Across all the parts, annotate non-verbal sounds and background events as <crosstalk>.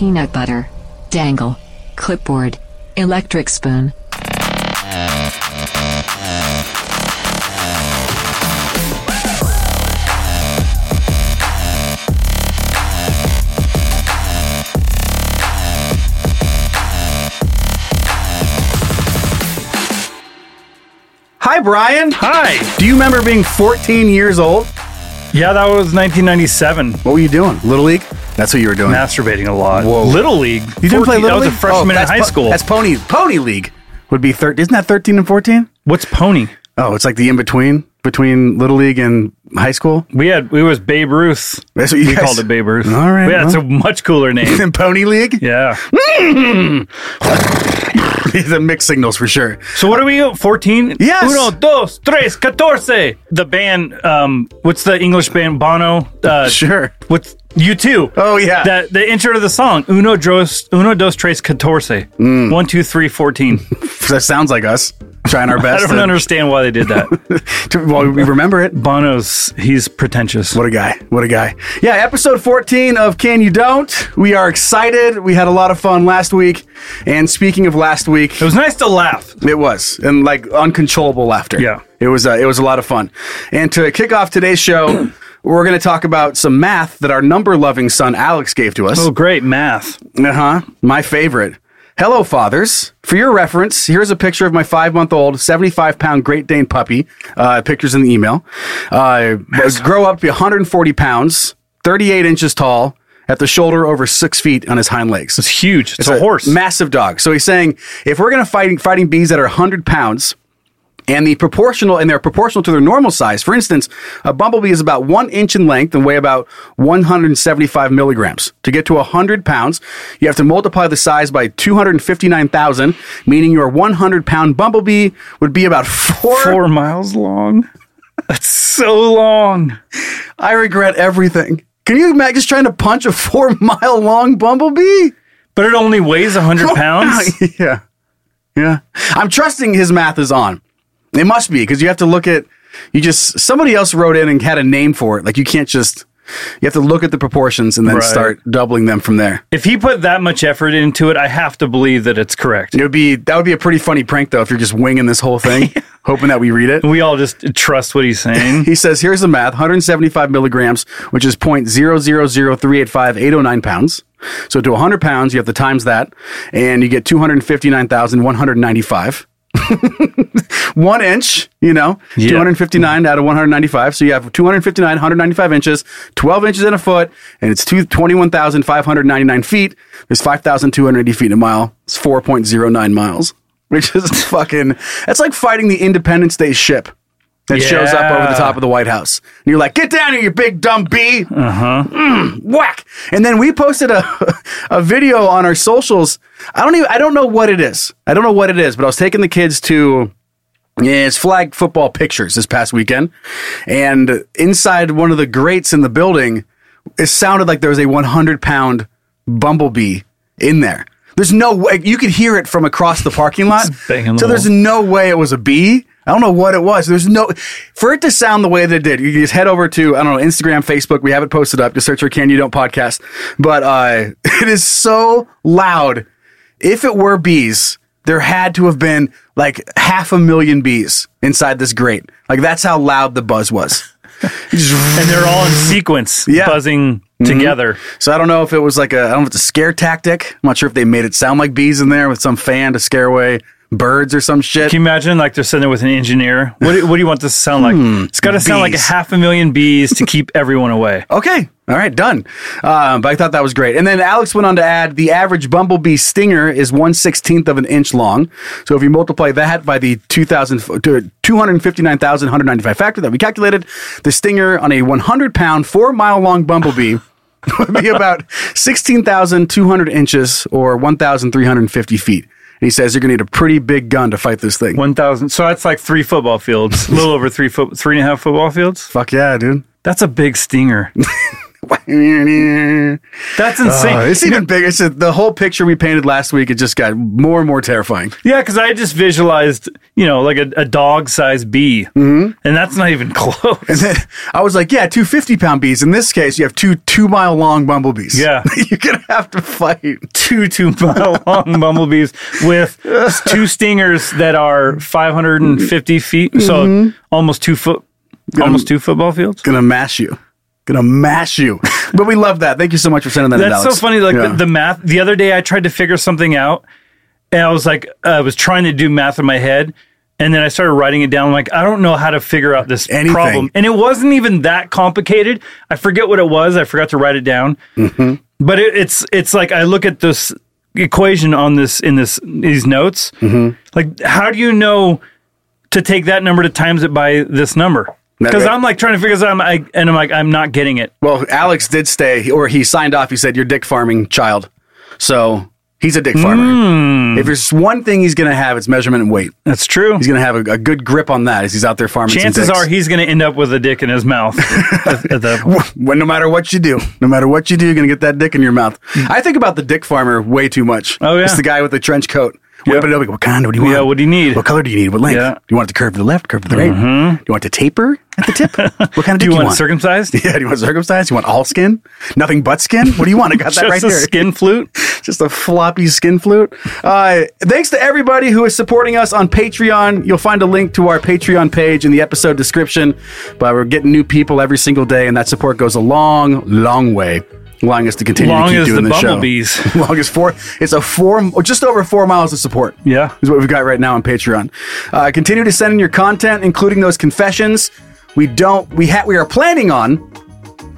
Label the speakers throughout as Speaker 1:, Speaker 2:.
Speaker 1: peanut butter, dangle, clipboard, electric spoon.
Speaker 2: Hi, Brian.
Speaker 3: Hi.
Speaker 2: Do you remember being 14 years old?
Speaker 3: Yeah, that was 1997.
Speaker 2: What were you doing? Little League? That's what you were doing.
Speaker 3: Masturbating a lot.
Speaker 2: Whoa.
Speaker 3: Little League.
Speaker 2: you didn't play
Speaker 3: 14
Speaker 2: Little
Speaker 3: I was
Speaker 2: League?
Speaker 3: a freshman
Speaker 2: Oh,
Speaker 3: in
Speaker 2: that's
Speaker 3: high
Speaker 2: po-
Speaker 3: school.
Speaker 2: That's Pony. Pony League would be 13. Isn't that 13 and 14?
Speaker 3: What's pony?
Speaker 2: Oh, it's like the in between between Little League and high school. <laughs>
Speaker 3: We had we was Babe Ruth.
Speaker 2: That's what you
Speaker 3: we
Speaker 2: guys-
Speaker 3: called it Babe Ruth.
Speaker 2: All right,
Speaker 3: Yeah, it's a
Speaker 2: well.
Speaker 3: much
Speaker 2: <laughs>
Speaker 3: cooler name.
Speaker 2: And Pony League?
Speaker 3: yeah.
Speaker 2: <laughs> These are mixed signals for sure.
Speaker 3: So what are we? at, 14?
Speaker 2: Yes.
Speaker 3: Uno, dos, tres, catorce. The band, um, what's the English band? Bono. Uh,
Speaker 2: Sure.
Speaker 3: What's you two?
Speaker 2: Oh, yeah.
Speaker 3: That the intro to the song. Uno dos, uno dos tres catorce.
Speaker 2: Mm.
Speaker 3: One two three fourteen.
Speaker 2: That sounds like us trying our
Speaker 3: <laughs> I
Speaker 2: best.
Speaker 3: don't understand why they did that.
Speaker 2: <laughs> to, to, well, we remember it.
Speaker 3: Bono's he's pretentious.
Speaker 2: What a guy. What a guy. Yeah, episode 14 of Can You Don't. We are excited. We had a lot of fun last week. And speaking of last week,
Speaker 3: It was nice to laugh.
Speaker 2: it was and like uncontrollable laughter.
Speaker 3: Yeah.
Speaker 2: It was uh, it was a lot of fun. And to kick off today's
Speaker 3: <clears throat>
Speaker 2: show, we're going to talk about some math that our number loving son Alex gave to us.
Speaker 3: Oh, great math.
Speaker 2: Uh huh. My favorite. Hello, fathers. For your reference, here's a picture of my five month old, 75 pound Great Dane puppy. Uh, pictures in the email. Uh, grow up to be 140 pounds, 38 inches tall, at the shoulder over six feet on his hind legs.
Speaker 3: It's huge. It's, a, horse.
Speaker 2: Massive dog. So he's saying if we're going to fighting fighting bees that are 100 pounds and the proportional and they're proportional to their normal size. For instance, a bumblebee is about one inch in length and weigh about 175 milligrams. To get to 100 pounds, you have to multiply the size by 259,000, meaning your 100 pound bumblebee would be about four.
Speaker 3: Four miles long. That's so long.
Speaker 2: I regret everything. Can you imagine just trying to punch a four mile long bumblebee?
Speaker 3: But it only weighs <laughs> 100
Speaker 2: <laughs>
Speaker 3: pounds.
Speaker 2: yeah. Yeah. I'm trusting his math is on. It must be because you have to look at, you just, somebody else wrote in and had a name for it. Like you can't just, you have to look at the proportions and then
Speaker 3: Right.
Speaker 2: start doubling them from there.
Speaker 3: If he put that much effort into it, I have to believe that it's correct.
Speaker 2: It would be, that would be a pretty funny prank though if you're just winging this whole
Speaker 3: <laughs>
Speaker 2: thing, hoping that we read it.
Speaker 3: We all just trust what he's <laughs> saying.
Speaker 2: He says, here's the math 175 milligrams, which is 0.000385,809 pounds. So to 100 pounds, you have to times that, and you get 259,195. <laughs> One inch, you know,
Speaker 3: Yeah.
Speaker 2: 259 out of 195. So you have 259, 195 inches, 12 inches in a foot, and it's two- 21,599 feet. There's 5,280 feet in a mile. It's 4.09 miles, which is <laughs> fucking, that's like fighting the Independence Day ship that shows up over the
Speaker 3: Yeah.
Speaker 2: top of the White House. And you're like, get down here, you big dumb bee. Uh-huh. whack. And then we posted a, <laughs> a video on our socials. I don't even, I don't know what it is. I don't know what it is, but I was taking the kids to, yeah, it's flag football pictures this past weekend. And inside one of the grates in the building, it sounded like there was a 100 pound bumblebee in there. There's no way you could hear it from across the parking lot.
Speaker 3: It's banging the
Speaker 2: so there's
Speaker 3: wall.
Speaker 2: no way it was a bee. I don't know what it was. There's no for it to sound the way that it did. You can just head over to I don't know Instagram, Facebook. We have it posted up. Just search for "Can You Don't" podcast. But uh, <laughs> it is so loud. If it were bees, there had to have been like half a million bees inside this grate. Like that's how loud the buzz was.
Speaker 3: and they're all in sequence,
Speaker 2: Yeah.
Speaker 3: buzzing together.
Speaker 2: So I don't know if it was like a I don't know if it's a scare tactic. I'm not sure if they made it sound like bees in there with some fan to scare away birds or some shit.
Speaker 3: Can you imagine? Like they're sitting there with an engineer. What do, what do you want this to sound like? it's got to sound like a
Speaker 2: Bees.
Speaker 3: half a million bees to keep everyone away. <laughs>
Speaker 2: Okay. All right, done. Um, but I thought that was great. And then Alex went on to add the average bumblebee stinger is 1 16th of an inch long. So if you multiply that by the 2,000 f- to 259,195 factor that we calculated, the stinger on a 100 pound, four mile long bumblebee <laughs> would be about 16,200 inches or 1,350 feet. And he says you're going to need a pretty big gun to fight this thing.
Speaker 3: One thousand. So that's like three football fields, a little over three foot, three and a half football fields.
Speaker 2: Fuck yeah, dude.
Speaker 3: That's a big stinger.
Speaker 2: <laughs> it's
Speaker 3: That's insane. <laughs>
Speaker 2: even bigger. Uh, It's just- the whole picture we painted last week, it just got more and more terrifying.
Speaker 3: yeah, because I just visualized, you know, like a, a dog-sized bee, mm-hmm. and that's not even <laughs>
Speaker 2: And
Speaker 3: close.
Speaker 2: then I was like, yeah, two 50 pound bees. In this case, you have two two mile long bumblebees.
Speaker 3: Yeah.
Speaker 2: <laughs> You're going to have to fight.
Speaker 3: two two <laughs> mile long bumblebees with two stingers that are 550 feet, so almost two foot, almost two football fields.
Speaker 2: Gonna mash you. Gonna mash
Speaker 3: <laughs>
Speaker 2: you. But we love that. Thank you so much for sending that in,
Speaker 3: That's so
Speaker 2: Alex.
Speaker 3: funny. Like
Speaker 2: Yeah.
Speaker 3: the, the math. The other day, I tried to figure something out, and I was like, I was trying to do math in my head, and then I started writing it down. I'm like, I don't know how to figure out this
Speaker 2: Anything.
Speaker 3: problem, and it wasn't even that complicated. I forget what it was. I forgot to write it down.
Speaker 2: Mm-hmm.
Speaker 3: But it, it's it's like I look at this equation on this in this these notes.
Speaker 2: Mm-hmm.
Speaker 3: Like, how do you know to take that number to times it by this number?
Speaker 2: That
Speaker 3: Because
Speaker 2: right.
Speaker 3: I'm like trying to figure this out, I'm- I, and I'm like, I'm not getting it.
Speaker 2: well, Alex did stay, or he signed off. He said, you're dick farming child. So he's a dick farmer.
Speaker 3: Mm.
Speaker 2: If there's one thing he's gonna have, it's measurement and weight.
Speaker 3: That's true.
Speaker 2: He's gonna have a, a good grip on that as he's out there farming. some
Speaker 3: Chances
Speaker 2: dicks.
Speaker 3: are he's going to end up with a dick in his <laughs> mouth. at, at that point.
Speaker 2: when no matter what you do, no matter what you do, you're gonna get that dick in your mouth. I think about the dick farmer way too much.
Speaker 3: Mm. Oh, yeah.
Speaker 2: it's the guy with the trench coat. Whipping it up, like, what kind? What do you want?
Speaker 3: Yeah, what do you need?
Speaker 2: What color do you need? What length?
Speaker 3: Yeah. Mm-hmm.
Speaker 2: Do you want it to curve to the left, curve to the right? Do you want the taper at the
Speaker 3: <laughs>
Speaker 2: tip? what kind of
Speaker 3: Do
Speaker 2: dick
Speaker 3: you
Speaker 2: you
Speaker 3: want it <laughs> circumcised?
Speaker 2: <laughs> yeah, do you want circumcised? You want all skin? Nothing but skin? What do you want? I
Speaker 3: <laughs>
Speaker 2: got that
Speaker 3: Just
Speaker 2: right
Speaker 3: a
Speaker 2: there.
Speaker 3: skin flute.
Speaker 2: <laughs> Just a floppy skin flute. Uh, thanks to everybody who is supporting us on Patreon. You'll find a link to our Patreon page in the episode description. But we're getting new people every single day, and that support goes a long, long way, allowing us to continue
Speaker 3: Long
Speaker 2: to keep
Speaker 3: as
Speaker 2: doing
Speaker 3: the
Speaker 2: this show.
Speaker 3: bumblebees.
Speaker 2: <laughs> Long as four, it's a four, just over four miles of support.
Speaker 3: Yeah.
Speaker 2: is what we've got right now on Patreon. Uh, continue to send in your content, including those confessions. We don't. We ha- We are planning on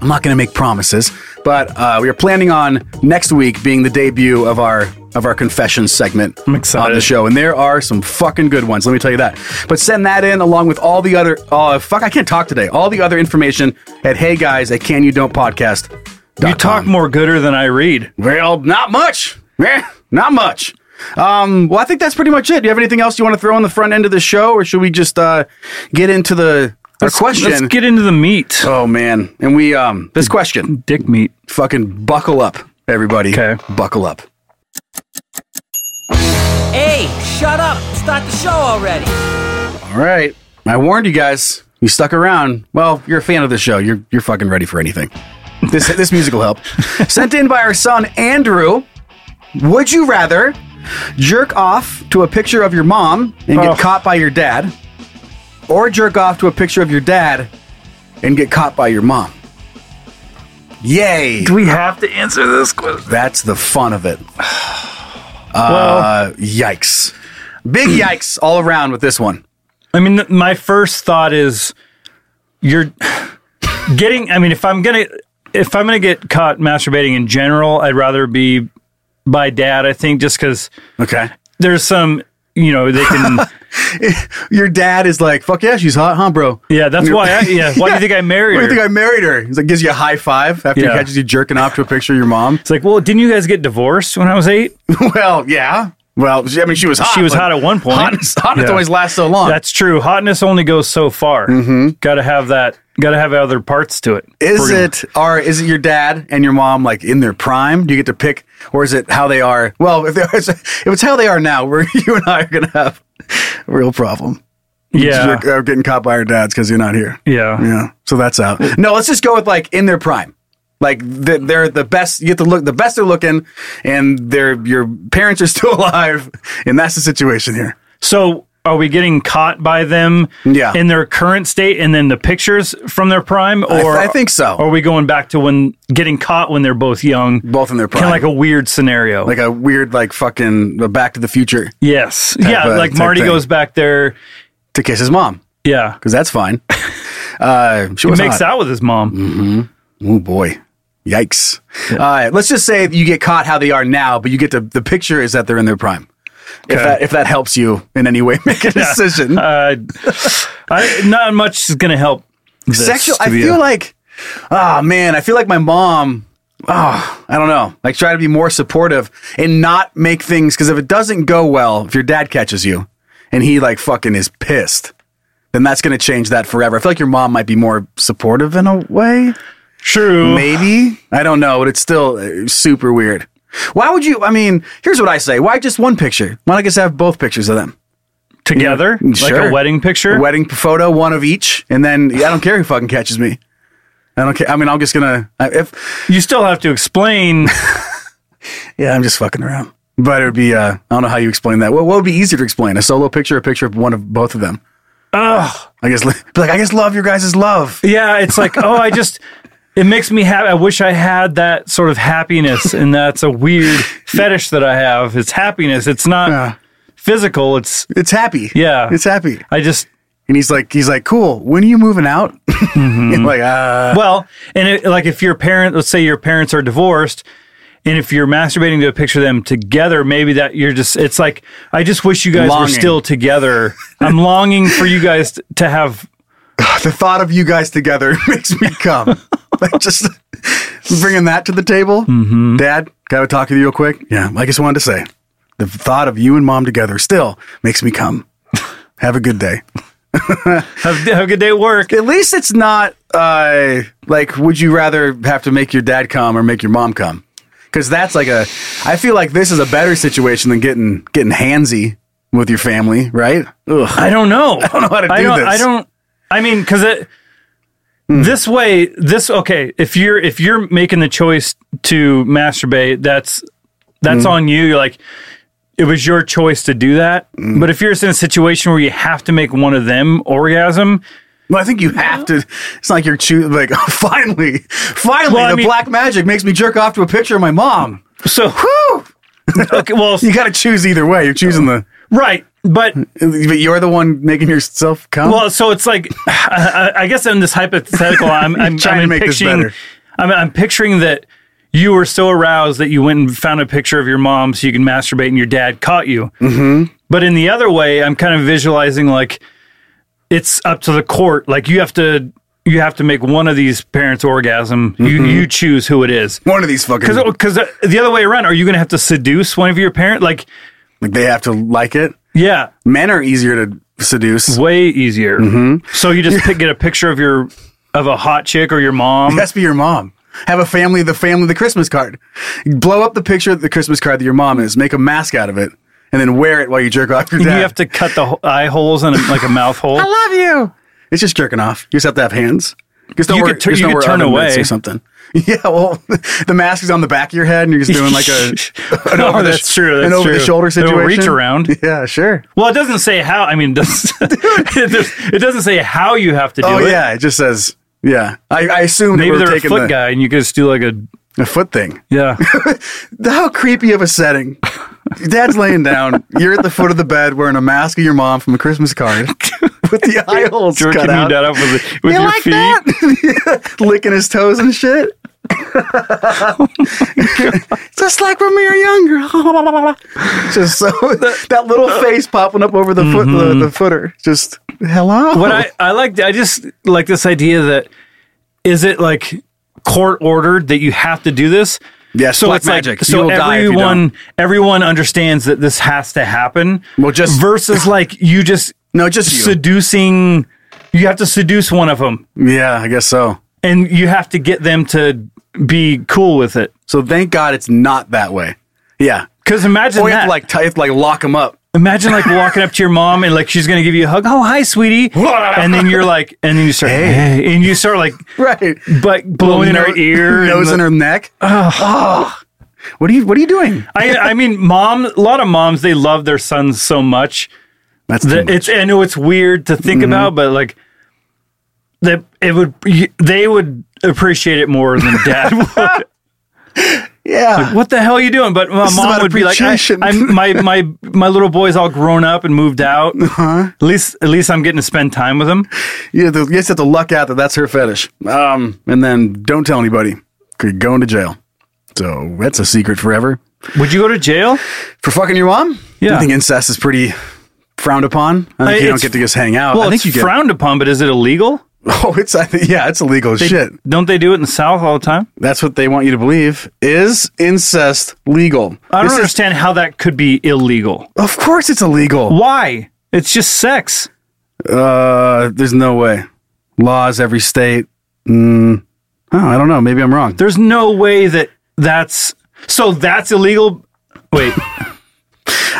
Speaker 2: I'm not going to make promises, but uh, we are planning on next week being the debut of our of our confession segment
Speaker 3: I'm excited.
Speaker 2: on the show, and there are some fucking good ones. Let me tell you that. But send that in along with all the other uh, fuck. I can't talk today. All the other information at hey guys at can you don't podcast.
Speaker 3: You talk more gooder than I read.
Speaker 2: Well, not much. Eh, Not much. Um, well, I think that's pretty much it. Do you have anything else you want to throw on the front end of the show, or should we just uh, get into the our question?
Speaker 3: Let's get into the meat.
Speaker 2: oh man, and we um this question.
Speaker 3: Dick meat.
Speaker 2: fucking buckle up, everybody.
Speaker 3: 'Kay.
Speaker 2: Buckle up.
Speaker 4: Hey, shut up! Start the show already!
Speaker 2: All right. I warned you guys. You stuck around. Well, you're a fan of the show. You're you're fucking ready for anything. This this music will help. <laughs> Sent in by our son Andrew. Would you rather jerk off to a picture of your mom and get
Speaker 3: Oh.
Speaker 2: caught by your dad, or jerk off to a picture of your dad and get caught by your mom? Yay!
Speaker 3: Do we have to answer this question?
Speaker 2: That's the fun of it.
Speaker 3: well,
Speaker 2: Uh, yikes! Big yikes all around with this one.
Speaker 3: I mean, th- my first thought is you're getting. I mean, if I'm gonna if I'm gonna get caught masturbating in general, I'd rather be by dad. I think just because
Speaker 2: Okay.
Speaker 3: there's some. You know, they <laughs> can.
Speaker 2: Your dad is like, fuck yeah, she's hot, huh, bro?
Speaker 3: Yeah, that's
Speaker 2: <laughs>
Speaker 3: why. I, yeah, why do you think I married
Speaker 2: Why do
Speaker 3: her?
Speaker 2: you think I married her? He's like, gives you a high five after
Speaker 3: Yeah.
Speaker 2: he catches you jerking off to a picture of your mom. <laughs>
Speaker 3: It's like, well, didn't you guys get divorced when I was eight?
Speaker 2: well, yeah. Well, she- I mean, she was hot.
Speaker 3: She was
Speaker 2: but
Speaker 3: hot at one point.
Speaker 2: Hotness, hotness
Speaker 3: Yeah.
Speaker 2: always lasts so long.
Speaker 3: That's true. Hotness only goes so far. Got to have that. Got to have other parts to it.
Speaker 2: Mm-hmm. is
Speaker 3: We're gonna-
Speaker 2: it are is it your dad and your mom like in their prime? Do you get to pick, or is it how they are? Well, if, they are, <laughs> if it's how they are now, we're, <laughs> you and I are gonna have a real problem.
Speaker 3: Yeah,
Speaker 2: You're, uh, getting caught by our dads because you're not here.
Speaker 3: yeah,
Speaker 2: Yeah. So that's out. No, let's just go with like in their prime. Like th- they're the best. You get to look the best they're looking, <laughs> and their your parents are still alive, and that's the situation here.
Speaker 3: So are we getting caught by them
Speaker 2: Yeah.
Speaker 3: in their current state and then the pictures from their prime
Speaker 2: I-
Speaker 3: or
Speaker 2: I think so.
Speaker 3: are we going back to when getting caught when they're both young
Speaker 2: Both in their prime.
Speaker 3: kind of like a weird scenario
Speaker 2: like a weird like fucking the Back to the Future
Speaker 3: yes yeah
Speaker 2: of-
Speaker 3: like
Speaker 2: type
Speaker 3: marty
Speaker 2: thing.
Speaker 3: goes back there
Speaker 2: to kiss his mom
Speaker 3: yeah
Speaker 2: because that's fine.
Speaker 3: <laughs>
Speaker 2: Uh, she
Speaker 3: he
Speaker 2: was
Speaker 3: makes
Speaker 2: hot.
Speaker 3: out with his mom
Speaker 2: Oh boy. Yikes. Uh, let's just say you get caught how they are now, but you get to, the picture is that they're in their prime. If,
Speaker 3: Okay.
Speaker 2: that, if that helps you in any way <laughs> make a decision.
Speaker 3: uh, I, not much is gonna help this,
Speaker 2: Sexual,
Speaker 3: to
Speaker 2: I
Speaker 3: be
Speaker 2: feel
Speaker 3: a-
Speaker 2: like, oh man, I feel like my mom, oh, I don't know, like try to be more supportive and not make things, because if it doesn't go well, if your dad catches you and he like fucking is pissed, then that's going to change that forever. I feel like your mom might be more supportive in a way.
Speaker 3: true
Speaker 2: Maybe. I don't know, but it's still uh, super weird. Why would you? I mean, here's what I say. Why just one picture? Why not just have both pictures of them?
Speaker 3: together like
Speaker 2: Sure.
Speaker 3: a wedding picture
Speaker 2: Wedding photo, one of each. And then yeah, I don't care who fucking catches me. I don't care. I mean, I'm just going to, if,
Speaker 3: you still have to
Speaker 2: <laughs>
Speaker 3: explain
Speaker 2: yeah, I'm just fucking around. But it would be, uh, I don't know how you explain that. What, what would be easier to explain? A solo picture, a picture of one of both of them? Ugh. I guess, li- be like, I guess love your guys' love.
Speaker 3: Yeah, it's like, oh, I just it makes me happy. I wish I had that sort of happiness, and that's a weird fetish that I have. It's happiness. It's not
Speaker 2: Yeah.
Speaker 3: physical. It's
Speaker 2: Uh, It's happy.
Speaker 3: Yeah.
Speaker 2: It's happy.
Speaker 3: I just
Speaker 2: And he's like, he's like, cool. When are you moving out? <laughs>
Speaker 3: Mm-hmm.
Speaker 2: And like, uh,
Speaker 3: well, and it, like if your parent, let's say your parents are divorced. And if you're masturbating to a picture of them together, maybe that you're just, it's like, I just wish you guys were
Speaker 2: Longing.
Speaker 3: still together. I'm longing for you guys t- to have,
Speaker 2: the thought of you guys together <laughs> makes me come. like just bringing that to the table. Mm-hmm. Dad, can I have a talk with you real quick? Yeah, I just wanted to say the thought of you and mom together still makes me come. have a good day.
Speaker 3: have, have a good day at work.
Speaker 2: At least it's not uh, like, would you rather have to make your dad come or make your mom come? Because that's like a, I feel like this is a better situation than getting getting handsy with your family, right? Ugh.
Speaker 3: I
Speaker 2: <laughs>
Speaker 3: don't know. I
Speaker 2: don't know how to do
Speaker 3: don't,
Speaker 2: this. Hmm.
Speaker 3: I don't. I mean, because it this way, this okay. If you're if you're making the choice to masturbate, that's that's
Speaker 2: Hmm.
Speaker 3: on you. You're like it was your choice to do that.
Speaker 2: Hmm.
Speaker 3: But if you're just in a situation where you have to make one of them orgasm,
Speaker 2: Well, I think you have to. It's like you're choosing, like, <laughs> finally, finally,
Speaker 3: Well, I
Speaker 2: the
Speaker 3: mean-
Speaker 2: black magic makes me jerk off to a picture of my mom.
Speaker 3: <laughs> so
Speaker 2: Whew!
Speaker 3: okay, well,
Speaker 2: <laughs> You got to choose either way. You're choosing the,
Speaker 3: right, but
Speaker 2: but you're the one making yourself come.
Speaker 3: Well, so it's like <sighs> I, I- I guess in this hypothetical, I'm, I'm
Speaker 2: <laughs> Trying to
Speaker 3: I'm
Speaker 2: make this
Speaker 3: picturing,
Speaker 2: better.
Speaker 3: I'm, I'm picturing that you were so aroused that you went and found a picture of your mom so you can masturbate, and your dad caught you. Mm-hmm. But in the other way, I'm kind of visualizing like it's up to the court. Like you have to you have to make one of these parents orgasm.
Speaker 2: Mm-hmm.
Speaker 3: You you choose who it is.
Speaker 2: one of these fucking,
Speaker 3: Because the other way around, are you going to have to seduce one of your parents? Like,
Speaker 2: like, they have to like it.
Speaker 3: yeah,
Speaker 2: Men are easier to seduce.
Speaker 3: way easier.
Speaker 2: Mm-hmm.
Speaker 3: So
Speaker 2: <laughs>
Speaker 3: you just pick, get a picture of your of a hot chick or your mom.
Speaker 2: It has to be your mom. Have a family, the family, the Christmas card. Blow up the picture of the Christmas card that your mom is. Make a mask out of it, and then wear it while you jerk off your
Speaker 3: You
Speaker 2: dad.
Speaker 3: have to cut the ho- eye holes and like a mouth hole.
Speaker 2: <laughs> I love you. It's just jerking off. You just have to have hands. Just don't
Speaker 3: You
Speaker 2: wear,
Speaker 3: could tur-
Speaker 2: just
Speaker 3: you
Speaker 2: don't
Speaker 3: could
Speaker 2: wear
Speaker 3: turn
Speaker 2: oven mitts
Speaker 3: away.
Speaker 2: or something. <laughs> Yeah, well, <laughs> the mask is on the back of your head, and you're just doing like
Speaker 3: <laughs>
Speaker 2: a <laughs> an
Speaker 3: Oh,
Speaker 2: over the
Speaker 3: that's
Speaker 2: sh-
Speaker 3: true,
Speaker 2: an
Speaker 3: that's
Speaker 2: over the
Speaker 3: true.
Speaker 2: shoulder
Speaker 3: They will
Speaker 2: situation.
Speaker 3: reach around.
Speaker 2: <laughs> Yeah, sure.
Speaker 3: Well, it doesn't say how. I mean, <laughs>
Speaker 2: <laughs>
Speaker 3: it doesn't, it does- it doesn't say how you have to do
Speaker 2: Oh
Speaker 3: it.
Speaker 2: yeah, it just says yeah. I, I assume
Speaker 3: Maybe
Speaker 2: they were
Speaker 3: they're a
Speaker 2: taking
Speaker 3: foot
Speaker 2: the,
Speaker 3: guy, and you could just do like a
Speaker 2: the foot thing. <laughs>
Speaker 3: yeah.
Speaker 2: How creepy of a setting. Your Dad's laying down. You're at the foot of the bed wearing a mask of your mom from a Christmas
Speaker 3: <laughs>
Speaker 2: card with the eye holes
Speaker 3: Jerking
Speaker 2: cut
Speaker 3: your
Speaker 2: out.
Speaker 3: dad up with, the- with
Speaker 2: You
Speaker 3: your
Speaker 2: like
Speaker 3: feet.
Speaker 2: that? <laughs> Licking his toes and
Speaker 3: <laughs>
Speaker 2: shit. Just like when we were younger. Just
Speaker 3: <laughs>
Speaker 2: so that little
Speaker 3: uh,
Speaker 2: face popping up over the foot the, the footer. Just hello.
Speaker 3: mm-hmm. What I I like I just like this idea that is it like court ordered that you have to do this.
Speaker 2: Yes,
Speaker 3: so
Speaker 2: black
Speaker 3: it's like
Speaker 2: magic. You
Speaker 3: so
Speaker 2: will die if you
Speaker 3: everyone
Speaker 2: don't.
Speaker 3: everyone understands that this has to happen.
Speaker 2: Well, just- <coughs>
Speaker 3: versus like you just
Speaker 2: No, just you.
Speaker 3: seducing. You have to seduce one of them,
Speaker 2: yeah, I guess so.
Speaker 3: and you have to get them to be cool with it.
Speaker 2: So thank God it's not that way. Yeah.
Speaker 3: Because imagine
Speaker 2: Or you have
Speaker 3: that.
Speaker 2: to like t- you have to like lock him
Speaker 3: <laughs>
Speaker 2: up.
Speaker 3: imagine
Speaker 2: <coughs>
Speaker 3: like walking up to your mom and like she's gonna give you a hug. Oh,
Speaker 2: <laughs>
Speaker 3: hi, sweetie. and then you're like, and then you start, hey, and you start like,
Speaker 2: Right.
Speaker 3: but blowing in her
Speaker 2: Nose- <laughs>
Speaker 3: ear,
Speaker 2: nose in
Speaker 3: and
Speaker 2: her neck. Oh. What are you what are you doing?
Speaker 3: I, I mean, mom. A lot of moms they love their sons so much
Speaker 2: That's too
Speaker 3: The,
Speaker 2: much. Mm-hmm.
Speaker 3: it's I know it's weird to think about, but like that it would they would appreciate it more than
Speaker 2: <laughs>
Speaker 3: dad would.
Speaker 2: yeah.
Speaker 3: what the hell are you doing? But my
Speaker 2: is
Speaker 3: mom
Speaker 2: about
Speaker 3: would be like, I,
Speaker 2: appreciation.
Speaker 3: I'm, my my my little boy's all grown up and moved out.
Speaker 2: Uh-huh.
Speaker 3: At least at least I'm getting to spend time with him.
Speaker 2: You, have to, you just have to luck out that that's her fetish. Um, and then don't tell anybody. 'cause You're going to jail. So that's a secret forever.
Speaker 3: Would you go to jail?
Speaker 2: For fucking your mom?
Speaker 3: Yeah.
Speaker 2: I think incest is pretty frowned upon. I
Speaker 3: I-
Speaker 2: think you
Speaker 3: it's-
Speaker 2: don't get to just hang out.
Speaker 3: Well,
Speaker 2: I think
Speaker 3: it's
Speaker 2: you get.
Speaker 3: frowned upon, but is it illegal?
Speaker 2: <laughs> oh, it's I think, yeah, it's illegal as
Speaker 3: They-
Speaker 2: shit.
Speaker 3: Don't they do it in the South all the time?
Speaker 2: That's what they want you to believe. Is incest legal?
Speaker 3: I don't
Speaker 2: This is-
Speaker 3: understand how that could be illegal.
Speaker 2: of course, it's illegal.
Speaker 3: Why? It's just sex.
Speaker 2: Uh, there's no way. Laws every state. Mm, oh, I don't know. Maybe I'm wrong.
Speaker 3: There's no way that that's so that's illegal. Wait,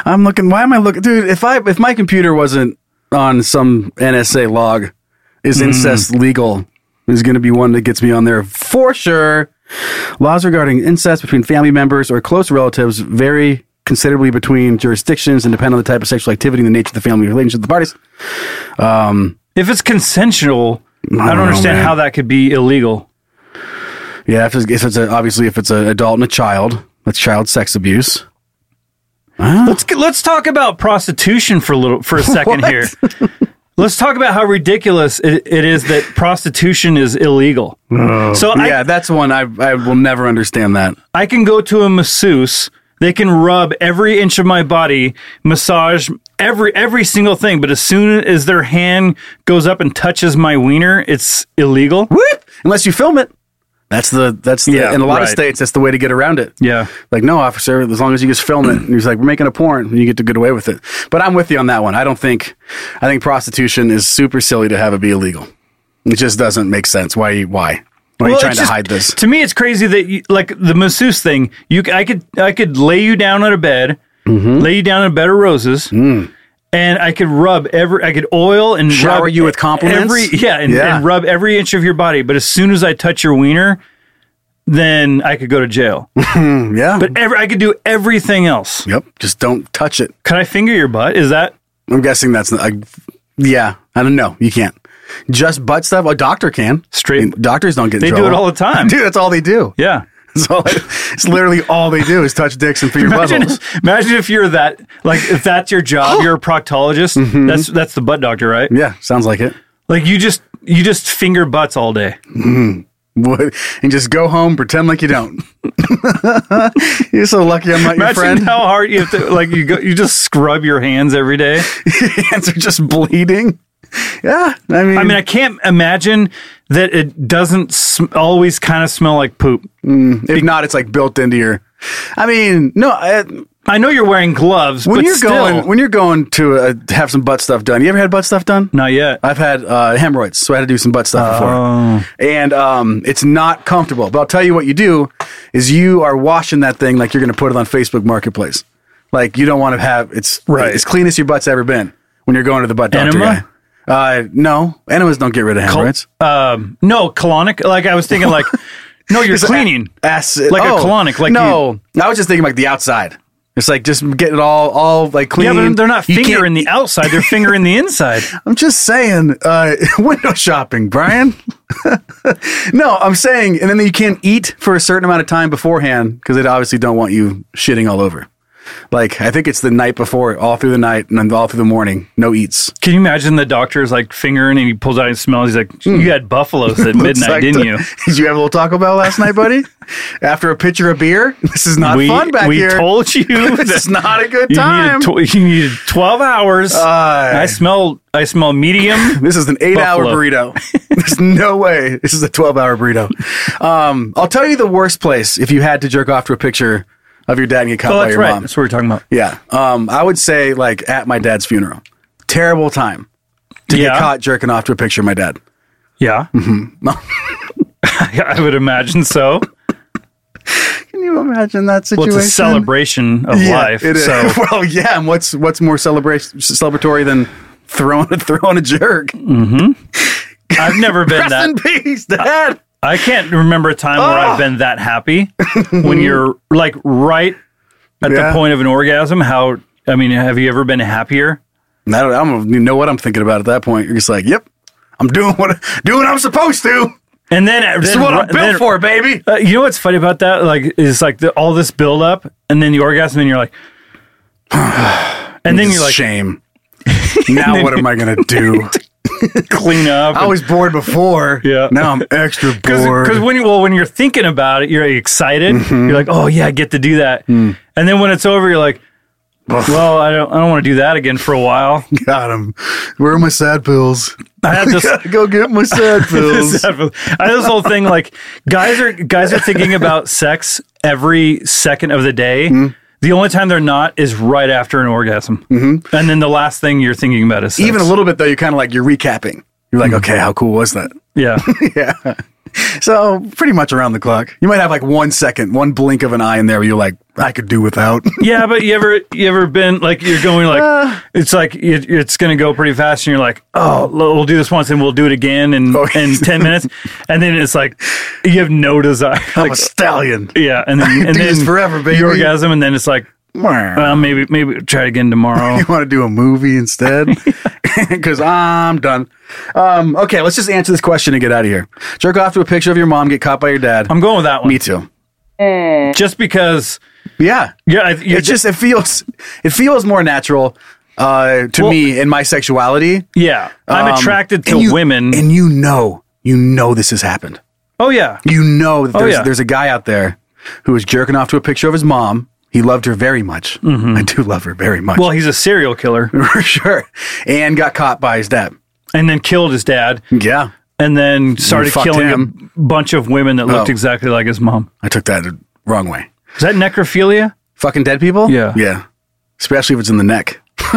Speaker 2: I'm looking. Why am I looking, dude? If I if my computer wasn't on some NSA log, is
Speaker 3: Hmm.
Speaker 2: incest legal? Is going to be one that gets me on there for sure. Laws regarding incest between family members or close relatives vary considerably between jurisdictions and depend on the type of sexual activity and the nature of the family relationship of the parties.
Speaker 3: if it's consensual, I don't
Speaker 2: know,
Speaker 3: understand
Speaker 2: Oh, man.
Speaker 3: how that could be illegal.
Speaker 2: Yeah, if it's, if it's a, obviously if it's an adult and a child, that's child sex abuse.
Speaker 3: Let's let's talk about prostitution for a little for
Speaker 2: <laughs>
Speaker 3: a second here. Let's talk about how ridiculous it, it is that prostitution is illegal. so I,
Speaker 2: Oh, yeah, that's one I I will never understand that.
Speaker 3: I can go to a masseuse. They can rub every inch of my body, massage every every single thing. But as soon as their hand goes up and touches my wiener, it's illegal.
Speaker 2: Whoop! Unless you film it. That's the that's the,
Speaker 3: Yeah,
Speaker 2: in a lot of
Speaker 3: right.
Speaker 2: states that's the way to get around it.
Speaker 3: Yeah.
Speaker 2: Like, no, officer, as long as you just film it. And he's like, we're making a porn, and you get to get away with it. But I'm with you on that one. I don't think, I think prostitution is super silly to have it be illegal. It just doesn't make sense. Why? Why? Why are you
Speaker 3: Well,
Speaker 2: trying
Speaker 3: it's
Speaker 2: to
Speaker 3: just-
Speaker 2: hide this?
Speaker 3: To me, it's crazy that you, like the masseuse thing. You, c- I could, I could lay you down on a bed,
Speaker 2: Mm-hmm.
Speaker 3: lay you down on a bed of roses, and I could rub every, I could oil and
Speaker 2: Mm. Shower
Speaker 3: rub
Speaker 2: you with compliments?
Speaker 3: Every, yeah, and,
Speaker 2: Yeah.
Speaker 3: and rub every inch of your body. But as soon as I touch your wiener, then I could go to
Speaker 2: <laughs>
Speaker 3: jail.
Speaker 2: Yeah.
Speaker 3: But every, I could do everything else.
Speaker 2: yep. Just don't touch it.
Speaker 3: Could I finger your butt? Is that
Speaker 2: I'm guessing that's not. I, yeah. I don't know. You can't. Just butt stuff. A doctor can.
Speaker 3: Straight-
Speaker 2: I mean, doctors don't get. in
Speaker 3: They do
Speaker 2: trouble.
Speaker 3: it all the time.
Speaker 2: <laughs> Dude, that's all they do.
Speaker 3: yeah?
Speaker 2: That's all. It's literally all they do is touch dicks and finger
Speaker 3: Imagine,
Speaker 2: buttholes.
Speaker 3: imagine if you're that like if that's your
Speaker 2: <gasps>
Speaker 3: job, you're a proctologist.
Speaker 2: Mm-hmm.
Speaker 3: That's that's the butt doctor, right?
Speaker 2: Yeah, sounds like it.
Speaker 3: Like you just you just finger butts all day.
Speaker 2: Would- And just go home, pretend like you don't. <laughs> You're so lucky I'm not your
Speaker 3: Imagine
Speaker 2: friend. <laughs>
Speaker 3: how hard you have to like you go you just scrub your hands every day.
Speaker 2: Your hands are just bleeding. Yeah, I mean,
Speaker 3: I mean, I can't imagine that it doesn't sm- always kind of smell like poop.
Speaker 2: if not, it's like built into your. I mean, no. I,
Speaker 3: I know you're wearing gloves,
Speaker 2: when
Speaker 3: but
Speaker 2: you're
Speaker 3: still,
Speaker 2: going, when you're going to uh, have some butt stuff done, you ever had butt stuff done?
Speaker 3: not yet.
Speaker 2: I've had uh, hemorrhoids, so I had to do some butt stuff
Speaker 3: Oh.
Speaker 2: before, and um, it's not comfortable. But I'll tell you what you do is you are washing that thing like you're going to put it on Facebook Marketplace. Like you don't want to have it's
Speaker 3: Right.
Speaker 2: it's clean as your butt's ever been when you're going to the butt doctor.
Speaker 3: Enema?
Speaker 2: guy. Uh, no, enemas don't get rid of hemorrhoids.
Speaker 3: um, no, colonic. Like I was thinking, like no, <laughs> you're cleaning.
Speaker 2: Acid,
Speaker 3: Like a colonic, like
Speaker 2: oh, no, I was just thinking like the outside. It's like just get it all all like clean.
Speaker 3: Yeah, but they're not
Speaker 2: You can't-
Speaker 3: fingering the outside; they're fingering the inside.
Speaker 2: I'm just saying, uh, <laughs> window shopping, Brian. <laughs> no, I'm saying, and then you can't eat for a certain amount of time beforehand because they obviously don't want you shitting all over. Like, I think it's the night before, all through the night, and then all through the morning, no eats.
Speaker 3: <laughs> Can you imagine the doctor is like fingering and he pulls out and smells? He's like, "You had buffaloes <laughs> at midnight,
Speaker 2: It's like
Speaker 3: didn't
Speaker 2: the-
Speaker 3: you?"
Speaker 2: <laughs> Did you have a little Taco Bell last night, buddy? <laughs> After a pitcher of beer? <laughs> This is not
Speaker 3: we,
Speaker 2: fun back
Speaker 3: we
Speaker 2: here. <laughs>
Speaker 3: told you
Speaker 2: this
Speaker 3: that
Speaker 2: is not a good
Speaker 3: you
Speaker 2: time.
Speaker 3: needed, tw- you needed twelve hours. I smell. I
Speaker 2: <laughs>
Speaker 3: smell medium.
Speaker 2: This is an eight hour
Speaker 3: Buffalo. <laughs>
Speaker 2: burrito. There's no way. This is a 12 hour burrito. Um, I'll tell you the worst place if you had to jerk off to a picture of your dad and get caught
Speaker 3: oh,
Speaker 2: by
Speaker 3: that's
Speaker 2: your
Speaker 3: right.
Speaker 2: mom.
Speaker 3: That's what we're talking about.
Speaker 2: Yeah. Um, I would say, like, at my dad's funeral. Terrible time to
Speaker 3: yeah,
Speaker 2: get caught Mm-hmm. jerking off to a picture of my dad. <laughs>
Speaker 3: yeah. <laughs> I would imagine so.
Speaker 2: Can you imagine that
Speaker 3: Well,
Speaker 2: situation?
Speaker 3: it's a celebration of
Speaker 2: Yeah,
Speaker 3: life.
Speaker 2: it is.
Speaker 3: So
Speaker 2: <laughs> Well, yeah. And what's what's more celebration celebratory than throwing a throwing a jerk?
Speaker 3: <laughs> I've never been
Speaker 2: Rest
Speaker 3: that.
Speaker 2: in Ah! peace, dad.
Speaker 3: I can't remember a time where I've been that happy
Speaker 2: <laughs>
Speaker 3: when you're like right at
Speaker 2: Yeah.
Speaker 3: the point of an orgasm. How I mean, have you ever been happier?
Speaker 2: And I don't, I don't even know what I'm thinking about at that point. You're just like, yep, I'm doing what doing what I'm supposed to.
Speaker 3: And then, then
Speaker 2: This is what I'm built
Speaker 3: then-
Speaker 2: for, baby.
Speaker 3: Uh, you know what's funny about that? Like, is like the, all this build up, and then the orgasm, and you're like, <sighs> and then
Speaker 2: It's
Speaker 3: you're like, <laughs>
Speaker 2: shame. now what am I gonna do?
Speaker 3: clean up.
Speaker 2: I was bored before.
Speaker 3: Yeah.
Speaker 2: Now I'm
Speaker 3: <laughs>
Speaker 2: extra bored.
Speaker 3: because when you well when you're thinking about it, you're excited.
Speaker 2: Mm-hmm.
Speaker 3: You're like, oh yeah, I get to do that.
Speaker 2: Hmm.
Speaker 3: And then when it's over, you're like, well, I don't I don't want to do that again for
Speaker 2: <laughs>
Speaker 3: a while.
Speaker 2: Got him. Where are my sad pills?
Speaker 3: I have
Speaker 2: <laughs>
Speaker 3: this.
Speaker 2: Gotta go get my
Speaker 3: <laughs>
Speaker 2: sad pills.
Speaker 3: I have this whole thing like guys are guys are thinking about sex every second of the day.
Speaker 2: Hmm.
Speaker 3: The only time they're not is right after an orgasm, mm-hmm. and then the last thing you're thinking about is sex.
Speaker 2: Even a little bit though, you're kind of like you're recapping. You're
Speaker 3: Mm-hmm.
Speaker 2: like, okay, how cool was that? <laughs>
Speaker 3: yeah.
Speaker 2: So pretty much around the clock. You might have like one second, one blink of an eye in there where you're like, I could do without. <laughs>
Speaker 3: Yeah, but you ever you ever been like you're going like
Speaker 2: Uh.
Speaker 3: it's like it, it's gonna go pretty fast, and you're like, oh, l- we'll do this once, and we'll do it again in
Speaker 2: Oh,
Speaker 3: in
Speaker 2: yeah.
Speaker 3: ten minutes, and then it's like you have no desire,
Speaker 2: I'm
Speaker 3: like
Speaker 2: a stallion.
Speaker 3: yeah,
Speaker 2: <laughs>
Speaker 3: and then and
Speaker 2: do
Speaker 3: then
Speaker 2: this forever,
Speaker 3: you
Speaker 2: baby.
Speaker 3: orgasm, and then it's like, well, maybe maybe try it again tomorrow.
Speaker 2: <laughs> you want to do a movie
Speaker 3: <laughs>
Speaker 2: instead? <laughs> Because I'm done. Um, okay, let's just answer this question and get out of here. Jerk off to a picture of your mom, get caught by your dad.
Speaker 3: I'm going with that one,
Speaker 2: Me too.
Speaker 3: just because.
Speaker 2: Yeah.
Speaker 3: Yeah, I- you're
Speaker 2: It just it feels it feels more natural uh, to
Speaker 3: Well-
Speaker 2: me in my sexuality.
Speaker 3: yeah. I'm
Speaker 2: Um,
Speaker 3: attracted to
Speaker 2: and you-
Speaker 3: women.
Speaker 2: and you know, you know this has happened.
Speaker 3: oh yeah,
Speaker 2: You know that
Speaker 3: Oh,
Speaker 2: there's,
Speaker 3: yeah.
Speaker 2: there's a guy out there who is jerking off to a picture of his mom. He loved her very much. I do love her very much.
Speaker 3: Mm-hmm. well he's a serial killer,
Speaker 2: <laughs> for sure. And got caught by his dad.
Speaker 3: and then killed his dad,
Speaker 2: Yeah.
Speaker 3: and then started
Speaker 2: fucked
Speaker 3: killing
Speaker 2: him.
Speaker 3: a bunch of women that looked
Speaker 2: Oh.
Speaker 3: exactly like his mom.
Speaker 2: I took that the wrong way.
Speaker 3: Is that necrophilia?
Speaker 2: Fucking dead people?
Speaker 3: Yeah.
Speaker 2: Yeah. Especially if it's in the neck. <laughs>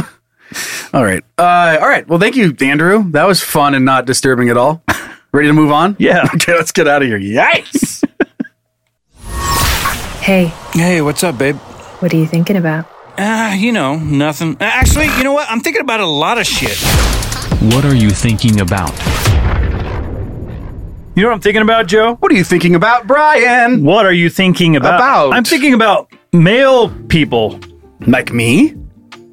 Speaker 2: all right. Uh, all right. Well, thank you, Andrew. That was fun and not disturbing at all. <laughs> Ready to move on?
Speaker 3: Yeah.
Speaker 2: <laughs> Okay, let's get out of here. Yikes.
Speaker 5: Hey,
Speaker 6: Hey, what's up, babe?
Speaker 5: what are you thinking about?
Speaker 6: Ah, you know, nothing. Actually, you know what? I'm thinking about a lot of shit.
Speaker 7: What are you thinking about?
Speaker 3: You know <laughs> what I'm thinking about, Joe?
Speaker 2: what are you thinking about, Brian?
Speaker 3: What are you thinking about?
Speaker 2: About.
Speaker 3: I'm thinking about male people.
Speaker 2: Like me?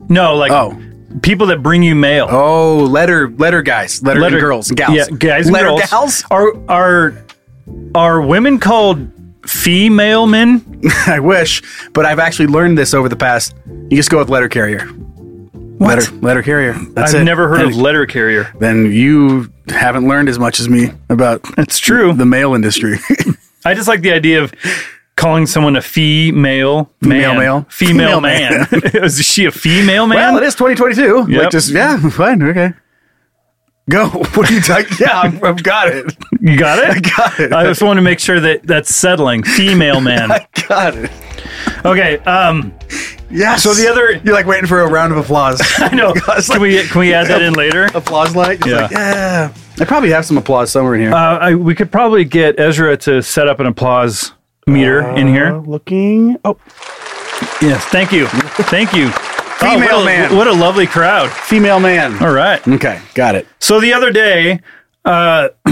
Speaker 3: No, like
Speaker 2: Oh.
Speaker 3: people that bring you mail.
Speaker 2: Oh, letter letter guys, letter, and girls and gals.
Speaker 3: Yeah, guys and
Speaker 2: letter
Speaker 3: girls.
Speaker 2: gals.
Speaker 3: Are are are women called female men?
Speaker 2: I wish, but I've actually learned this over the past. You just go with letter carrier. What? Letter, letter carrier. That's
Speaker 3: I've
Speaker 2: it.
Speaker 3: never heard
Speaker 2: And-
Speaker 3: of letter carrier.
Speaker 2: Then you haven't learned as much as me about
Speaker 3: That's true.
Speaker 2: the mail industry. <laughs>
Speaker 3: I just like the idea of calling someone a female man.
Speaker 2: Female male? Female
Speaker 3: Female man. <laughs> Is she a female man?
Speaker 2: well, it is 2022.
Speaker 3: Yep.
Speaker 2: Like just yeah, <laughs> fine, okay. Go. <laughs> What are you talking? yeah, I've, I've got it. <laughs>
Speaker 3: You got it? I
Speaker 2: got it.
Speaker 3: I just want to make sure that that's settling. Female man.
Speaker 2: <laughs> Got it.
Speaker 3: Okay. Um,
Speaker 2: Yeah.
Speaker 3: So the other-
Speaker 2: you're like waiting for a round of applause.
Speaker 3: <laughs> I know.
Speaker 2: <laughs> It's
Speaker 3: Can
Speaker 2: like-
Speaker 3: we can we
Speaker 2: <laughs>
Speaker 3: add that in later?
Speaker 2: applause light. It's
Speaker 3: Yeah.
Speaker 2: like, yeah. I probably have some applause somewhere in here.
Speaker 3: Uh, I, we could probably get Ezra to set up an applause meter in here.
Speaker 2: looking. Oh,
Speaker 3: Yes. Thank you. Thank you. Oh,
Speaker 2: Female
Speaker 3: what a,
Speaker 2: man.
Speaker 3: What a lovely crowd.
Speaker 2: female man.
Speaker 3: All right.
Speaker 2: Okay, got it.
Speaker 3: So the other day, uh, <clears throat>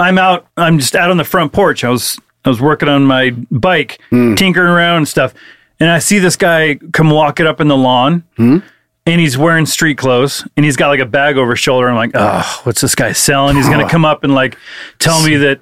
Speaker 3: I'm out. I'm just out on the front porch. I was I was working on my bike,
Speaker 2: Hmm.
Speaker 3: tinkering around and stuff, and I see this guy come walking up in the lawn,
Speaker 2: Hmm?
Speaker 3: and he's wearing street clothes, and he's got like a bag over his shoulder. I'm like, oh, what's this guy selling? He's gonna come up and like tell me that.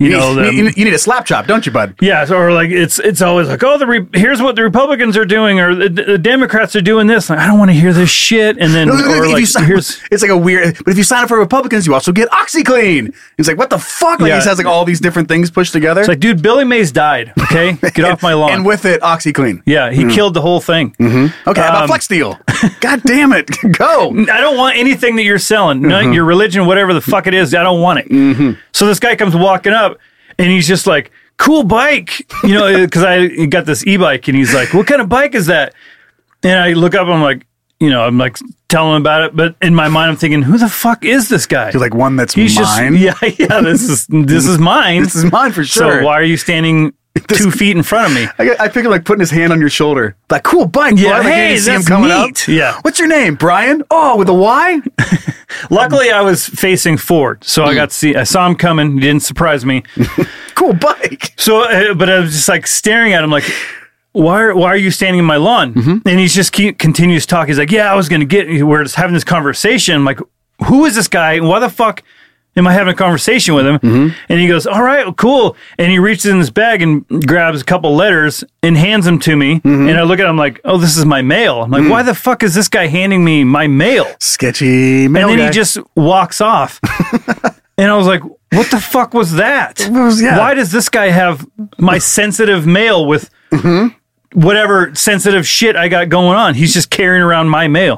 Speaker 3: You know, the,
Speaker 2: you, you need a slap chop, don't you, bud?
Speaker 3: yeah, so- or like it's it's always like, oh, the re- here's what the Republicans are doing, or the, the Democrats are doing this. Like, I don't want to hear this shit. And then, or
Speaker 2: <laughs> If you
Speaker 3: like,
Speaker 2: sign-
Speaker 3: here's
Speaker 2: it's like a weird. But if you sign up for Republicans, you also get OxyClean. It's like what the fuck? Like
Speaker 3: Yeah.
Speaker 2: he has like all these different things pushed together.
Speaker 3: it's like, dude, Billy Mays died. Okay,
Speaker 2: <laughs>
Speaker 3: get off my lawn.
Speaker 2: and Mm-hmm. with it, OxyClean.
Speaker 3: yeah, he killed the whole thing.
Speaker 2: Okay, how about
Speaker 3: Um,
Speaker 2: Flex
Speaker 3: <laughs>
Speaker 2: Steel? God damn it, <laughs> go!
Speaker 3: I don't want anything that you're selling, None-
Speaker 2: Mm-hmm.
Speaker 3: your religion, whatever the fuck it is. I don't want it. So this guy comes walking up, and he's just like, "Cool bike," you know, <laughs> because I got this e-bike, and he's like, "What kind of bike is that?" And I look up, I'm like, you know, I'm like telling him about it, but in my mind, I'm thinking, "Who the fuck is this guy?"
Speaker 2: You're like one that's
Speaker 3: He's
Speaker 2: mine.
Speaker 3: just <laughs> yeah, yeah. This is this is
Speaker 2: <laughs>
Speaker 3: mine.
Speaker 2: This is mine for sure.
Speaker 3: So why are
Speaker 2: <laughs>
Speaker 3: you standing two feet in front of me?
Speaker 2: I, I pick him like putting his hand on your shoulder, like cool bike.
Speaker 3: Yeah,
Speaker 2: bud." Like, I
Speaker 3: hey,
Speaker 2: didn't see him
Speaker 3: that's
Speaker 2: coming
Speaker 3: neat.
Speaker 2: out.
Speaker 3: Yeah.
Speaker 2: what's your name, Brian? Oh, with a Y.
Speaker 3: Luckily, I was facing forward, so I got to see. I saw him coming. He didn't surprise me.
Speaker 2: Cool bike.
Speaker 3: So, uh, but I was just like staring at him, like, why are, why are you standing in my lawn? And he's just keep, continues talking. He's like, yeah, I was going to get, we're just having this conversation. I'm like, who is this guy? Why the fuck am I having a conversation with him? And he goes, all right, well, cool. And he reaches in his bag and grabs a couple letters and hands them to me. And I look at him like, oh, this is my mail. I'm like, why the fuck is this guy handing me my mail?
Speaker 2: Sketchy mail
Speaker 3: and then
Speaker 2: guy.
Speaker 3: he just
Speaker 2: <laughs>
Speaker 3: walks off. and I was like, what the fuck was that?
Speaker 2: was- yeah.
Speaker 3: Why does this guy have my sensitive mail with
Speaker 2: Mm-hmm.
Speaker 3: whatever sensitive shit I got going on? He's just carrying around my
Speaker 2: <laughs>
Speaker 3: mail.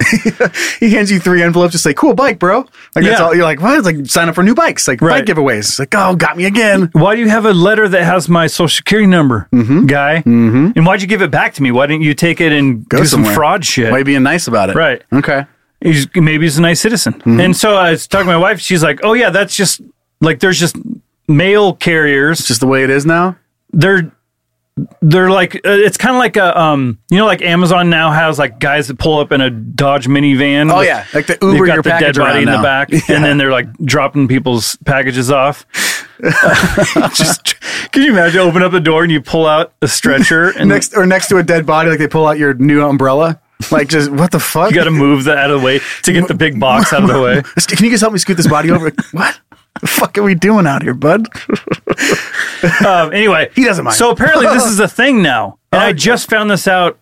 Speaker 2: he hands you three envelopes, just like cool bike, bro. Like that's
Speaker 3: Yeah.
Speaker 2: all. You're like, what? It's like sign up for new bikes, like
Speaker 3: Right.
Speaker 2: bike giveaways. It's like, oh, got me again.
Speaker 3: Why do you have a letter that has my social security number, guy? Mm-hmm. And why'd you give it back to me? Why didn't you take it and
Speaker 2: Go
Speaker 3: do
Speaker 2: somewhere.
Speaker 3: some fraud shit?
Speaker 2: Why you being nice about it?
Speaker 3: Right.
Speaker 2: Okay.
Speaker 3: he's maybe he's a nice citizen.
Speaker 2: Mm-hmm.
Speaker 3: And so I was talking to my wife. She's like, "Oh yeah, that's just like there's just mail carriers.
Speaker 2: Just the way it is now.
Speaker 3: they're they're like uh, it's kind of like a um you know like Amazon now has like guys that pull up in a Dodge minivan.
Speaker 2: Oh,
Speaker 3: with-
Speaker 2: yeah, like the
Speaker 3: they've
Speaker 2: Uber
Speaker 3: got
Speaker 2: your
Speaker 3: the dead
Speaker 2: package around
Speaker 3: body in
Speaker 2: now.
Speaker 3: the back, and then they're like dropping people's
Speaker 2: <laughs>
Speaker 3: packages off. Just can you imagine open up the door and you pull out
Speaker 2: <laughs>
Speaker 3: a stretcher and
Speaker 2: Next or next to a dead body, like they pull out your new umbrella. Like just what the fuck?
Speaker 3: you got to move that out of the way to get the big box out of the
Speaker 2: <laughs>
Speaker 3: way.
Speaker 2: Can you just help me scoot this body
Speaker 3: <laughs>
Speaker 2: over? what? The fuck are we doing out here, bud?
Speaker 3: Um, anyway,
Speaker 2: He doesn't mind.
Speaker 3: So apparently, this
Speaker 2: <laughs>
Speaker 3: is a thing now, and I just found this out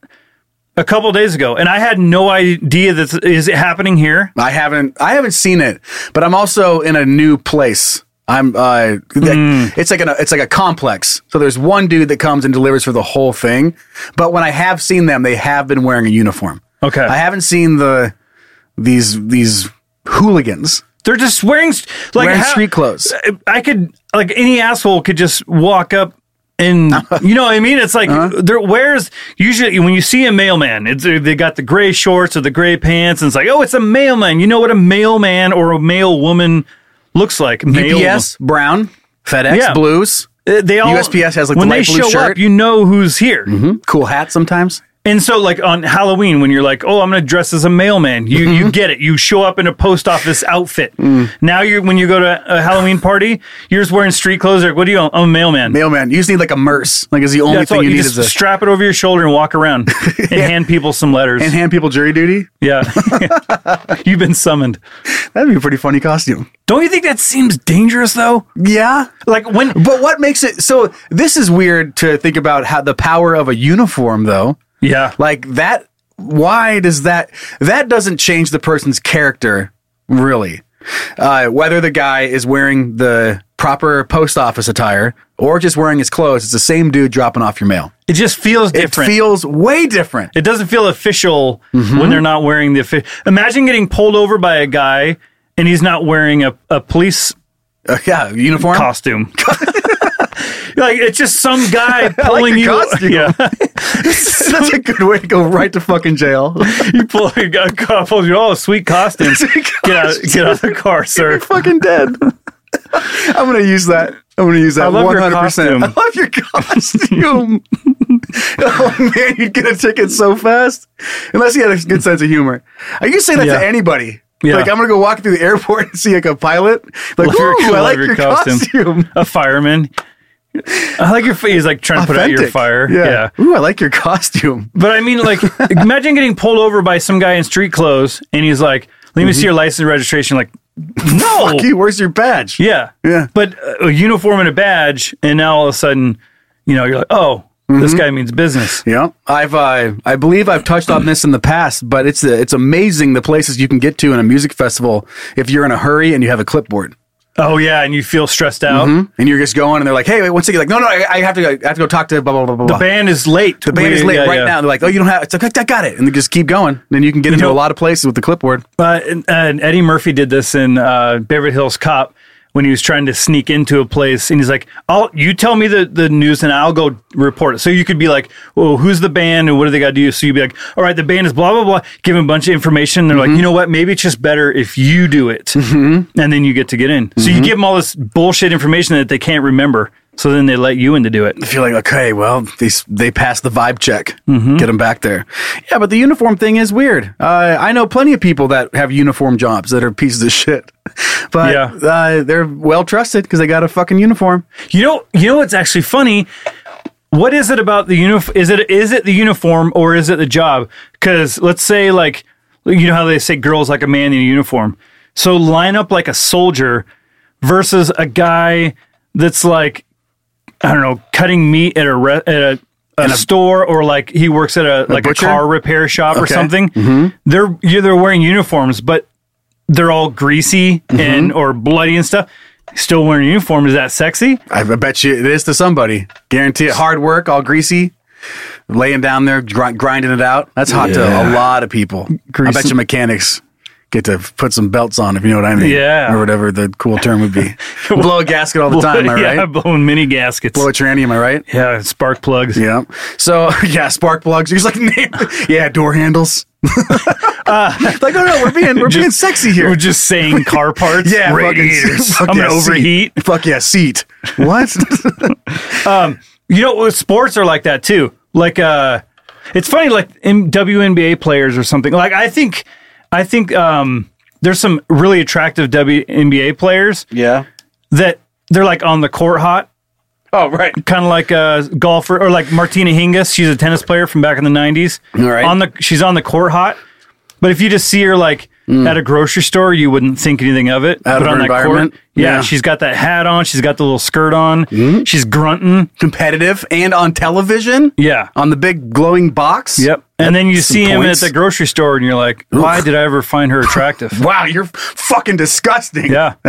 Speaker 3: a couple days ago, and I had no idea this is it happening here.
Speaker 2: I haven't I haven't seen it, but I'm also in a new place. I'm uh like-
Speaker 3: Hmm.
Speaker 2: it's like an it's like a complex. So there's one dude that comes and delivers for the whole thing. But when I have seen them, they have been wearing a uniform.
Speaker 3: Okay.
Speaker 2: I haven't seen the these these hooligans
Speaker 3: They're just wearing st- like
Speaker 2: wearing
Speaker 3: how-
Speaker 2: street clothes.
Speaker 3: I could like any asshole could just walk up
Speaker 2: <laughs>
Speaker 3: and you know what I mean. It's like
Speaker 2: Uh-huh.
Speaker 3: there where's usually when you see a mailman, it's uh, they got the gray shorts or the gray pants, and it's like oh, it's a mailman. You know what a mailman or a mail woman looks like? Mail-
Speaker 2: UPS, Brown, FedEx,
Speaker 3: Yeah.
Speaker 2: Blues,
Speaker 3: Uh, They all
Speaker 2: USPS has, like, the
Speaker 3: when
Speaker 2: light
Speaker 3: they
Speaker 2: blue
Speaker 3: show
Speaker 2: shirt. Mm-hmm.
Speaker 3: up, you know who's here.
Speaker 2: cool hat sometimes.
Speaker 3: And so, like on Halloween, when you're like, "Oh, I'm gonna dress as a mailman," you
Speaker 2: Mm-hmm.
Speaker 3: you get it. You show up in a post office outfit.
Speaker 2: Mm.
Speaker 3: Now you when you go to a Halloween party, you're just wearing street clothes. Like, what do you? own? I'm a mailman.
Speaker 2: Mailman. You just need like a merce. Like is the only
Speaker 3: That's
Speaker 2: thing
Speaker 3: all.
Speaker 2: you,
Speaker 3: You
Speaker 2: need
Speaker 3: just
Speaker 2: is a
Speaker 3: strap it over your shoulder and
Speaker 2: <laughs>
Speaker 3: walk around and hand people some letters.
Speaker 2: and hand people jury duty.
Speaker 3: yeah, <laughs> you've been summoned.
Speaker 2: That'd be a pretty funny costume.
Speaker 3: Don't you think that seems dangerous though?
Speaker 2: Yeah.
Speaker 3: Like when
Speaker 2: But what makes it so? This is weird to think about how the power of a uniform, though.
Speaker 3: yeah,
Speaker 2: Like that. Why does that? That doesn't change the person's character, really. Uh, whether the guy is wearing the proper post office attire or just wearing his clothes, it's the same dude dropping off your mail.
Speaker 3: it just feels different.
Speaker 2: It feels way different.
Speaker 3: It doesn't feel official
Speaker 2: Mm-hmm.
Speaker 3: when they're not wearing the official. Imagine getting pulled over by a guy and he's not wearing a, a police
Speaker 2: Uh, yeah, uniform.
Speaker 3: costume. <laughs> like it's just some
Speaker 2: <laughs>
Speaker 3: guy pulling
Speaker 2: your
Speaker 3: you.
Speaker 2: costume. <laughs>
Speaker 3: Yeah,
Speaker 2: <laughs> That's a good way to go right to fucking jail. <laughs>
Speaker 3: you pull a guy guy pulls you. Oh, sweet costume. Get out, get out of the car, sir.
Speaker 2: fucking dead. <laughs> I'm gonna use that. I'm gonna use that.
Speaker 3: I love your
Speaker 2: 100%. <laughs>
Speaker 3: costume.
Speaker 2: I love your costume. <laughs> oh man, you'd get a ticket so fast. Unless you had a good sense of humor. I used to say that
Speaker 3: Yeah.
Speaker 2: to anybody.
Speaker 3: Yeah.
Speaker 2: Like I'm gonna go walk through the airport <laughs> and see like a pilot. Like,
Speaker 3: Love your-
Speaker 2: "Ooh, I
Speaker 3: love
Speaker 2: like
Speaker 3: your
Speaker 2: your
Speaker 3: costume."
Speaker 2: costume.
Speaker 3: A fireman. I like your. fa- He's like trying to put out your
Speaker 2: Authentic.
Speaker 3: fire. yeah.
Speaker 2: Yeah. Ooh, I like your costume.
Speaker 3: But I mean, like, imagine getting pulled over by some guy in street clothes, and he's like, "Let
Speaker 2: Mm-hmm.
Speaker 3: me see your license and registration."
Speaker 2: <laughs>
Speaker 3: Like, no,
Speaker 2: Gee, where's your badge?
Speaker 3: Oh. yeah,
Speaker 2: Yeah.
Speaker 3: But uh, a uniform and a badge, and now all of a sudden, you know, you're like, "Oh, this guy means business."
Speaker 2: Mm-hmm. Yeah, I've uh, I believe I've touched on this in the past, but it's uh, it's amazing the places you can get to in a music festival if you're in a hurry and you have a clipboard.
Speaker 3: Oh yeah, and you feel stressed out.
Speaker 2: and you're just going, and they're like, "Hey, wait one second." Like, no, no, I, I have to, go, I have to go talk to blah blah blah blah.
Speaker 3: The
Speaker 2: blah.
Speaker 3: band is late.
Speaker 2: The band is late right now.
Speaker 3: now.
Speaker 2: They're like, "Oh, you don't have." It's like, "I got it," and they just keep going. Then you can get into
Speaker 3: know-
Speaker 2: a lot of places with the clipboard.
Speaker 3: Uh, and, and Eddie Murphy did this in uh, Beverly Hills Cop when he was trying to sneak into a place, and he's like, "I'll you tell me the, the news, and I'll go report it." So you could be like, "Well, who's the band, and what do they got to do?" So you'd be like, "All right, the band is blah blah blah." Give him a bunch of information. and They're like, "You know what? Maybe it's just better if you do it, and then you get to get in." So you give them all this bullshit information that they can't remember. So then they let you in to do it.
Speaker 2: I feel like, okay, well, they s- they passed the vibe check.
Speaker 3: Mm-hmm.
Speaker 2: Get them back there. Yeah, but the uniform thing is weird. Uh, I know plenty of people that have uniform jobs that are pieces of shit, <laughs> but
Speaker 3: Yeah.
Speaker 2: uh, they're well trusted because they got a fucking uniform.
Speaker 3: You know, you know what's actually funny? what is it about the uniform? Is it is it the uniform or is it the job? Because let's say like you know how they say girls like a man in a uniform. So line up like a soldier versus a guy that's like I don't know cutting meat at a re- at a, a store or like he works at a, like a
Speaker 2: butcher?
Speaker 3: car repair shop or
Speaker 2: Okay.
Speaker 3: something. They're yeah, they're wearing uniforms, but they're all greasy and or bloody and stuff. Still wearing a uniform is that sexy?
Speaker 2: I bet you it is to somebody. Guarantee it. Hard work, all greasy, laying down there, gr- grinding it out. That's hot to a
Speaker 6: Yeah.
Speaker 2: lot of people. I
Speaker 3: Greasy.
Speaker 2: bet you mechanics get to put some belts on, if you know what I mean.
Speaker 3: Yeah.
Speaker 2: Or whatever the cool term would
Speaker 3: <laughs>
Speaker 2: be. Blow a gasket all the time, am I
Speaker 3: yeah,
Speaker 2: right?
Speaker 3: blowing mini gaskets.
Speaker 2: Blow a tranny, am I right?
Speaker 3: yeah, spark plugs.
Speaker 2: Yeah. So, <laughs> yeah, spark plugs. He's like, <laughs> yeah, door handles. <laughs> Uh, like, no, no, we're being, we're being
Speaker 3: Just-
Speaker 2: sexy here.
Speaker 3: We're
Speaker 2: <laughs>
Speaker 3: just saying car parts.
Speaker 2: yeah, fucking-
Speaker 3: radiators.
Speaker 2: fuck
Speaker 3: <laughs> I'm
Speaker 2: yeah,
Speaker 3: gonna
Speaker 2: seat.
Speaker 3: overheat.
Speaker 2: Fuck yeah, seat. What? <laughs>
Speaker 3: You know, uh, sports are like that too. Like, uh, it's funny. Like in WNBA players or something. Like, I think, I think um, there's some really attractive WNBA players
Speaker 2: yeah.
Speaker 3: that they're like on the court hot.
Speaker 2: Oh, right.
Speaker 3: kind of like a golfer or like Martina Hingis. She's a tennis player from back in the nineties.
Speaker 2: All right.
Speaker 3: on the she's on the court hot. But if you just see her like at a grocery store, you wouldn't think anything of it.
Speaker 2: Mm. Out of
Speaker 3: but
Speaker 2: her
Speaker 3: on that
Speaker 2: environment?
Speaker 3: court, yeah,
Speaker 2: Yeah. Mm-hmm.
Speaker 3: she's got that hat on. She's got the little skirt on. She's grunting.
Speaker 2: competitive and on television.
Speaker 3: Yeah.
Speaker 2: On the big glowing box.
Speaker 3: Yep. And then you
Speaker 2: Some
Speaker 3: see him at
Speaker 2: points.
Speaker 3: the grocery store, and you're like, "Why did I ever find
Speaker 2: <laughs>
Speaker 3: her attractive?"
Speaker 2: Wow, you're fucking disgusting.
Speaker 3: Yeah.
Speaker 2: <laughs>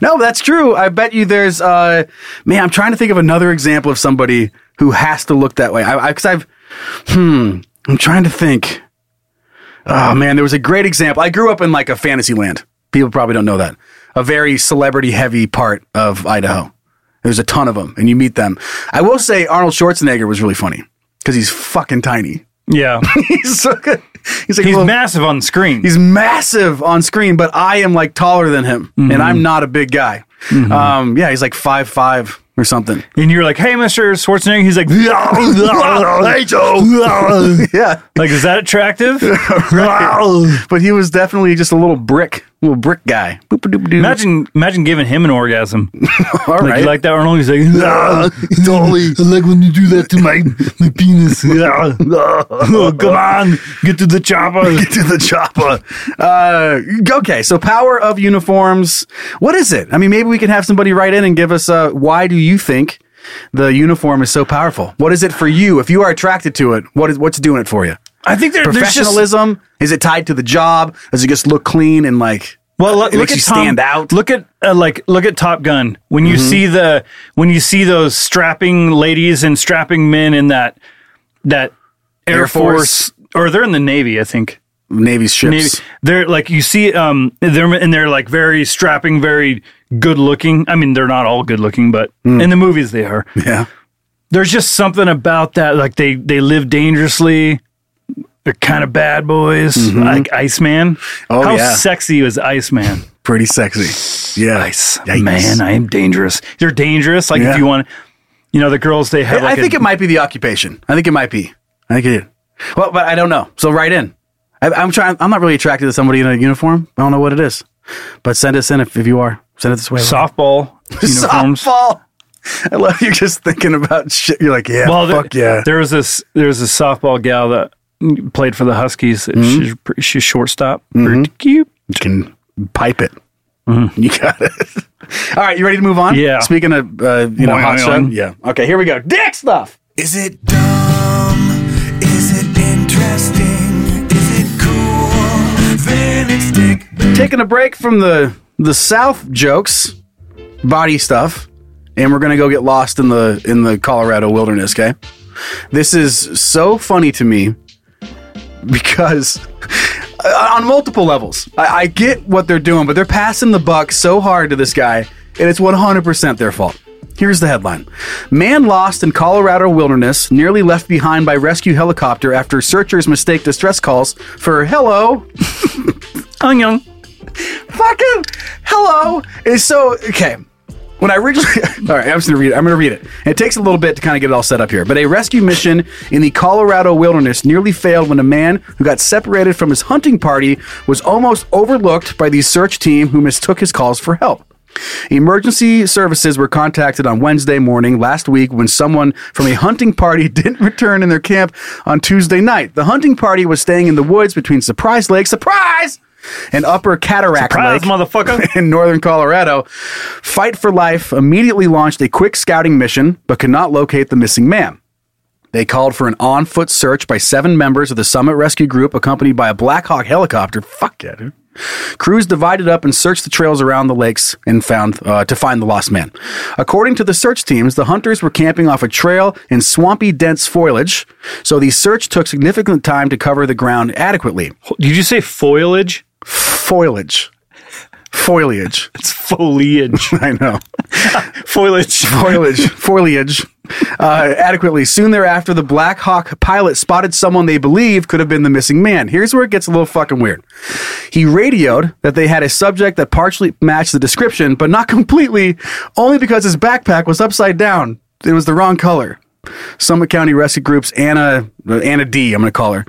Speaker 2: no, that's true. I bet you there's uh man, I'm trying to think of another example of somebody who has to look that way. I, I cuz I've hmm, I'm trying to think. Oh man, there was a great example. I grew up in like a fantasy land. People probably don't know that. A very celebrity heavy part of Idaho. There's a ton of them and you meet them. I will say Arnold Schwarzenegger was really funny cuz he's fucking tiny. <laughs>
Speaker 3: yeah,
Speaker 2: he's so good. He's like
Speaker 3: he's
Speaker 2: little-
Speaker 3: massive on the screen.
Speaker 2: He's massive on screen, but I am like taller than him, and
Speaker 3: Mm-hmm.
Speaker 2: I'm not a big guy. Um, yeah, he's like five five or
Speaker 3: <laughs>
Speaker 2: something.
Speaker 3: and you're like, "Hey, Mister Schwarzenegger." He's
Speaker 2: <laughs>
Speaker 3: like,
Speaker 2: Hey, Joe. yeah,
Speaker 3: <laughs> "Like, is
Speaker 2: <laughs>
Speaker 3: that attractive?"
Speaker 2: but he was definitely just a little brick, little brick guy. <laughs> Boop-a-doop-a-doo.
Speaker 3: Imagine, imagine giving him an orgasm. <laughs>
Speaker 2: All
Speaker 3: Like,
Speaker 2: right.
Speaker 3: you like that, Arnold? He's like, <laughs>
Speaker 2: totally.
Speaker 3: I like when you do that to my, my
Speaker 2: <laughs>
Speaker 3: penis. <laughs> oh, come on, get to the chopper.
Speaker 2: Get to the chopper. Uh, okay, so power of uniforms. What is it? I mean, maybe we can have somebody write in and give us uh, why do you think the uniform is so powerful? What is it for you? If you are attracted to it, what is what's doing it for you?
Speaker 3: I think there, there's just
Speaker 2: Professionalism? is it tied to the job? Does it just look clean and like?
Speaker 3: well, look,
Speaker 2: it
Speaker 3: look
Speaker 2: makes
Speaker 3: at
Speaker 2: you
Speaker 3: Tom-
Speaker 2: stand out. Mm-hmm.
Speaker 3: Look at uh, like look at Top Gun when you see the when you see those strapping ladies and strapping men in that that Air,
Speaker 2: Air Force.
Speaker 3: Force. or they're in the Navy, I think.
Speaker 2: Navy ships.
Speaker 3: Navy. They're like you see um they're and they're like very strapping, very good looking. I mean, they're not all good looking, but in the movies they are.
Speaker 2: Hmm. Yeah.
Speaker 3: there's just something about that. Like they they live dangerously. They're kind of bad boys, like Iceman.
Speaker 2: Mm-hmm. Oh,
Speaker 3: How
Speaker 2: yeah.
Speaker 3: sexy was Iceman?
Speaker 2: Pretty sexy. Yeah. Yikes.
Speaker 3: Man, I am dangerous. They're dangerous. Like
Speaker 2: Yeah.
Speaker 3: if you want, you know, the girls they have.
Speaker 2: I
Speaker 3: Like
Speaker 2: think it might be the occupation. I think it might be. I think it. Well, but I don't know. So write in. I, I'm trying. I'm not really attracted to somebody in a uniform. I don't know what it is. But send us in if, if you are. Send it this way. <laughs>
Speaker 3: softball uniforms.
Speaker 2: Softball. I love you. Just thinking about shit. You're like, yeah,
Speaker 3: <laughs> Well, there,
Speaker 2: fuck yeah.
Speaker 3: There was this there was this softball gal that played for the Huskies.
Speaker 2: Mm-hmm.
Speaker 3: She's pretty- she's shortstop. Pretty cute.
Speaker 2: You can pipe it. <laughs> You got it. All right, you ready to move on?
Speaker 3: Yeah.
Speaker 2: Speaking of, uh, you know, hot
Speaker 3: Boing.
Speaker 2: stuff. Yeah. Okay, here we go. Dick stuff.
Speaker 5: Is it dumb? Is it interesting? Is it cool? Then it's dick.
Speaker 2: Taking a break from the the South jokes, body stuff, and we're gonna go get lost in the in the Colorado wilderness. Okay. This is so funny to me because uh, on multiple levels, I, I get what they're doing, but they're passing the buck so hard to this guy, and it's 100% their fault. Here's the headline Man lost in Colorado wilderness, nearly left behind by rescue helicopter after searchers mistake distress calls for hello.
Speaker 3: Onion.
Speaker 2: Fucking hello is so okay. When I originally, <laughs> all right, I'm just gonna read it. I'm gonna read it. It takes a little bit to kind of get it all set up here, but a rescue mission in the Colorado wilderness nearly failed when a man who got separated from his hunting party was almost overlooked by the search team who mistook his calls for help. Emergency services were contacted on Wednesday morning last week when someone from a hunting party <laughs> didn't return in their camp on Tuesday night. The hunting party was staying in the woods between Surprise Lake, surprise, and Upper Cataract
Speaker 3: Surprise,
Speaker 2: Lake
Speaker 3: motherfucker.
Speaker 2: <laughs> in northern Colorado. Fight for Life immediately launched a quick scouting mission but could not locate the missing man. They called for an on foot search by seven members of the Summit Rescue Group, accompanied by a Black Hawk helicopter. Fuck yeah, dude. Crews divided up and searched the trails around the lakes and found uh, to find the lost man. According to the search teams, the hunters were camping off a trail in swampy, dense foliage, so the search took significant time to cover the ground adequately.
Speaker 3: Did you say foliage?
Speaker 2: Foliage, foliage. <laughs>
Speaker 3: It's foliage.
Speaker 2: I know. <laughs>
Speaker 3: foliage.
Speaker 2: foliage, foliage. Uh, adequately. Soon thereafter, the Black Hawk pilot spotted someone they believe could have been the missing man. Here's where it gets a little fucking weird. He radioed that they had a subject that partially matched the description, but not <laughs> completely, only because his backpack was upside down. It was the wrong color. Summit County Rescue Group's Anna uh, Anna D. I'm going to call her.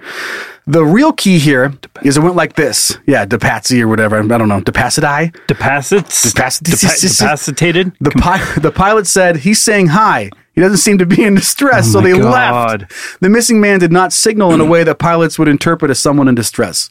Speaker 2: The real key here is it went like this. Yeah, DePatsy or whatever. I don't know. DePassidy.
Speaker 3: Depassits.
Speaker 2: Depass-
Speaker 3: Depa- Depacitated.
Speaker 2: The, pi- <laughs> the pilot said he's saying hi. He doesn't seem to be in distress, so they
Speaker 3: God.
Speaker 2: left. The missing man did not signal in a way that pilots would interpret as someone in distress.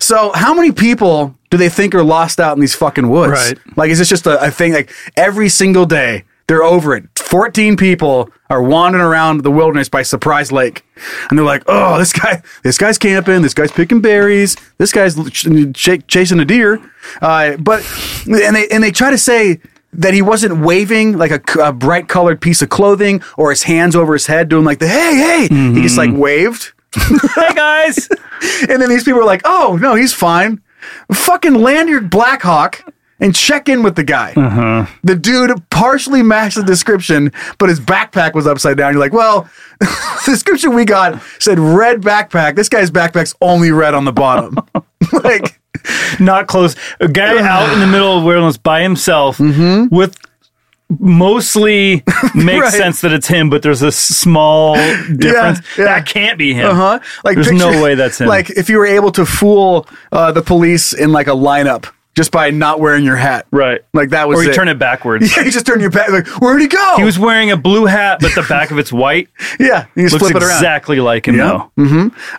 Speaker 2: So, how many people do they think are lost out in these fucking woods?
Speaker 3: Right.
Speaker 2: Like, is this just a, a thing? Like, every single day, they're over it. 14 people are wandering around the wilderness by Surprise Lake. And they're like, oh, this guy, <laughs> this guy's camping, this guy's picking berries, this guy's ch- ch- chasing a deer. Uh, but, and they, and they try to say, that he wasn't waving like a, c- a bright colored piece of clothing or his hands over his head doing like the hey hey he just like waved
Speaker 3: Hey guys.
Speaker 2: <laughs> and then these people are like, "Oh no, he's fine." Fucking land your Blackhawk and check in with the guy.
Speaker 3: Uh-huh.
Speaker 2: The dude partially matched the description, but his backpack was upside down. You're like, "Well, <laughs> the description we got said red backpack. This guy's backpack's only red on the bottom." <laughs> like,
Speaker 3: Not close. A guy out in the middle of wilderness by himself with
Speaker 2: <laughs>
Speaker 3: mostly makes
Speaker 2: Mm-hmm. Right.
Speaker 3: sense that it's him, but there's a small difference.
Speaker 2: yeah. Uh-huh.
Speaker 3: That can't be him.
Speaker 2: huh? Like,
Speaker 3: there's
Speaker 2: picture-
Speaker 3: no way that's him.
Speaker 2: Like, if you were able to fool uh, the police in like a lineup just by not wearing your hat,
Speaker 3: right.
Speaker 2: Like that was
Speaker 3: Or you
Speaker 2: it.
Speaker 3: turn it
Speaker 2: <laughs>
Speaker 3: backwards.
Speaker 2: Yeah, you just turn your back. Like, where'd he go?
Speaker 3: He was wearing a blue hat, but the back of
Speaker 2: <laughs>
Speaker 3: it's white.
Speaker 2: yeah. You just
Speaker 3: Looks
Speaker 2: flip it around.
Speaker 3: exactly like him though.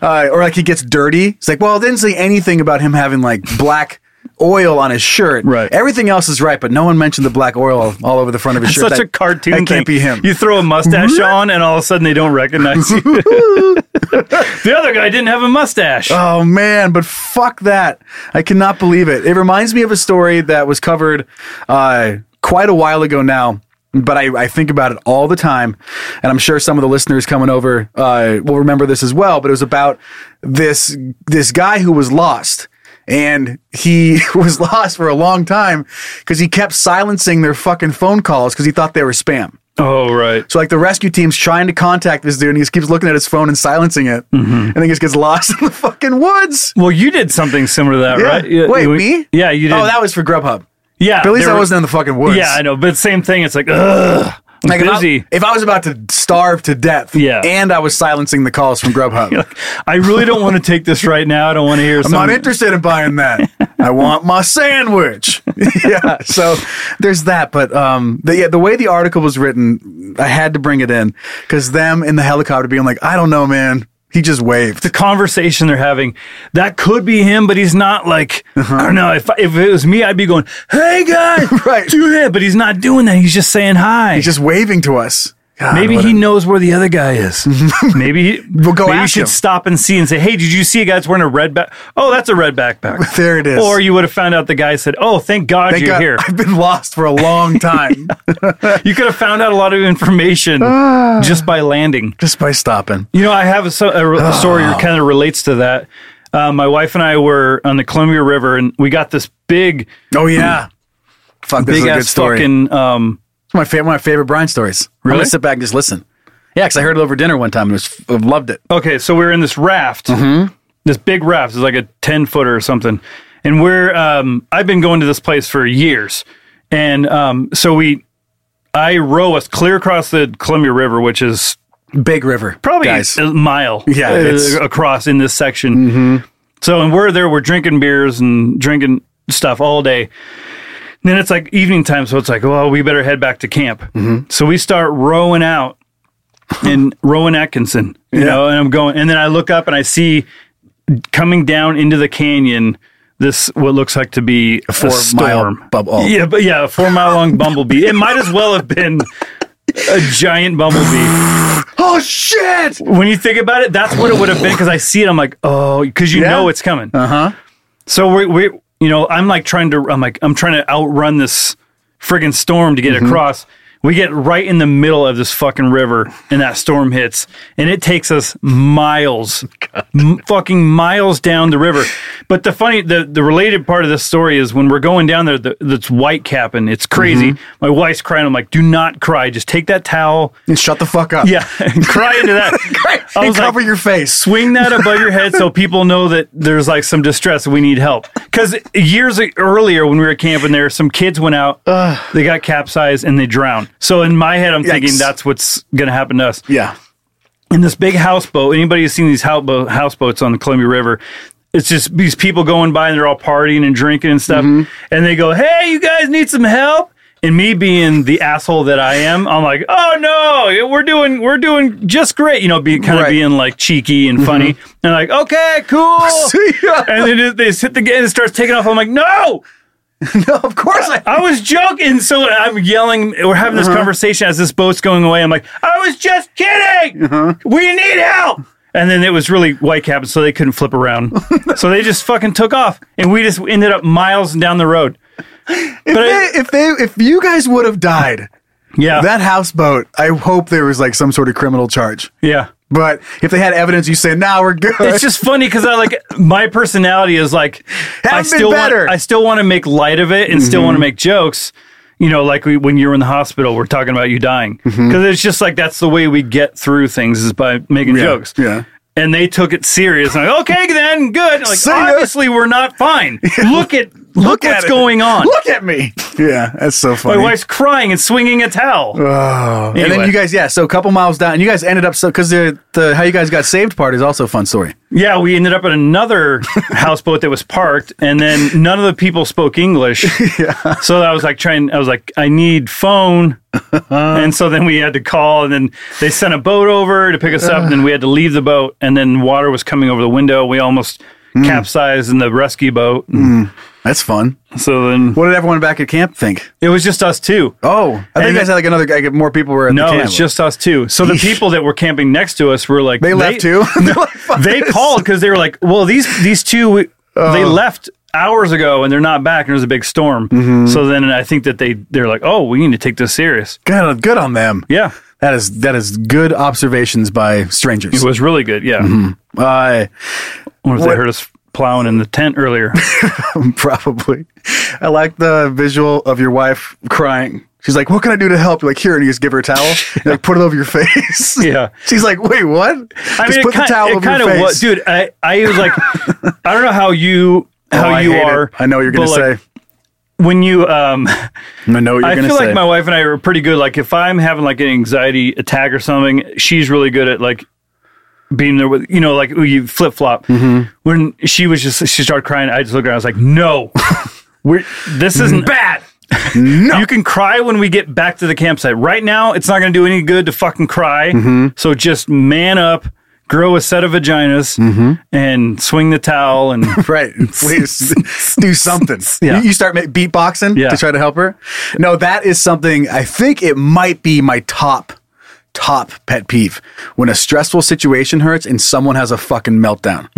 Speaker 2: uh, or like he gets dirty. It's like, well, it didn't say anything about him having like black oil on his shirt.
Speaker 3: Right.
Speaker 2: Everything else is right, but no one mentioned the black oil all over the front of his shirt.
Speaker 3: Such
Speaker 2: That-
Speaker 3: a cartoon.
Speaker 2: That
Speaker 3: thing.
Speaker 2: can't be him.
Speaker 3: You throw
Speaker 2: <laughs>
Speaker 3: a mustache on, and all of a sudden they don't recognize you. <laughs> the other guy didn't have a mustache.
Speaker 2: Oh man, but fuck that! I cannot believe it. It reminds me of a story that was covered uh, quite a while ago now, but I, I think about it all the time, and I'm sure some of the listeners coming over uh, will remember this as well. But it was about this this guy who was lost. And he <laughs> was lost for a long time because he kept silencing their fucking phone calls because he thought they were spam.
Speaker 3: oh right.
Speaker 2: So like the rescue team's trying to contact this dude, and he just keeps looking at his phone and silencing it, and then he just gets lost <laughs> in the fucking woods.
Speaker 3: Well, you did something similar to that,
Speaker 2: Yeah.
Speaker 3: right?
Speaker 2: Wait,
Speaker 3: we-
Speaker 2: me?
Speaker 3: Yeah, you did.
Speaker 2: Oh, that was for Grubhub.
Speaker 3: yeah.
Speaker 2: But at least
Speaker 3: there
Speaker 2: I
Speaker 3: were-
Speaker 2: wasn't in the fucking woods.
Speaker 3: Yeah, I know, but same thing. It's like, ugh, I'm
Speaker 2: Like,
Speaker 3: busy.
Speaker 2: If I, if I was about to starve to death,
Speaker 3: Yeah.
Speaker 2: and I was silencing the calls from
Speaker 3: <laughs>
Speaker 2: Grubhub,
Speaker 3: I really don't want to take this right now. I don't want to hear.
Speaker 2: I'm not interested in buying that. I want my sandwich. <laughs> yeah. So there's that. But um, the, yeah, the way the article was written, I had to bring it in because them in the helicopter being like, I don't know, man. He just waved. <laughs>
Speaker 3: the conversation they're having. That could be him, but he's not like I don't know. If if it was me, I'd be going, "Hey guys,
Speaker 2: <laughs> Right.
Speaker 3: do that." But he's not doing that. He's just saying hi.
Speaker 2: He's just waving to us. God,
Speaker 3: maybe
Speaker 2: what
Speaker 3: he
Speaker 2: a-
Speaker 3: knows where the other
Speaker 2: <laughs>
Speaker 3: guy is. maybe he,
Speaker 2: We'll go
Speaker 3: maybe you
Speaker 2: ask
Speaker 3: should
Speaker 2: him.
Speaker 3: stop and see and say, "Hey, did you see a guy's wearing a red back? Oh, that's a red
Speaker 2: <laughs>
Speaker 3: backpack."
Speaker 2: There it is.
Speaker 3: Or you would have found out the guy said, "Oh, thank God
Speaker 2: Thank
Speaker 3: you're
Speaker 2: God,
Speaker 3: here."
Speaker 2: <laughs> I've been lost for a long
Speaker 3: <laughs>
Speaker 2: time <laughs>
Speaker 3: You could have found out a lot of information
Speaker 2: Ah.
Speaker 3: just by landing.
Speaker 2: just by stopping.
Speaker 3: You know, I have a, so- a re-
Speaker 2: <sighs>
Speaker 3: a story that kind of relates to that. Uh, my wife and I were on the Columbia River, and we got this big,
Speaker 2: Oh yeah. Fuck, this
Speaker 3: big
Speaker 2: is a good
Speaker 3: ass
Speaker 2: story.
Speaker 3: fucking. Um,
Speaker 2: It's my favorite, one of my favorite Brian stories. I'm
Speaker 3: Really?
Speaker 2: gonna sit back and just listen. Yeah, because I heard it over dinner one time and was, I loved it.
Speaker 3: okay, so we were in this raft,
Speaker 2: Mm-hmm.
Speaker 3: this big raft. It's like a ten footer or something, and we're. Um, I've been going to this place for years, and um, so we, I row us clear across the Columbia River, which is
Speaker 2: Big River,
Speaker 3: probably
Speaker 2: guys.
Speaker 3: a mile
Speaker 2: Yeah,
Speaker 3: uh,
Speaker 2: it's- Mm-hmm.
Speaker 3: across in this section. So, and we're there, we're drinking beers and drinking stuff all day. then it's like evening time, so it's like, well, we better head back to camp.
Speaker 2: Mm-hmm.
Speaker 3: So we start rowing out
Speaker 2: <laughs>
Speaker 3: and rowing Atkinson, you know, and I'm going, and then I look up and I see coming down into the canyon this what looks like to be a
Speaker 2: four-mile
Speaker 3: storm.
Speaker 2: bubble. Oh.
Speaker 3: Yeah, but yeah, a four mile
Speaker 2: <laughs>
Speaker 3: long bumblebee. It might as well have been a giant bumblebee.
Speaker 2: Oh shit!
Speaker 3: When you think about it, that's what it would have been because I see it. I'm like, oh, because you
Speaker 2: Yeah.
Speaker 3: know it's coming.
Speaker 2: Uh huh.
Speaker 3: So we we you know, I'm like trying to I'm like I'm trying to outrun this friggin' storm to get across. We get right in the middle of this fucking river and that storm hits and it takes us miles m- fucking miles down the river. But the funny the the related part of this story is when we're going down there the, that's white capping. It's crazy. My wife's crying. I'm like, "Do not cry. Just take that towel."
Speaker 2: And shut the fuck up. <laughs>
Speaker 3: Yeah, and <laughs> cry into that. I
Speaker 2: and
Speaker 3: was like,
Speaker 2: cover your face.
Speaker 3: swing that above your head so people know that there's like some distress we need help because years earlier when we were camping there some kids went out they got capsized and they drowned so in my head i'm thinking
Speaker 2: Yikes.
Speaker 3: that's what's gonna happen to us
Speaker 2: Yeah. <laughs>
Speaker 3: in this big houseboat anybody who's seen these houseboat, houseboats on the columbia river it's just these people going by and they're all partying and drinking and stuff
Speaker 2: Mm-hmm.
Speaker 3: and they go hey you guys need some help and me being the asshole that I am, I'm like, oh no, we're doing we're doing just great, you know, be kind
Speaker 2: Right.
Speaker 3: of
Speaker 2: Mm-hmm.
Speaker 3: being like cheeky and funny, and like, okay, cool.
Speaker 2: <laughs> See ya.
Speaker 3: and then it- they just hit the gate and it starts taking off. I'm like, no,
Speaker 2: No, of course I.
Speaker 3: I was joking. So I'm yelling. We're having
Speaker 2: Uh-huh.
Speaker 3: this conversation as this boat's going away. I'm like, I was just kidding.
Speaker 2: Uh-huh.
Speaker 3: We need help. And then it was really white cabin, so they couldn't
Speaker 2: <laughs>
Speaker 3: flip around. so they just fucking took off, and we just ended up miles down the road.
Speaker 2: If,
Speaker 3: But I-
Speaker 2: they, if they, if you guys would have died,
Speaker 3: Yeah,
Speaker 2: that houseboat, I hope there was like some sort of criminal charge.
Speaker 3: yeah.
Speaker 2: But if they had evidence, you say, "Now nah, we're good."
Speaker 3: It's just funny because I like my personality is like I
Speaker 2: Haven't been
Speaker 3: still
Speaker 2: better. Mm-hmm.
Speaker 3: want I still want to make light of it and still want to make jokes. You know, like we, when you're in the hospital, we're talking about you dying because
Speaker 2: Mm-hmm.
Speaker 3: it's just like that's the way we get through things is by making
Speaker 2: Yeah,
Speaker 3: jokes.
Speaker 2: yeah.
Speaker 3: And they took it serious. And I'm like, okay, then good. Like
Speaker 2: See ya.
Speaker 3: obviously we're not fine. Look
Speaker 2: <laughs>
Speaker 3: at look,
Speaker 2: at
Speaker 3: what's
Speaker 2: it.
Speaker 3: going on.
Speaker 2: Look at
Speaker 3: <laughs>
Speaker 2: me. Yeah, that's so
Speaker 3: My
Speaker 2: funny.
Speaker 3: wife's crying and swinging a towel.
Speaker 2: Uh. And
Speaker 3: Anyway.
Speaker 2: then you guys, yeah, so a couple miles down, and you guys ended up so because the the how you guys got saved part is also a fun story.
Speaker 3: Yeah, we ended up
Speaker 2: <laughs>
Speaker 3: at another houseboat that was parked, and then none of the people spoke
Speaker 2: <laughs>
Speaker 3: English. So I was like trying. I was like, I need phone,
Speaker 2: Uh-huh.
Speaker 3: and so then we had to call, and then they sent a boat over to pick us up, and then we had to leave the boat, and then water was coming over the window. We almost
Speaker 2: Hmm.
Speaker 3: capsized in the rescue boat.
Speaker 2: That's fun.
Speaker 3: So then
Speaker 2: What did everyone back at camp think?
Speaker 3: it was just us two.
Speaker 2: Oh, I think
Speaker 3: And
Speaker 2: you guys
Speaker 3: it-
Speaker 2: had like another like more people were at the
Speaker 3: No,
Speaker 2: camp.
Speaker 3: it's just us two. So the people that were camping next to us were like
Speaker 2: they, left
Speaker 3: <laughs>
Speaker 2: too. <laughs> They're like, "Fuck
Speaker 3: they
Speaker 2: this." Oh.
Speaker 3: called because they were like, "Well, these these two we- they left hours ago and they're not back, and there's a big storm."
Speaker 2: Mm-hmm.
Speaker 3: So then I think that they they're like, "Oh, we need to take this serious."
Speaker 2: Good, good on them.
Speaker 3: Yeah,
Speaker 2: That is that is good observations by strangers.
Speaker 3: it
Speaker 2: <laughs>
Speaker 3: was really good. Yeah,
Speaker 2: Uh,
Speaker 3: I wonder if they
Speaker 2: What-
Speaker 3: heard us plowing in the tent earlier. <laughs>
Speaker 2: probably. I like the visual of your wife crying. She's like, "What can I do to help?" You're like, "Here," and you just give her a
Speaker 3: <laughs>
Speaker 2: towel, and like put it over your face.
Speaker 3: Yeah.
Speaker 2: <laughs> She's like, "Wait, what?"
Speaker 3: I
Speaker 2: just
Speaker 3: mean,
Speaker 2: put
Speaker 3: it
Speaker 2: the towel over
Speaker 3: kind, it
Speaker 2: your
Speaker 3: kind of
Speaker 2: face,
Speaker 3: was, dude. I I
Speaker 2: <laughs>
Speaker 3: was like, I don't know how you how
Speaker 2: Oh, I
Speaker 3: you
Speaker 2: hate it.
Speaker 3: are.
Speaker 2: I know what you're
Speaker 3: but,
Speaker 2: gonna
Speaker 3: like,
Speaker 2: say.
Speaker 3: when you um. <laughs>
Speaker 2: I know what you're
Speaker 3: I
Speaker 2: gonna
Speaker 3: feel
Speaker 2: say.
Speaker 3: like my wife and I are pretty good. Like if I'm having like an anxiety attack or something, she's really good at like being there with you know like you flip flop.
Speaker 2: Mm-hmm.
Speaker 3: When she was just she started crying, I just looked at her. I was like, no, we're
Speaker 2: <laughs>
Speaker 3: this isn't bad. No. You can cry when we get back to the campsite. Right now, it's not going to do any good to fucking cry.
Speaker 2: Mm-hmm.
Speaker 3: So just man up, grow a set of vaginas,
Speaker 2: Mm-hmm.
Speaker 3: and swing the towel.
Speaker 2: <laughs>
Speaker 3: And
Speaker 2: Right.
Speaker 3: <laughs>
Speaker 2: Please do something.
Speaker 3: Yeah.
Speaker 2: You, you start ma- beatboxing
Speaker 3: Yeah.
Speaker 2: to try to help her. No, that is something I think it might be my top, top pet peeve. When a stressful situation hurts and someone has a fucking meltdown,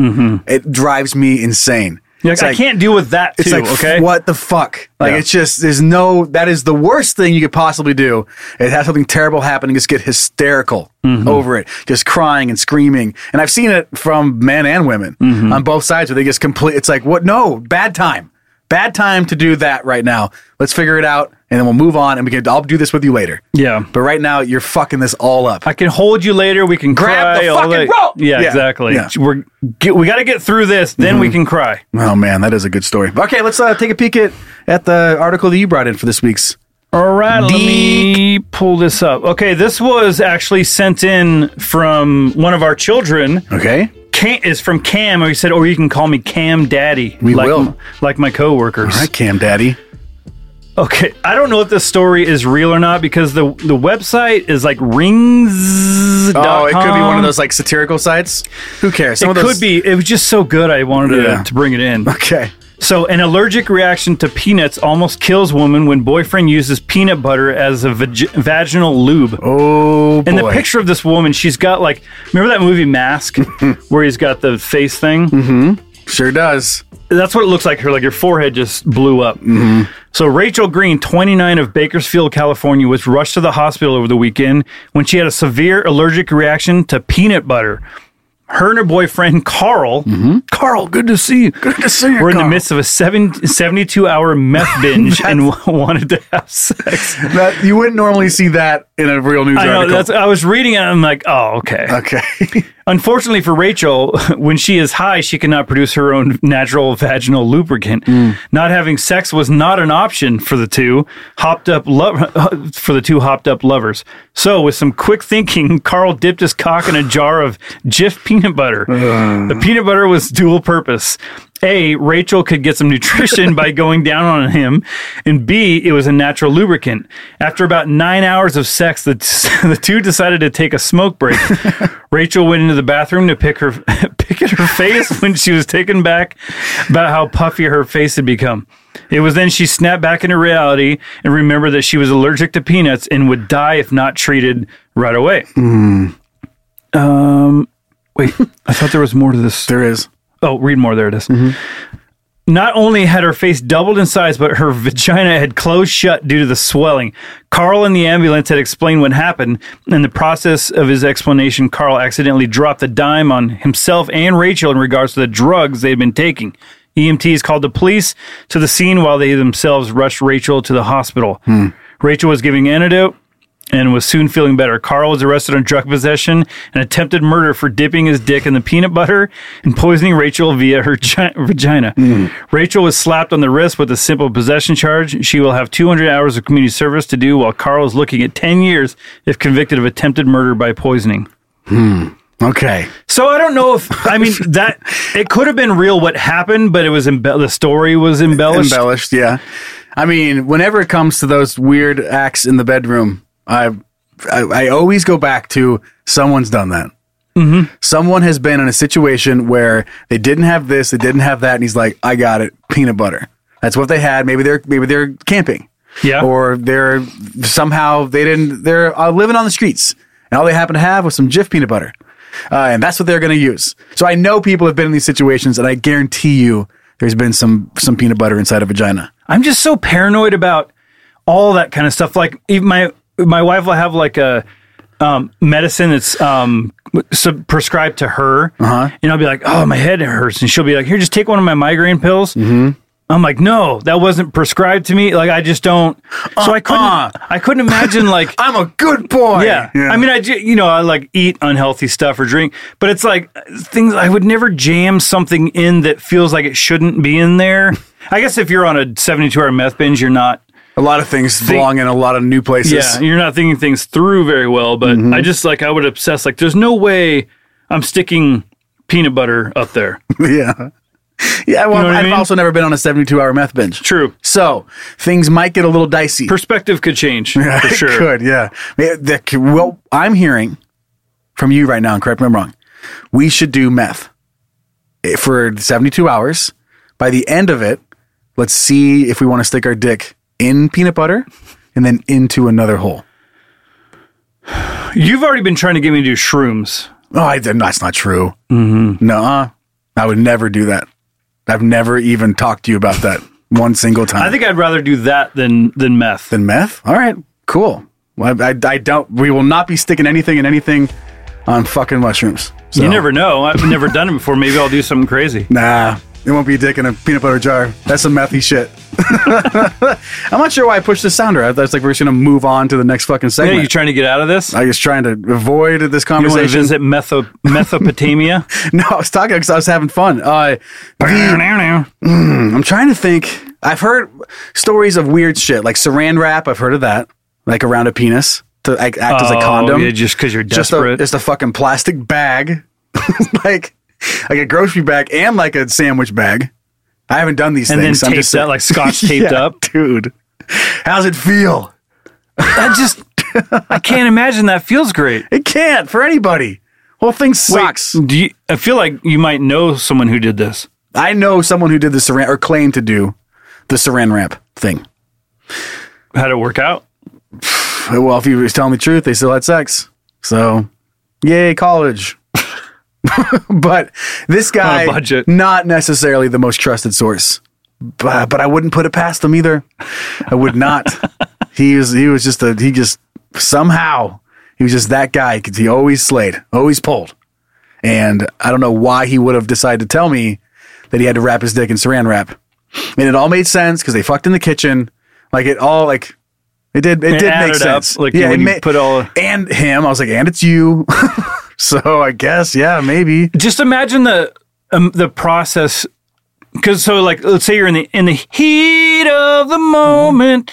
Speaker 2: it drives me insane.
Speaker 3: Mm-hmm. You're like,
Speaker 2: It's
Speaker 3: I can't deal with that too.
Speaker 2: It's like,
Speaker 3: okay,
Speaker 2: what the fuck? Like,
Speaker 3: Yeah.
Speaker 2: it's just, there's no, that is the worst thing you could possibly do. It has something terrible happen and just get hysterical
Speaker 3: Mm-hmm.
Speaker 2: over it, just crying and screaming. And I've seen it from men and women
Speaker 3: Mm-hmm.
Speaker 2: on both sides where they just complete, it's like, what? No, bad time. Bad time to do that right now. Let's figure it out and then we'll move on and we can, I'll do this with you later.
Speaker 3: Yeah.
Speaker 2: But right now, you're fucking this all up.
Speaker 3: I can hold you later. We can
Speaker 2: Grab
Speaker 3: cry.
Speaker 2: the
Speaker 3: all
Speaker 2: fucking
Speaker 3: that-
Speaker 2: rope!
Speaker 3: Yeah,
Speaker 2: Yeah,
Speaker 3: exactly.
Speaker 2: yeah.
Speaker 3: We're get, we got to get through this. Then we can cry.
Speaker 2: Oh man, that is a good story. Okay, let's uh, take a peek at, at the article that you brought in for this week's.
Speaker 3: All right, let me pull this up. Okay, this was actually sent in from one of our children.
Speaker 2: Okay.
Speaker 3: Cam, is from Cam, or he said, or you can call me Cam Daddy.
Speaker 2: We
Speaker 3: like,
Speaker 2: will.
Speaker 3: like my coworkers.
Speaker 2: All right, Cam Daddy.
Speaker 3: Okay, I don't know if this story is real or not because the the website is like rings.
Speaker 2: Oh, it could be one of those like satirical sites. Who cares? Some
Speaker 3: it
Speaker 2: of those,
Speaker 3: could be. It was just so good, I wanted to-
Speaker 2: Yeah.
Speaker 3: to bring it in.
Speaker 2: <laughs> Okay.
Speaker 3: So, an allergic reaction to peanuts almost kills woman when boyfriend uses peanut butter as a vag- vaginal lube.
Speaker 2: Oh boy.
Speaker 3: And the picture of this woman, she's got like, remember that
Speaker 2: <laughs>
Speaker 3: movie Mask, where he's got the face thing?
Speaker 2: Mm-hmm. sure does.
Speaker 3: That's what it looks like. Her like her forehead just blew up.
Speaker 2: Mm-hmm.
Speaker 3: So Rachel Green, 29 of Bakersfield, California, was rushed to the hospital over the weekend when she had a severe allergic reaction to peanut butter. Her and her boyfriend Carl,
Speaker 2: Mm-hmm.
Speaker 3: Carl, good to see you. Good
Speaker 2: to see you,
Speaker 3: We're in
Speaker 2: Carl.
Speaker 3: the midst of a seven, 72 hour meth <laughs> binge and wanted to have sex.
Speaker 2: That you wouldn't normally see that in a real news
Speaker 3: I know.
Speaker 2: article.
Speaker 3: That's. I was reading it. and I'm like, oh, okay.
Speaker 2: okay. <laughs>
Speaker 3: Unfortunately for Rachel, <laughs> when she is high, she cannot produce her own natural vaginal lubricant. Not having sex was not an option for the two hopped up lo- <laughs> for the two hopped up lovers. So, with some quick thinking, <laughs> Carl dipped his cock in a jar of Jif peanut butter. The peanut butter was dual purpose. A, Rachel could get some nutrition by going down on him, and B, it was a natural lubricant. After about nine hours of sex, the, <laughs> the two decided to take a smoke break. Rachel went into the bathroom to pick her <laughs> pick at her face when she was taken back about how puffy her face had become. It was then she snapped back into reality and remembered that she was allergic to peanuts and would die if not treated right away. Um, wait, I thought there was more to this.
Speaker 2: There is.
Speaker 3: Oh, read more. There it is. Not only had her face doubled in size, but her <laughs> vagina had closed shut due to the swelling. Carl in the ambulance had explained what happened. In the process of his explanation, Carl accidentally dropped a dime on himself and Rachel in regards to the drugs they had been taking. E EMTs called the police to the scene while they themselves rushed Rachel to the hospital. Rachel was giving antidote and was soon feeling better. Carl was arrested on drug possession and attempted murder for dipping his dick in the peanut butter and poisoning Rachel via her gi- vagina. Rachel was slapped on the wrist with a simple possession charge. She will have 200 hours of community service to do while Carl is looking at 10 years if convicted of attempted murder by poisoning.
Speaker 2: Okay.
Speaker 3: So I don't know if I mean that it could have been real what happened, but it was embell- the story was embellished.
Speaker 2: Embellished. Yeah. I mean, whenever it comes to those weird acts in the bedroom, I I, I always go back to someone's done that. Someone has been in a situation where they didn't have this, they didn't have that, and he's like, "I got it, peanut butter." That's what they had. Maybe they're maybe they're camping.
Speaker 3: yeah.
Speaker 2: or they're somehow they didn't they're uh, living on the streets and all they happen to have was some Jif peanut butter, uh, and that's what they're going to use. So I know people have been in these situations, and I guarantee you, there's been some some peanut butter inside a vagina.
Speaker 3: I'm just so paranoid about all that kind of stuff. Like even my my wife will have like a um, medicine that's um, sub- prescribed to her, and I'll be like, "Oh, my head hurts," and she'll be like, "Here, just take one of my migraine pills." I'm like, "No, that wasn't prescribed to me. Like, I just don't." So I couldn't.
Speaker 2: Uh-uh.
Speaker 3: I couldn't imagine like.
Speaker 2: I'm a good boy.
Speaker 3: Yeah. I mean, I ju- you know I like eat unhealthy stuff or drink, but it's like uh, things I would never jam something in that feels like it shouldn't be in there. I guess if you're on a 72 hour meth binge, you're not.
Speaker 2: a lot of things belong in a lot of new places.
Speaker 3: Yeah, you're not thinking things through very well. But
Speaker 2: Mm-hmm.
Speaker 3: I just like I would obsess like there's no way I'm sticking peanut butter up there.
Speaker 2: <laughs> yeah. Yeah, well,
Speaker 3: You know what I
Speaker 2: I've
Speaker 3: mean?
Speaker 2: also never been on a 72 hour meth binge.
Speaker 3: True.
Speaker 2: So things might get a little dicey.
Speaker 3: Perspective could change for
Speaker 2: It
Speaker 3: sure.
Speaker 2: could, <laughs> yeah. Yeah, that c- well, I'm hearing from you right now, and correct me if I'm wrong. We should do meth eh, for 72 hours. By the end of it, let's see if we want to stick our dick in peanut butter and then into another hole.
Speaker 3: You've already been trying to get me to do shrooms.
Speaker 2: Oh, I, did- that's not true. Mm-hmm. No, I would never do that. I've never even talked to you about that one single time.
Speaker 3: I think I'd rather do that than than meth.
Speaker 2: than meth. All right, cool. Well, I, I, I don't. We will not be sticking anything in anything on fucking mushrooms. So.
Speaker 3: You never know. I've never done it before. Maybe I'll do something crazy.
Speaker 2: Nah, it won't be a dick in a peanut butter jar. That's some methy shit. <laughs> I'm not sure why I pushed the sounder. I was like, we're just gonna move on to the next fucking
Speaker 3: Hey,
Speaker 2: segment.
Speaker 3: you trying to get out of this?
Speaker 2: I was trying to avoid this
Speaker 3: You want to
Speaker 2: conversation.
Speaker 3: visit Metho- Mesopotamia?
Speaker 2: <laughs> No, I was talking because I was having fun. Uh, the- Mm, I'm trying to think. I've heard stories of weird shit, like saran wrap. I've heard of that, like around a penis to like, act as a
Speaker 3: Oh,
Speaker 2: condom.
Speaker 3: yeah, just 'cause you're
Speaker 2: Just a,
Speaker 3: desperate.
Speaker 2: just a fucking plastic bag, <laughs> like like a grocery bag and like a sandwich bag. I haven't done these
Speaker 3: and then
Speaker 2: things. I'm
Speaker 3: taped
Speaker 2: just <laughs>
Speaker 3: that like scotch taped
Speaker 2: Yeah,
Speaker 3: up.
Speaker 2: dude. How's it feel?
Speaker 3: I just I can't imagine that feels great.
Speaker 2: It can't for anybody. Whole thing sucks.
Speaker 3: Do you, I feel like you might know someone who did this?
Speaker 2: I know someone who did the saran or claimed to do the saran wrap thing.
Speaker 3: How'd it work out?
Speaker 2: Well, if he was telling the truth, they still had sex. So, yay, college. <laughs> but this guy,
Speaker 3: budget.
Speaker 2: not necessarily the most trusted source, but, but I wouldn't put it past him either. I would not. he was he was just a he just somehow he was just that guy because he always slayed, always pulled, and I don't know why he would have decided to tell me that he had to wrap his dick in Saran wrap, and it all made sense because they fucked in the kitchen, like it all like. It did. It,
Speaker 3: It
Speaker 2: did make
Speaker 3: added up,
Speaker 2: sense.
Speaker 3: like, when
Speaker 2: it
Speaker 3: you put all-
Speaker 2: and him. I was like, and it's you. <laughs> so I guess, yeah, maybe.
Speaker 3: Just imagine the um, the process. Because so like let's say you're in the in the heat of the
Speaker 2: Mm-hmm.
Speaker 3: moment,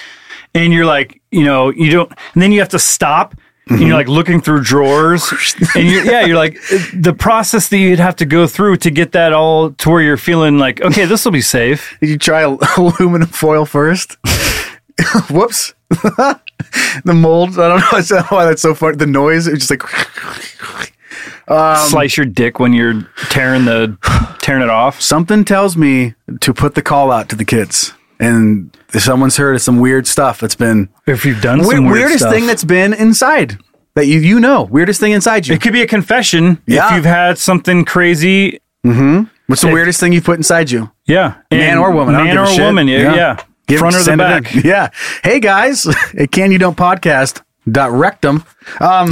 Speaker 3: and you're like you know you don't, and then you have to stop. And
Speaker 2: Mm-hmm.
Speaker 3: you're like looking through drawers,
Speaker 2: <laughs>
Speaker 3: and you're, yeah, you're like the process that you'd have to go through to get that all to where you're feeling like, okay, this will be safe.
Speaker 2: Did you try <laughs> al- aluminum foil first? <laughs> Whoops. <laughs> the mold. I don't know. <laughs> I don't know why that's so funny. The noise. It's <laughs> just like Um,
Speaker 3: Slice your dick when you're tearing the tearing it off.
Speaker 2: something tells me to put the call out to the kids, and if someone's heard of some weird stuff that's been
Speaker 3: If you've done
Speaker 2: Weir-
Speaker 3: some weird
Speaker 2: weirdest
Speaker 3: stuff.
Speaker 2: thing that's been inside that you you know weirdest thing inside you.
Speaker 3: It could be a confession if
Speaker 2: Yeah.
Speaker 3: you've had something crazy.
Speaker 2: What's the weirdest thing you put inside you?
Speaker 3: Yeah,
Speaker 2: man
Speaker 3: And
Speaker 2: or woman. I don't
Speaker 3: man
Speaker 2: give
Speaker 3: or
Speaker 2: a shit.
Speaker 3: woman. Yeah, yeah.
Speaker 2: Give-
Speaker 3: front or the
Speaker 2: send it
Speaker 3: back.
Speaker 2: in. <laughs> Yeah. Hey guys, <laughs> at Can You Don't Podcast dot rectum. <laughs> Um,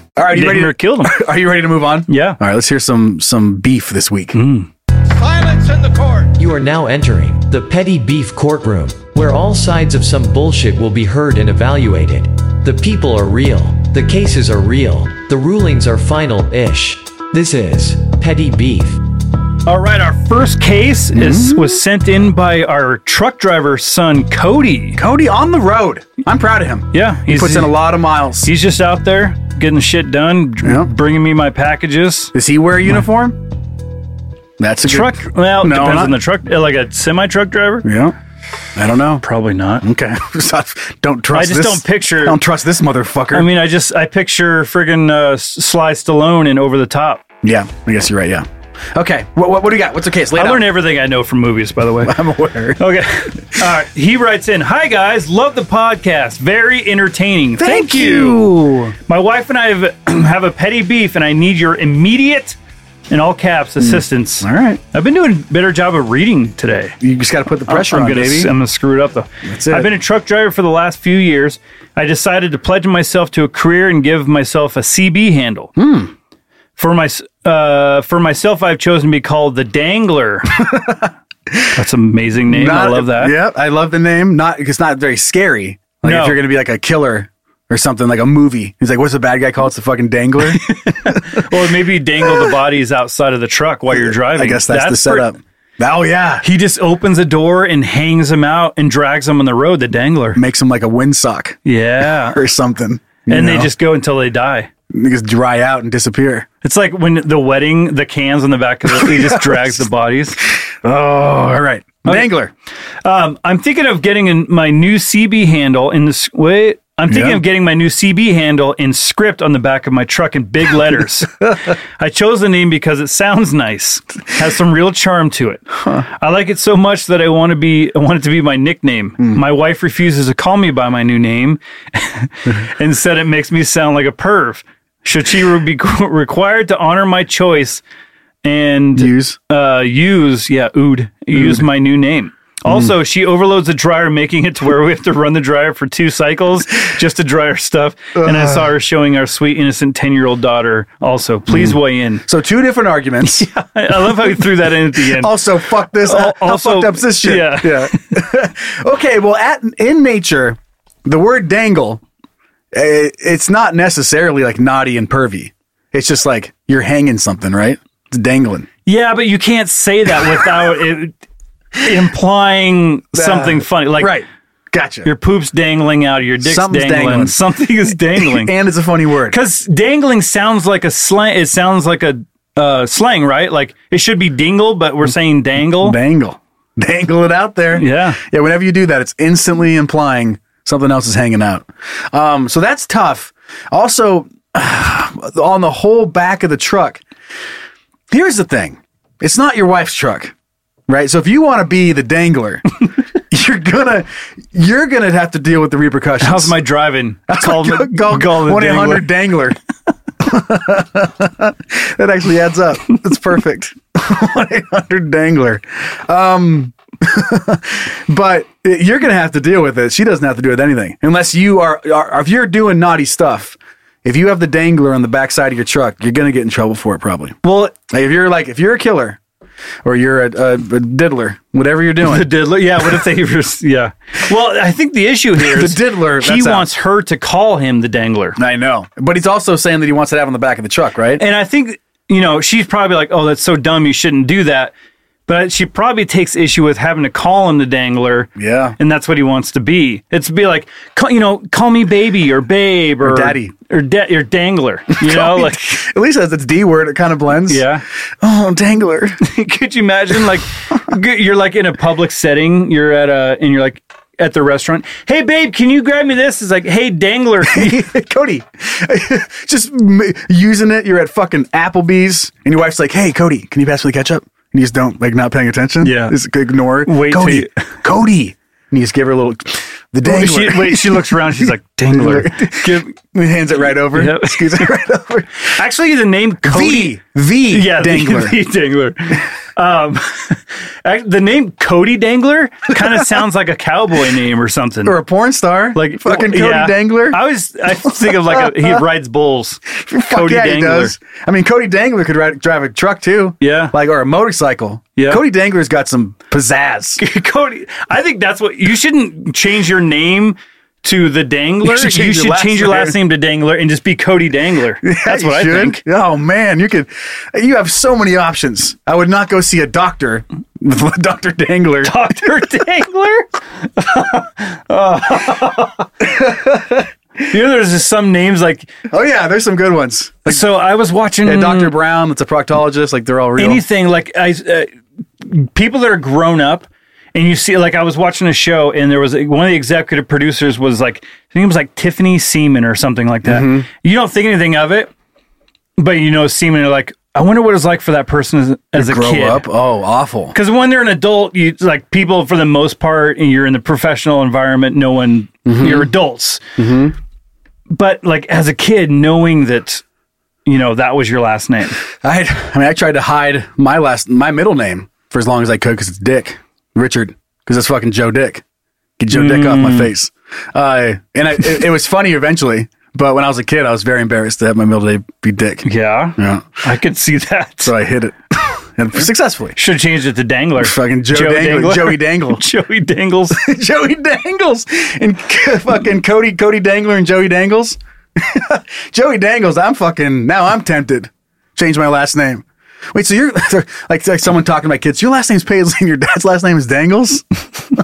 Speaker 2: all right, you
Speaker 8: Didn't
Speaker 2: ready to
Speaker 8: hurt-
Speaker 2: kill them? <laughs> Are you ready to move on? Yeah. Mm. All right, let's hear some some beef this week.
Speaker 9: Silence in the court! You are now entering the Petty Beef Courtroom, where all sides of some bullshit will be heard and evaluated. The people are real, the cases are real, the rulings are final ish. This is Petty Beef.
Speaker 3: All right, our first case is was sent in by our truck driver son Cody.
Speaker 2: Cody on the road. I'm proud of him.
Speaker 3: Yeah,
Speaker 2: He puts in a lot of miles.
Speaker 3: He's just out there getting shit done, dr- bringing me my packages.
Speaker 2: Does he wear a uniform? That's a good-
Speaker 3: truck. well,
Speaker 2: No,
Speaker 3: depends
Speaker 2: not-
Speaker 3: on the truck, uh, like a semi truck driver.
Speaker 2: Yeah. I don't know.
Speaker 3: Probably not.
Speaker 2: Okay. <laughs> don't trust.
Speaker 3: I just
Speaker 2: this-
Speaker 3: don't picture.
Speaker 2: I don't trust this motherfucker.
Speaker 3: I mean, I just I picture friggin' uh, S- Sly Stallone in Over the Top.
Speaker 2: yeah, I guess you're right. Yeah. Okay. What, what, what do you got? What's the case? Lay it
Speaker 3: I
Speaker 2: out.
Speaker 3: learn everything I know from movies, by the <laughs> way.
Speaker 2: <laughs> I'm aware.
Speaker 3: Okay. All right. He writes in Hi, guys. Love the podcast. Very entertaining. Thank, you. My wife and I have, <clears throat> have a petty beef, and I need your immediate, in all caps, assistance.
Speaker 2: Hmm. All right.
Speaker 3: I've been doing a better job of reading today.
Speaker 2: You just got to put the pressure
Speaker 3: Oh, I'm
Speaker 2: on,
Speaker 3: gonna,
Speaker 2: baby.
Speaker 3: I'm gonna screw it up though.
Speaker 2: That's it.
Speaker 3: I've been a truck driver for the last few years. I decided to pledge myself to a career and give myself a CB handle.
Speaker 2: Hmm.
Speaker 3: For my uh, for myself, I've chosen to be called
Speaker 2: <laughs>
Speaker 3: the Dangler. That's an amazing name. I
Speaker 2: Not-
Speaker 3: love that.
Speaker 2: Yep, I love the name. Not it's not very scary. Like
Speaker 3: No.
Speaker 2: if you're gonna be like a killer or something, like a movie. He's like, what's the bad guy called? It's the fucking dangler. <laughs>
Speaker 3: Or maybe dangle the bodies outside of the truck while <laughs> you're driving.
Speaker 2: I guess that's the
Speaker 3: pre-
Speaker 2: setup. Oh yeah.
Speaker 3: He just opens a door and hangs him out and drags him on the road. The dangler
Speaker 2: makes him like a windsock.
Speaker 3: Yeah,
Speaker 2: or something. <laughs> you
Speaker 3: And they
Speaker 2: know?
Speaker 3: just go until they die.
Speaker 2: niggas dry out and disappear.
Speaker 3: It's like when the wedding, the cans on the back of it,
Speaker 2: <laughs>
Speaker 3: he just drags the bodies.
Speaker 2: Oh, all right.
Speaker 3: Dangler. Um, I'm thinking of getting in my new CB handle in this. Wait, I'm thinking
Speaker 2: Yeah.
Speaker 3: of getting my new CB handle in script on the back of my truck in big letters. I chose the name because it sounds nice, has some real charm to it. I like it so much that I want to be. I want it to be my nickname. My wife refuses to call me by my new name, <laughs> and said it makes me sound like a perv. Should she be <laughs> required to honor my choice? and
Speaker 2: use
Speaker 3: uh use yeah ood use my new name
Speaker 2: Mm.
Speaker 3: also she overloads the dryer making it to where we have to run the dryer for two cycles just to dry our stuff and i
Speaker 2: Uh.
Speaker 3: saw her showing our sweet innocent 10 year old daughter also please
Speaker 2: Mm.
Speaker 3: weigh in <laughs>
Speaker 2: So two different arguments.
Speaker 3: I- i love how you threw that in at the end
Speaker 2: Also, fuck this.
Speaker 3: Al-
Speaker 2: How
Speaker 3: also-
Speaker 2: fucked up is this shit?
Speaker 3: yeah.
Speaker 2: <laughs> okay. Well, at in nature, the word dangle, eh, it's not necessarily like naughty and pervy. It's just like you're hanging something, right? It's dangling.
Speaker 3: yeah but you can't say that without it implying something funny like
Speaker 2: right. Gotcha.
Speaker 3: your poop's dangling out of your dick's
Speaker 2: Something's
Speaker 3: dangling.
Speaker 2: dangling.
Speaker 3: <laughs> something is
Speaker 2: <laughs>
Speaker 3: dangling
Speaker 2: and it's a funny word.
Speaker 3: Because dangling sounds like a slang. It sounds like a uh, slang, right? Like it should be dingle, but we're saying dangle.
Speaker 2: Dangle. <laughs> Dangle it out there.
Speaker 3: Yeah.
Speaker 2: Yeah, whenever you do that, it's instantly implying something else is hanging out. Um, so that's tough. Also, <sighs> on the whole back of the truck, here's the thing it's not your wife's truck, right? So if you want to be the dangler, <laughs> You're gonna, you're gonna have to deal with the repercussions.
Speaker 3: How's
Speaker 2: <laughs>
Speaker 3: my driving? Call the- call the
Speaker 2: One eight hundred dangler. <laughs> that actually adds up. That's perfect. <laughs> One eight hundred dangler. Um, <laughs> but you're gonna have to deal with it. She doesn't have to do with anything unless you are, are if you're doing naughty stuff. If you have the dangler on the backside of your truck, you're gonna get in trouble for it probably.
Speaker 3: Well,
Speaker 2: Like if you're like if you're a killer, or you're a, a, a diddler, whatever you're <laughs> doing,
Speaker 3: the diddler. Yeah. What if they? Just, yeah. Well, I think the
Speaker 2: <laughs>
Speaker 3: issue here
Speaker 2: The
Speaker 3: is
Speaker 2: diddler,
Speaker 3: He
Speaker 2: that's out.
Speaker 3: wants her to call him the dangler,
Speaker 2: I know. But he's also saying that he wants it out on the back of the truck, right?
Speaker 3: and I think you know she's probably like, "Oh, that's so dumb. You shouldn't do that." But she probably takes issue with having to call him the dangler.
Speaker 2: Yeah.
Speaker 3: and that's what he wants to be. It's be like, call, you know, call me baby or babe or,
Speaker 2: daddy.
Speaker 3: or da-
Speaker 2: <laughs>
Speaker 3: or dangler. You know, like
Speaker 2: At least that's its D word. It kind of blends.
Speaker 3: yeah.
Speaker 2: Oh,
Speaker 3: <laughs>
Speaker 2: dangler. <laughs>
Speaker 3: Could you imagine like <laughs> g- you're like in a public setting, you're at a and you're like at the restaurant. Hey babe, can you grab me this? It's like,
Speaker 2: <laughs>
Speaker 3: hey dangler. can you-"
Speaker 2: Cody, just m- using it. You're at fucking Applebee's, and your wife's like, "Hey, Cody, can you pass me the ketchup?" And you just don't like not paying attention.
Speaker 3: Yeah.
Speaker 2: just ignore.
Speaker 3: Wait till
Speaker 2: Cody,
Speaker 3: you- <laughs>
Speaker 2: Cody, and you just give her a little the dangler.
Speaker 3: She, wait, she looks around. She's
Speaker 2: <laughs>
Speaker 3: like, dangler. Give,
Speaker 2: He hands it right over.
Speaker 3: Yep.
Speaker 2: <laughs> Squeeze it right over.
Speaker 3: actually, the name Cody.
Speaker 2: V V
Speaker 3: yeah, <laughs>
Speaker 2: dangler.
Speaker 3: The, the dangler. Um, <laughs> act- the name Cody Dangler kind of sounds like a cowboy name or something.
Speaker 2: or a porn star,
Speaker 3: like
Speaker 2: fucking Cody
Speaker 3: yeah.
Speaker 2: Dangler.
Speaker 3: I was I think of like
Speaker 2: <laughs>
Speaker 3: a, he rides bulls.
Speaker 2: Fuck yeah, He does. I mean, Cody Dangler could ride, drive a truck too.
Speaker 3: Yeah.
Speaker 2: like or a motorcycle.
Speaker 3: Yeah.
Speaker 2: Cody Dangler's got some pizzazz.
Speaker 3: Cody, I think that's what you shouldn't change your name to the Dangler.
Speaker 2: <laughs> You
Speaker 3: You
Speaker 2: should
Speaker 3: should
Speaker 2: change
Speaker 3: change,
Speaker 2: your last
Speaker 3: your last
Speaker 2: name.
Speaker 3: name to Dangler and just be Cody
Speaker 2: <laughs>
Speaker 3: Dangler. <laughs> That's
Speaker 2: You
Speaker 3: what I
Speaker 2: should.
Speaker 3: think. <laughs>
Speaker 2: Oh man, you could. You have so many options. I would not go see a doctor. <laughs> Doctor Dangler. <laughs>
Speaker 3: Doctor Dangler. <laughs> you know, there's just some names like
Speaker 2: Oh yeah, there's some good ones. Like
Speaker 3: so. I was watching
Speaker 2: yeah, Doctor Brown, that's a proctologist. Like they're all real.
Speaker 3: anything like I, uh, people that are grown up and you see like i was watching a show and there was one of the executive producers was like i think it was like tiffany seaman or something like that
Speaker 2: Mm-hmm.
Speaker 3: you don't think anything of it but you know seaman are like i wonder what it's like for that person as, as a
Speaker 2: grow
Speaker 3: kid
Speaker 2: up. Oh, awful.
Speaker 3: because when they're an adult, you like people for the most part, and you're in the professional environment. No one,
Speaker 2: Mm-hmm.
Speaker 3: you're adults. But like as a kid, knowing that, you know, that was your last name.
Speaker 2: I had, I mean, I tried to hide my last, my middle name for as long as I could because it's Dick Richard because it's fucking Joe Dick. Get Joe Dick off my face. Uh, and I, it, it was funny eventually, but when I was a kid, I was very embarrassed to have my middle name be <laughs> Dick.
Speaker 3: Yeah,
Speaker 2: Yeah.
Speaker 3: I could see that.
Speaker 2: So I hid it <laughs> and successfully.
Speaker 3: Should have changed it to Dangler.
Speaker 2: <laughs> Fucking Joe Dangle-
Speaker 3: <laughs>
Speaker 2: Joey <laughs> Dangle.
Speaker 3: Joey Dangles.
Speaker 2: <laughs> Joey Dangles and <laughs> fucking Cody, Cody Dangler and Joey <laughs> Dangles. Joey Dangles, I'm fucking, now I'm tempted. Change my last name. Wait, so you're <laughs> like, like someone talking to my kids. Your last name's Paisley and your dad's last name is Dangles? <laughs>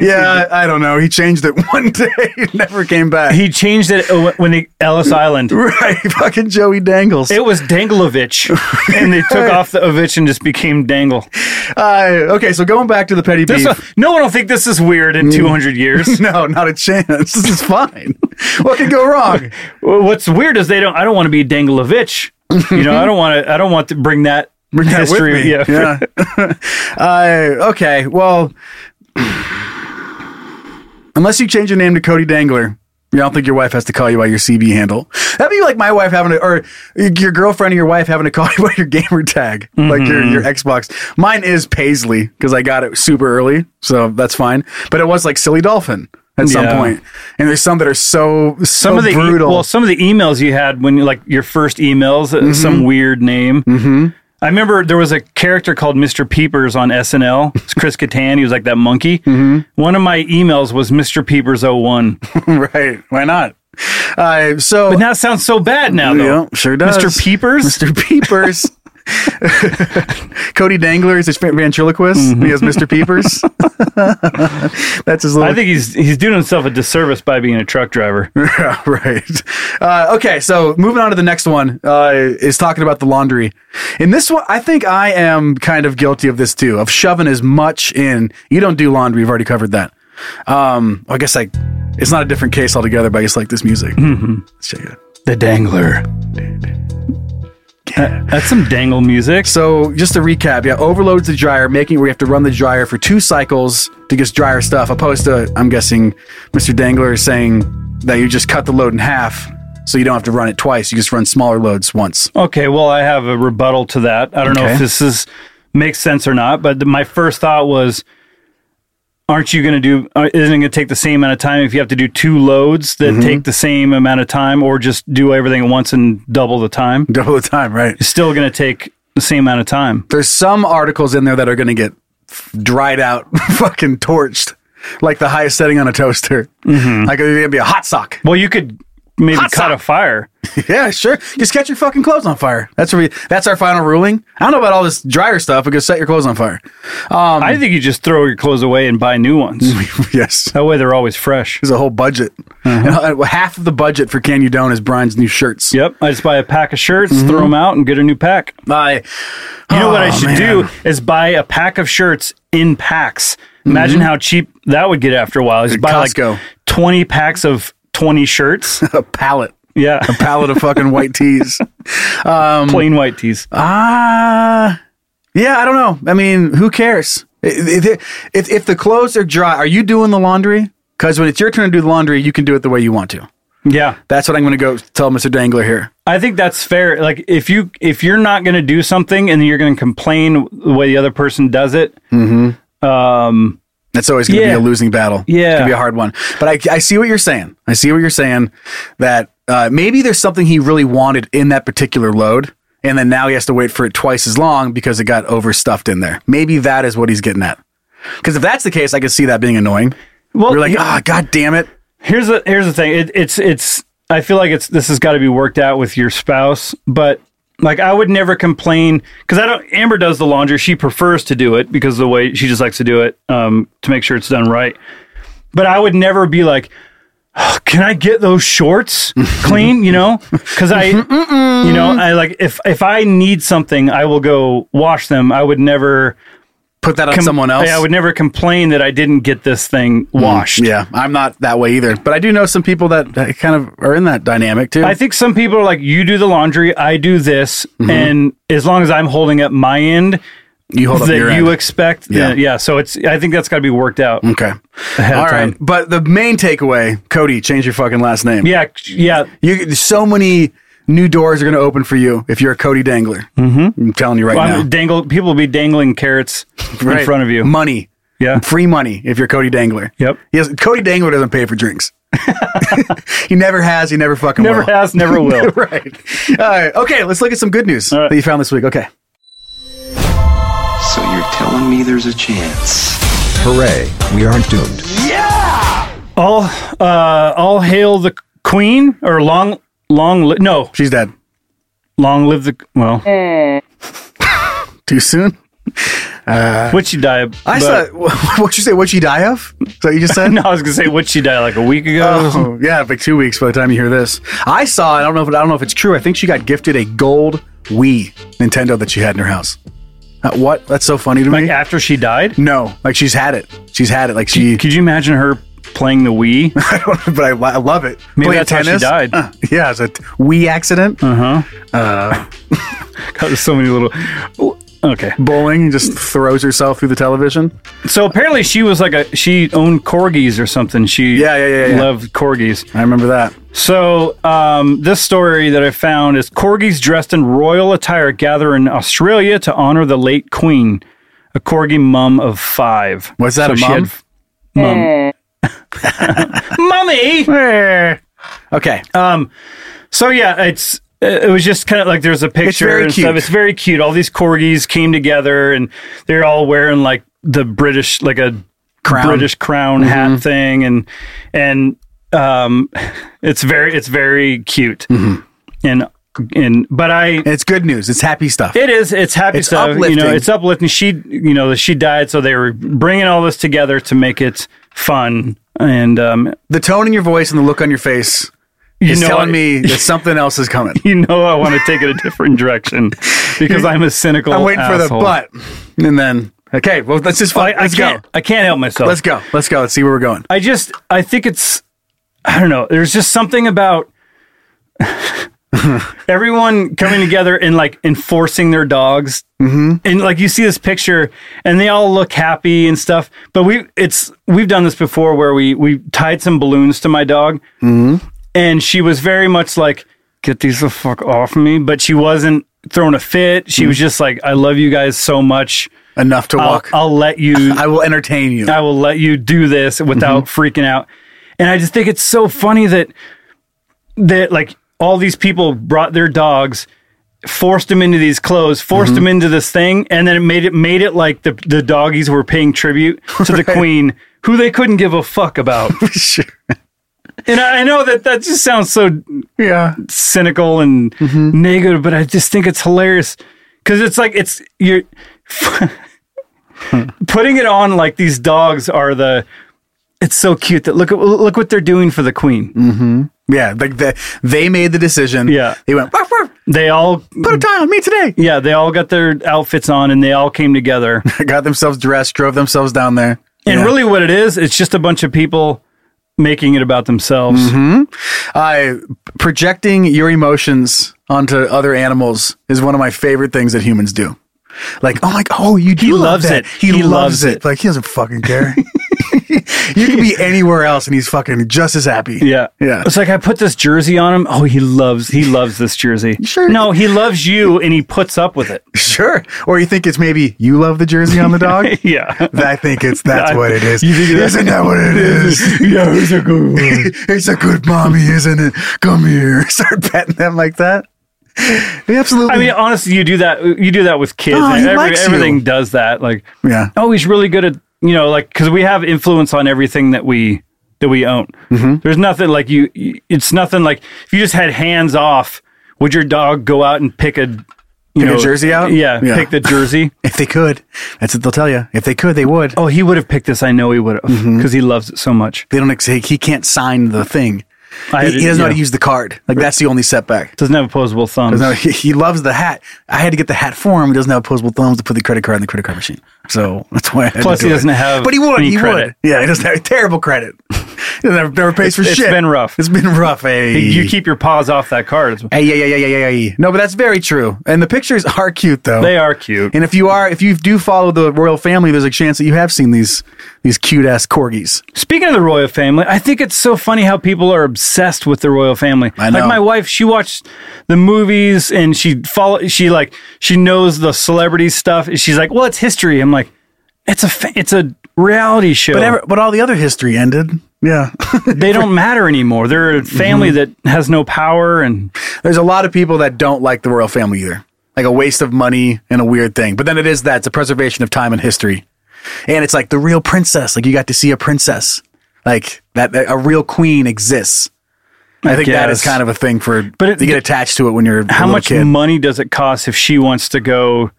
Speaker 2: yeah, I, I don't know. He changed it <laughs> one day. He never came back.
Speaker 3: He changed it uh, when he Ellis
Speaker 2: <laughs>
Speaker 3: Island.
Speaker 2: Right, fucking Joey Dangles.
Speaker 3: It was
Speaker 2: <laughs>
Speaker 3: Danglovich, and they took off the ovich and just became Dangle.
Speaker 2: Uh, okay, so going back to the petty
Speaker 3: This
Speaker 2: beef.
Speaker 3: one- no one will think this is weird
Speaker 2: Mm.
Speaker 3: in 200
Speaker 2: <laughs>
Speaker 3: years.
Speaker 2: no, not a chance. <laughs> This is fine. what could go
Speaker 3: <laughs>
Speaker 2: wrong?
Speaker 3: What's weird is they don't. I don't want to be Danglovich. You know, I don't want to. I don't want to bring that
Speaker 2: Bring that with
Speaker 3: history.
Speaker 2: me.
Speaker 3: Yeah.
Speaker 2: <laughs> Uh, okay, well, unless you change your name to Cody Dangler, I don't think your wife has to call you by your CB handle. That'd be like my wife having to, or your girlfriend or your wife having to call <laughs> you by your gamer tag, like
Speaker 3: Mm-hmm.
Speaker 2: your, your Xbox. Mine is Paisley because I got it super early, so that's fine. But it was like Silly Dolphin at some
Speaker 3: Yeah.
Speaker 2: point. And there's some that are so, so
Speaker 3: Some of the e-
Speaker 2: brutal.
Speaker 3: well, some of the emails you had when you like your first emails,
Speaker 2: Mm-hmm.
Speaker 3: uh, some weird name. Mm-hmm. I remember there was a character called Mr. Peepers on SNL. It's Chris Kattan. He was like that monkey.
Speaker 2: Mm-hmm.
Speaker 3: One of my emails was Mr. Peepers 01.
Speaker 2: <laughs> right. Why not? Uh, so,
Speaker 3: But now it sounds so bad now, though.
Speaker 2: Yeah, sure does.
Speaker 3: Mr. Peepers?
Speaker 2: Mr. Peepers. Cody Dangler is his ventriloquist.
Speaker 3: Mm-hmm.
Speaker 2: He has Mr. Peepers. That's his little.
Speaker 3: I think he's he's doing himself a disservice by being a truck driver.
Speaker 2: <laughs> Yeah, right. Uh, okay, so moving on to the next one uh, is talking about the laundry. And this one, I think I am kind of guilty of this too, of shoving as much in. You don't do laundry. We've already covered that. Um, I guess like it's not a different case altogether, but I just like this music.
Speaker 3: Mm-hmm.
Speaker 2: Let's check it out.
Speaker 3: The Dangler. Uh, That's some dangle music.
Speaker 2: So just to recap, yeah, overloads the dryer, making it where you have to run the dryer for two cycles to just dryer stuff, opposed to I'm guessing Mr. Dangler is saying that you just cut the load in half so you don't have to run it twice. You just run smaller loads once. <laughs>
Speaker 3: Okay, well, I have a rebuttal to that. I don't know
Speaker 2: Okay.
Speaker 3: if this is makes sense or not, but th- my first thought was, aren't you going to do? uh, Isn't it going to take the same amount of time if you have to do two loads that take the same amount of time, or just do everything at once and double the time?
Speaker 2: Double the time, right?
Speaker 3: It's still going to take the same amount of time.
Speaker 2: There's some articles in there that are going to get f- dried out, <laughs> fucking torched, like the highest setting on a toaster. Like it's going to be a hot sock. <laughs>
Speaker 3: Well, you could maybe
Speaker 2: Hot
Speaker 3: cut
Speaker 2: sauce.
Speaker 3: a fire.
Speaker 2: yeah, sure. Just catch your fucking clothes on fire. That's what we, that's our final ruling. I don't know about all this dryer stuff because set your clothes on fire. <laughs>
Speaker 3: I think you just throw your clothes away and buy new ones.
Speaker 2: yes.
Speaker 3: that way, they're always fresh.
Speaker 2: There's a whole budget. And, uh, half of the budget for Can You Don't is Brian's new shirts.
Speaker 3: Yep, I just buy a pack of shirts, throw 'em throw them out, and get a new pack.
Speaker 2: I,
Speaker 3: You know what I
Speaker 2: Oh,
Speaker 3: should
Speaker 2: man.
Speaker 3: do is buy a pack of shirts in packs. Imagine how cheap that would get after a while. Is
Speaker 2: At
Speaker 3: buy
Speaker 2: Costco.
Speaker 3: like twenty packs of twenty <laughs> shirts.
Speaker 2: a pallet,
Speaker 3: Yeah,
Speaker 2: a
Speaker 3: <laughs>
Speaker 2: pallet of fucking white tees.
Speaker 3: plain white tees.
Speaker 2: Ah, yeah. I don't know. I mean, who cares? If, if, if the clothes are dry, are you doing the laundry? Because when it's your turn to do the laundry, you can do it the way you want to.
Speaker 3: Yeah,
Speaker 2: That's what I'm going to go tell Mr. Dangler here.
Speaker 3: I think that's fair. Like if you if you're not going to do something and you're going to complain the way the other person does it,
Speaker 2: That's always going to
Speaker 3: Yeah.
Speaker 2: be a losing battle.
Speaker 3: Yeah.
Speaker 2: It's going to be a hard one. But I, I see what you're saying. I see what you're saying that uh, maybe there's something he really wanted in that particular load. And then now he has to wait for it twice as long because it got overstuffed in there. Maybe that is what he's getting at. Because if that's the case, I could see that being annoying.
Speaker 3: Well,
Speaker 2: you're like,
Speaker 3: yeah.
Speaker 2: ah, god damn it.
Speaker 3: here's the here's the thing. It, it's it's. I feel like it's this has got to be worked out with your spouse, but like I would never complain because I don't. Amber does the laundry. She prefers to do it because of the way she just likes to do it um, to make sure it's done right. But I would never be like, "Oh, "Can I get those
Speaker 2: <laughs>
Speaker 3: shorts clean?" You know, because I, you know, I like if if I need something, I will go wash them. I would never.
Speaker 2: Put that on
Speaker 3: com-
Speaker 2: someone else. Mm,
Speaker 3: I would never complain that I didn't get this thing washed.
Speaker 2: Yeah, I'm not that way either. But I do know some people that, that kind of are in that dynamic too.
Speaker 3: I think some people are like, you do the laundry, I do this,
Speaker 2: Mm-hmm.
Speaker 3: and as long as I'm holding up my end
Speaker 2: you hold up
Speaker 3: that
Speaker 2: your
Speaker 3: you
Speaker 2: end.
Speaker 3: expect,
Speaker 2: Yeah. Mm.
Speaker 3: yeah. yeah. So it's, I think that's got to be worked out.
Speaker 2: okay.
Speaker 3: of
Speaker 2: All right.
Speaker 3: time.
Speaker 2: But the main takeaway, Cody, change your fucking last name.
Speaker 3: Yeah, yeah.
Speaker 2: You there's so many new doors are going to open for you if you're a Cody Dangler. Mm-hmm. I'm telling you right
Speaker 3: Well, I'm
Speaker 2: now.
Speaker 3: dangle. People will be dangling carrots
Speaker 2: <laughs>
Speaker 3: in
Speaker 2: Right.
Speaker 3: front of you.
Speaker 2: money,
Speaker 3: yeah,
Speaker 2: free money if you're Cody Dangler. <laughs>
Speaker 3: Yep.
Speaker 2: He has, Cody Dangler doesn't pay for
Speaker 3: <laughs>
Speaker 2: drinks. <laughs> he never has. He never fucking
Speaker 3: never
Speaker 2: will.
Speaker 3: has, never will.
Speaker 2: <laughs> right. All right. Okay. Let's look at some good news
Speaker 3: right.
Speaker 2: that you found this week. Okay.
Speaker 10: So you're telling me there's a chance?
Speaker 8: Hooray, we aren't doomed.
Speaker 3: All, uh, all hail the queen or long, long. Li- no,
Speaker 2: She's dead.
Speaker 3: long live the. Well,
Speaker 2: Too soon? Uh,
Speaker 3: What'd she die? of?
Speaker 2: I saw. <laughs> What'd you say? What'd she die of? Is that what you just said?
Speaker 3: <laughs> no, I was gonna say, what'd she die like a week ago?
Speaker 2: Oh, yeah, like two weeks by the time you hear this. I saw. I don't know if I don't know if it's true. I think she got gifted a gold Wii Nintendo that she had in her house. Uh, what? That's so funny to me. Like
Speaker 3: after she died?
Speaker 2: No, like she's had it. She's had it. Like she.
Speaker 3: Could you imagine her playing the Wii?
Speaker 2: <laughs>
Speaker 3: <laughs>
Speaker 2: I don't know, but I, lo- I love it.
Speaker 3: Maybe
Speaker 2: Playing
Speaker 3: that's how she died.
Speaker 2: Uh, yeah, it's a t- Wii accident.
Speaker 3: Uh-huh.
Speaker 2: Uh
Speaker 3: <laughs> God, there's so many little. Okay.
Speaker 2: Bowling just throws herself through the television.
Speaker 3: So apparently she was like a she owned corgis or something. She
Speaker 2: Yeah, yeah, yeah, yeah.
Speaker 3: loved corgis.
Speaker 2: I remember that.
Speaker 3: So um, this story that I found is corgis dressed in royal attire gather in Australia to honor the late queen, a corgi mum of five.
Speaker 2: Was that
Speaker 3: So
Speaker 2: a
Speaker 3: she
Speaker 2: mum?
Speaker 3: had- mum. <laughs> Mummy.
Speaker 2: Okay. uh,
Speaker 3: Um, so yeah, it's it was just kind of like there's a picture
Speaker 2: very
Speaker 3: and stuff.
Speaker 2: cute.
Speaker 3: It's very cute. All these corgis came together and they're all wearing like the British like a
Speaker 2: Crown. Mm-hmm.
Speaker 3: British crown hat thing and and um it's very it's very cute.
Speaker 2: Mm-hmm.
Speaker 3: And and but I
Speaker 2: It's good news. It's happy stuff.
Speaker 3: it is. It's happy
Speaker 2: It's
Speaker 3: stuff. You know,
Speaker 2: uplifting.
Speaker 3: it's uplifting. She, you know, she died, so they were bringing all this together to make it fun. And um,
Speaker 2: the tone in your voice and the look on your face is
Speaker 3: know,
Speaker 2: telling
Speaker 3: I- <laughs>
Speaker 2: me that something else is coming.
Speaker 3: you know, I want to take it a different direction <laughs> because I'm a cynical.
Speaker 2: I'm waiting
Speaker 3: asshole.
Speaker 2: for the butt. And then, okay, well, let's just
Speaker 3: I,
Speaker 2: fun.
Speaker 3: I
Speaker 2: let's go.
Speaker 3: can't. I can't help myself.
Speaker 2: Let's go. Let's go. Let's see where we're going.
Speaker 3: I just. I think it's. I don't know. There's just something about <laughs> everyone coming together and like enforcing their dogs and like you see this picture and they all look happy and stuff but we it's we've done this before where we we tied some balloons to my dog and she was very much like get these the fuck off me but she wasn't throwing a fit she was just like i love you guys so much
Speaker 2: Enough to
Speaker 3: i'll,
Speaker 2: walk.
Speaker 3: I'll
Speaker 2: <laughs>
Speaker 3: let you
Speaker 2: I will entertain you.
Speaker 3: I will let you do this without freaking out. And I just think it's so funny that that like all these people brought their dogs, forced them into these clothes, forced them into this thing, and then it made it made it like the the doggies were paying tribute to the queen, who they couldn't give a fuck about.
Speaker 2: <laughs> Sure.
Speaker 3: and I, I know that that just sounds so
Speaker 2: Yeah. Mm-hmm.
Speaker 3: cynical and negative, but I just think it's hilarious because it's like it's you're <laughs> putting it on like these dogs are the. It's so cute that look at look what they're doing for the queen.
Speaker 2: Mm. Yeah. Like the, they made the decision.
Speaker 3: Yeah.
Speaker 2: They went, "Ruff, ruff,
Speaker 3: They all
Speaker 2: put a tie on me today. <laughs>
Speaker 3: yeah they all got their outfits on and they all came together.
Speaker 2: Got themselves dressed, drove themselves down there.
Speaker 3: And
Speaker 2: Yeah.
Speaker 3: really, what it is, it's just a bunch of people making it about themselves.
Speaker 2: Mm-hmm. I projecting your emotions onto other animals is one of my favorite things that humans do. Like, oh, like, oh, you do.
Speaker 3: He
Speaker 2: love
Speaker 3: loves
Speaker 2: that.
Speaker 3: it.
Speaker 2: He, loves, it. Like, he doesn't fucking care. <laughs> you could be anywhere else, and he's fucking just as happy.
Speaker 3: Yeah, <laughs>
Speaker 2: yeah.
Speaker 3: It's like I put this jersey on him. Oh, he loves he loves this jersey.
Speaker 2: Sure.
Speaker 3: No, he loves you, and he puts up with it.
Speaker 2: Sure. Or you think it's maybe you love the jersey on the
Speaker 3: <laughs>
Speaker 2: dog.
Speaker 3: <laughs> yeah.
Speaker 2: I think it's that's
Speaker 3: I-
Speaker 2: what it is.
Speaker 3: you think that-
Speaker 2: Isn't that what it is?
Speaker 3: <laughs> yeah, it's a good one.
Speaker 2: <laughs> it's a good mommy, isn't it? Come here. <laughs> Start petting them like that. Absolutely.
Speaker 3: I mean, honestly, you do that. You do that with kids.
Speaker 2: Oh,
Speaker 3: and
Speaker 2: he likes you.
Speaker 3: everything does that. Like,
Speaker 2: yeah.
Speaker 3: oh, he's really good at you know, like because we have influence on everything that we that we own. There's nothing like you. you- It's nothing like if you just had hands off. Would your dog go out and pick a you
Speaker 2: Pick a
Speaker 3: know
Speaker 2: jersey out?
Speaker 3: Yeah,
Speaker 2: Yeah.
Speaker 3: pick the jersey.
Speaker 2: If they could, that's what they'll tell you. If they could, they would.
Speaker 3: <laughs> oh, he would have picked this. I know he would have because he loves it so much.
Speaker 2: They don't. Ex- he can't sign the thing. He,
Speaker 3: I had to-
Speaker 2: he doesn't know how to
Speaker 3: yeah.
Speaker 2: use the card. Like that's the only setback.
Speaker 3: Doesn't have opposable thumbs.
Speaker 2: Doesn't know- he, he loves the hat. I had to get the hat for him. He doesn't have opposable thumbs to put the credit card in the credit card machine. So that's why. I had
Speaker 3: Plus,
Speaker 2: to do
Speaker 3: he
Speaker 2: it.
Speaker 3: doesn't have
Speaker 2: But he would.
Speaker 3: any
Speaker 2: He
Speaker 3: credit.
Speaker 2: would. Yeah, he doesn't have terrible credit. <laughs> he doesn't have, never pays for
Speaker 3: It's- it's
Speaker 2: shit.
Speaker 3: been rough.
Speaker 2: It's been rough. Hey,
Speaker 3: You keep your paws off that card.
Speaker 2: Hey, yeah, yeah, yeah, yeah, yeah. No, but that's very true. And the pictures <laughs> are cute though.
Speaker 3: They are cute.
Speaker 2: And if you are, if you do follow the royal family, there's a chance that you have seen these these cute ass corgis.
Speaker 3: Speaking of the royal family, I think it's so funny how people are obsessed with the royal family.
Speaker 2: I know.
Speaker 3: Like my wife, she watched the movies and she follow. She like she knows the celebrity stuff. She's like, well, it's history. I'm like, it's a fa- it's a reality show.
Speaker 2: But ever, but all the other history ended. Yeah.
Speaker 3: <laughs>
Speaker 2: <laughs>
Speaker 3: they don't matter anymore. They're a family
Speaker 2: Mm-hmm.
Speaker 3: that has no power and
Speaker 2: There's a lot of people that don't like the royal family either. Like a waste of money and a weird thing. But then it is that. It's a preservation of time and history. And it's like the real princess. Like you got to see a princess. Like that, that- a real queen exists. I, think that is
Speaker 3: guess.
Speaker 2: kind of a thing for
Speaker 3: But it-
Speaker 2: you get attached to it when you're a
Speaker 3: how
Speaker 2: little
Speaker 3: much
Speaker 2: kid.
Speaker 3: money does it cost if she wants to go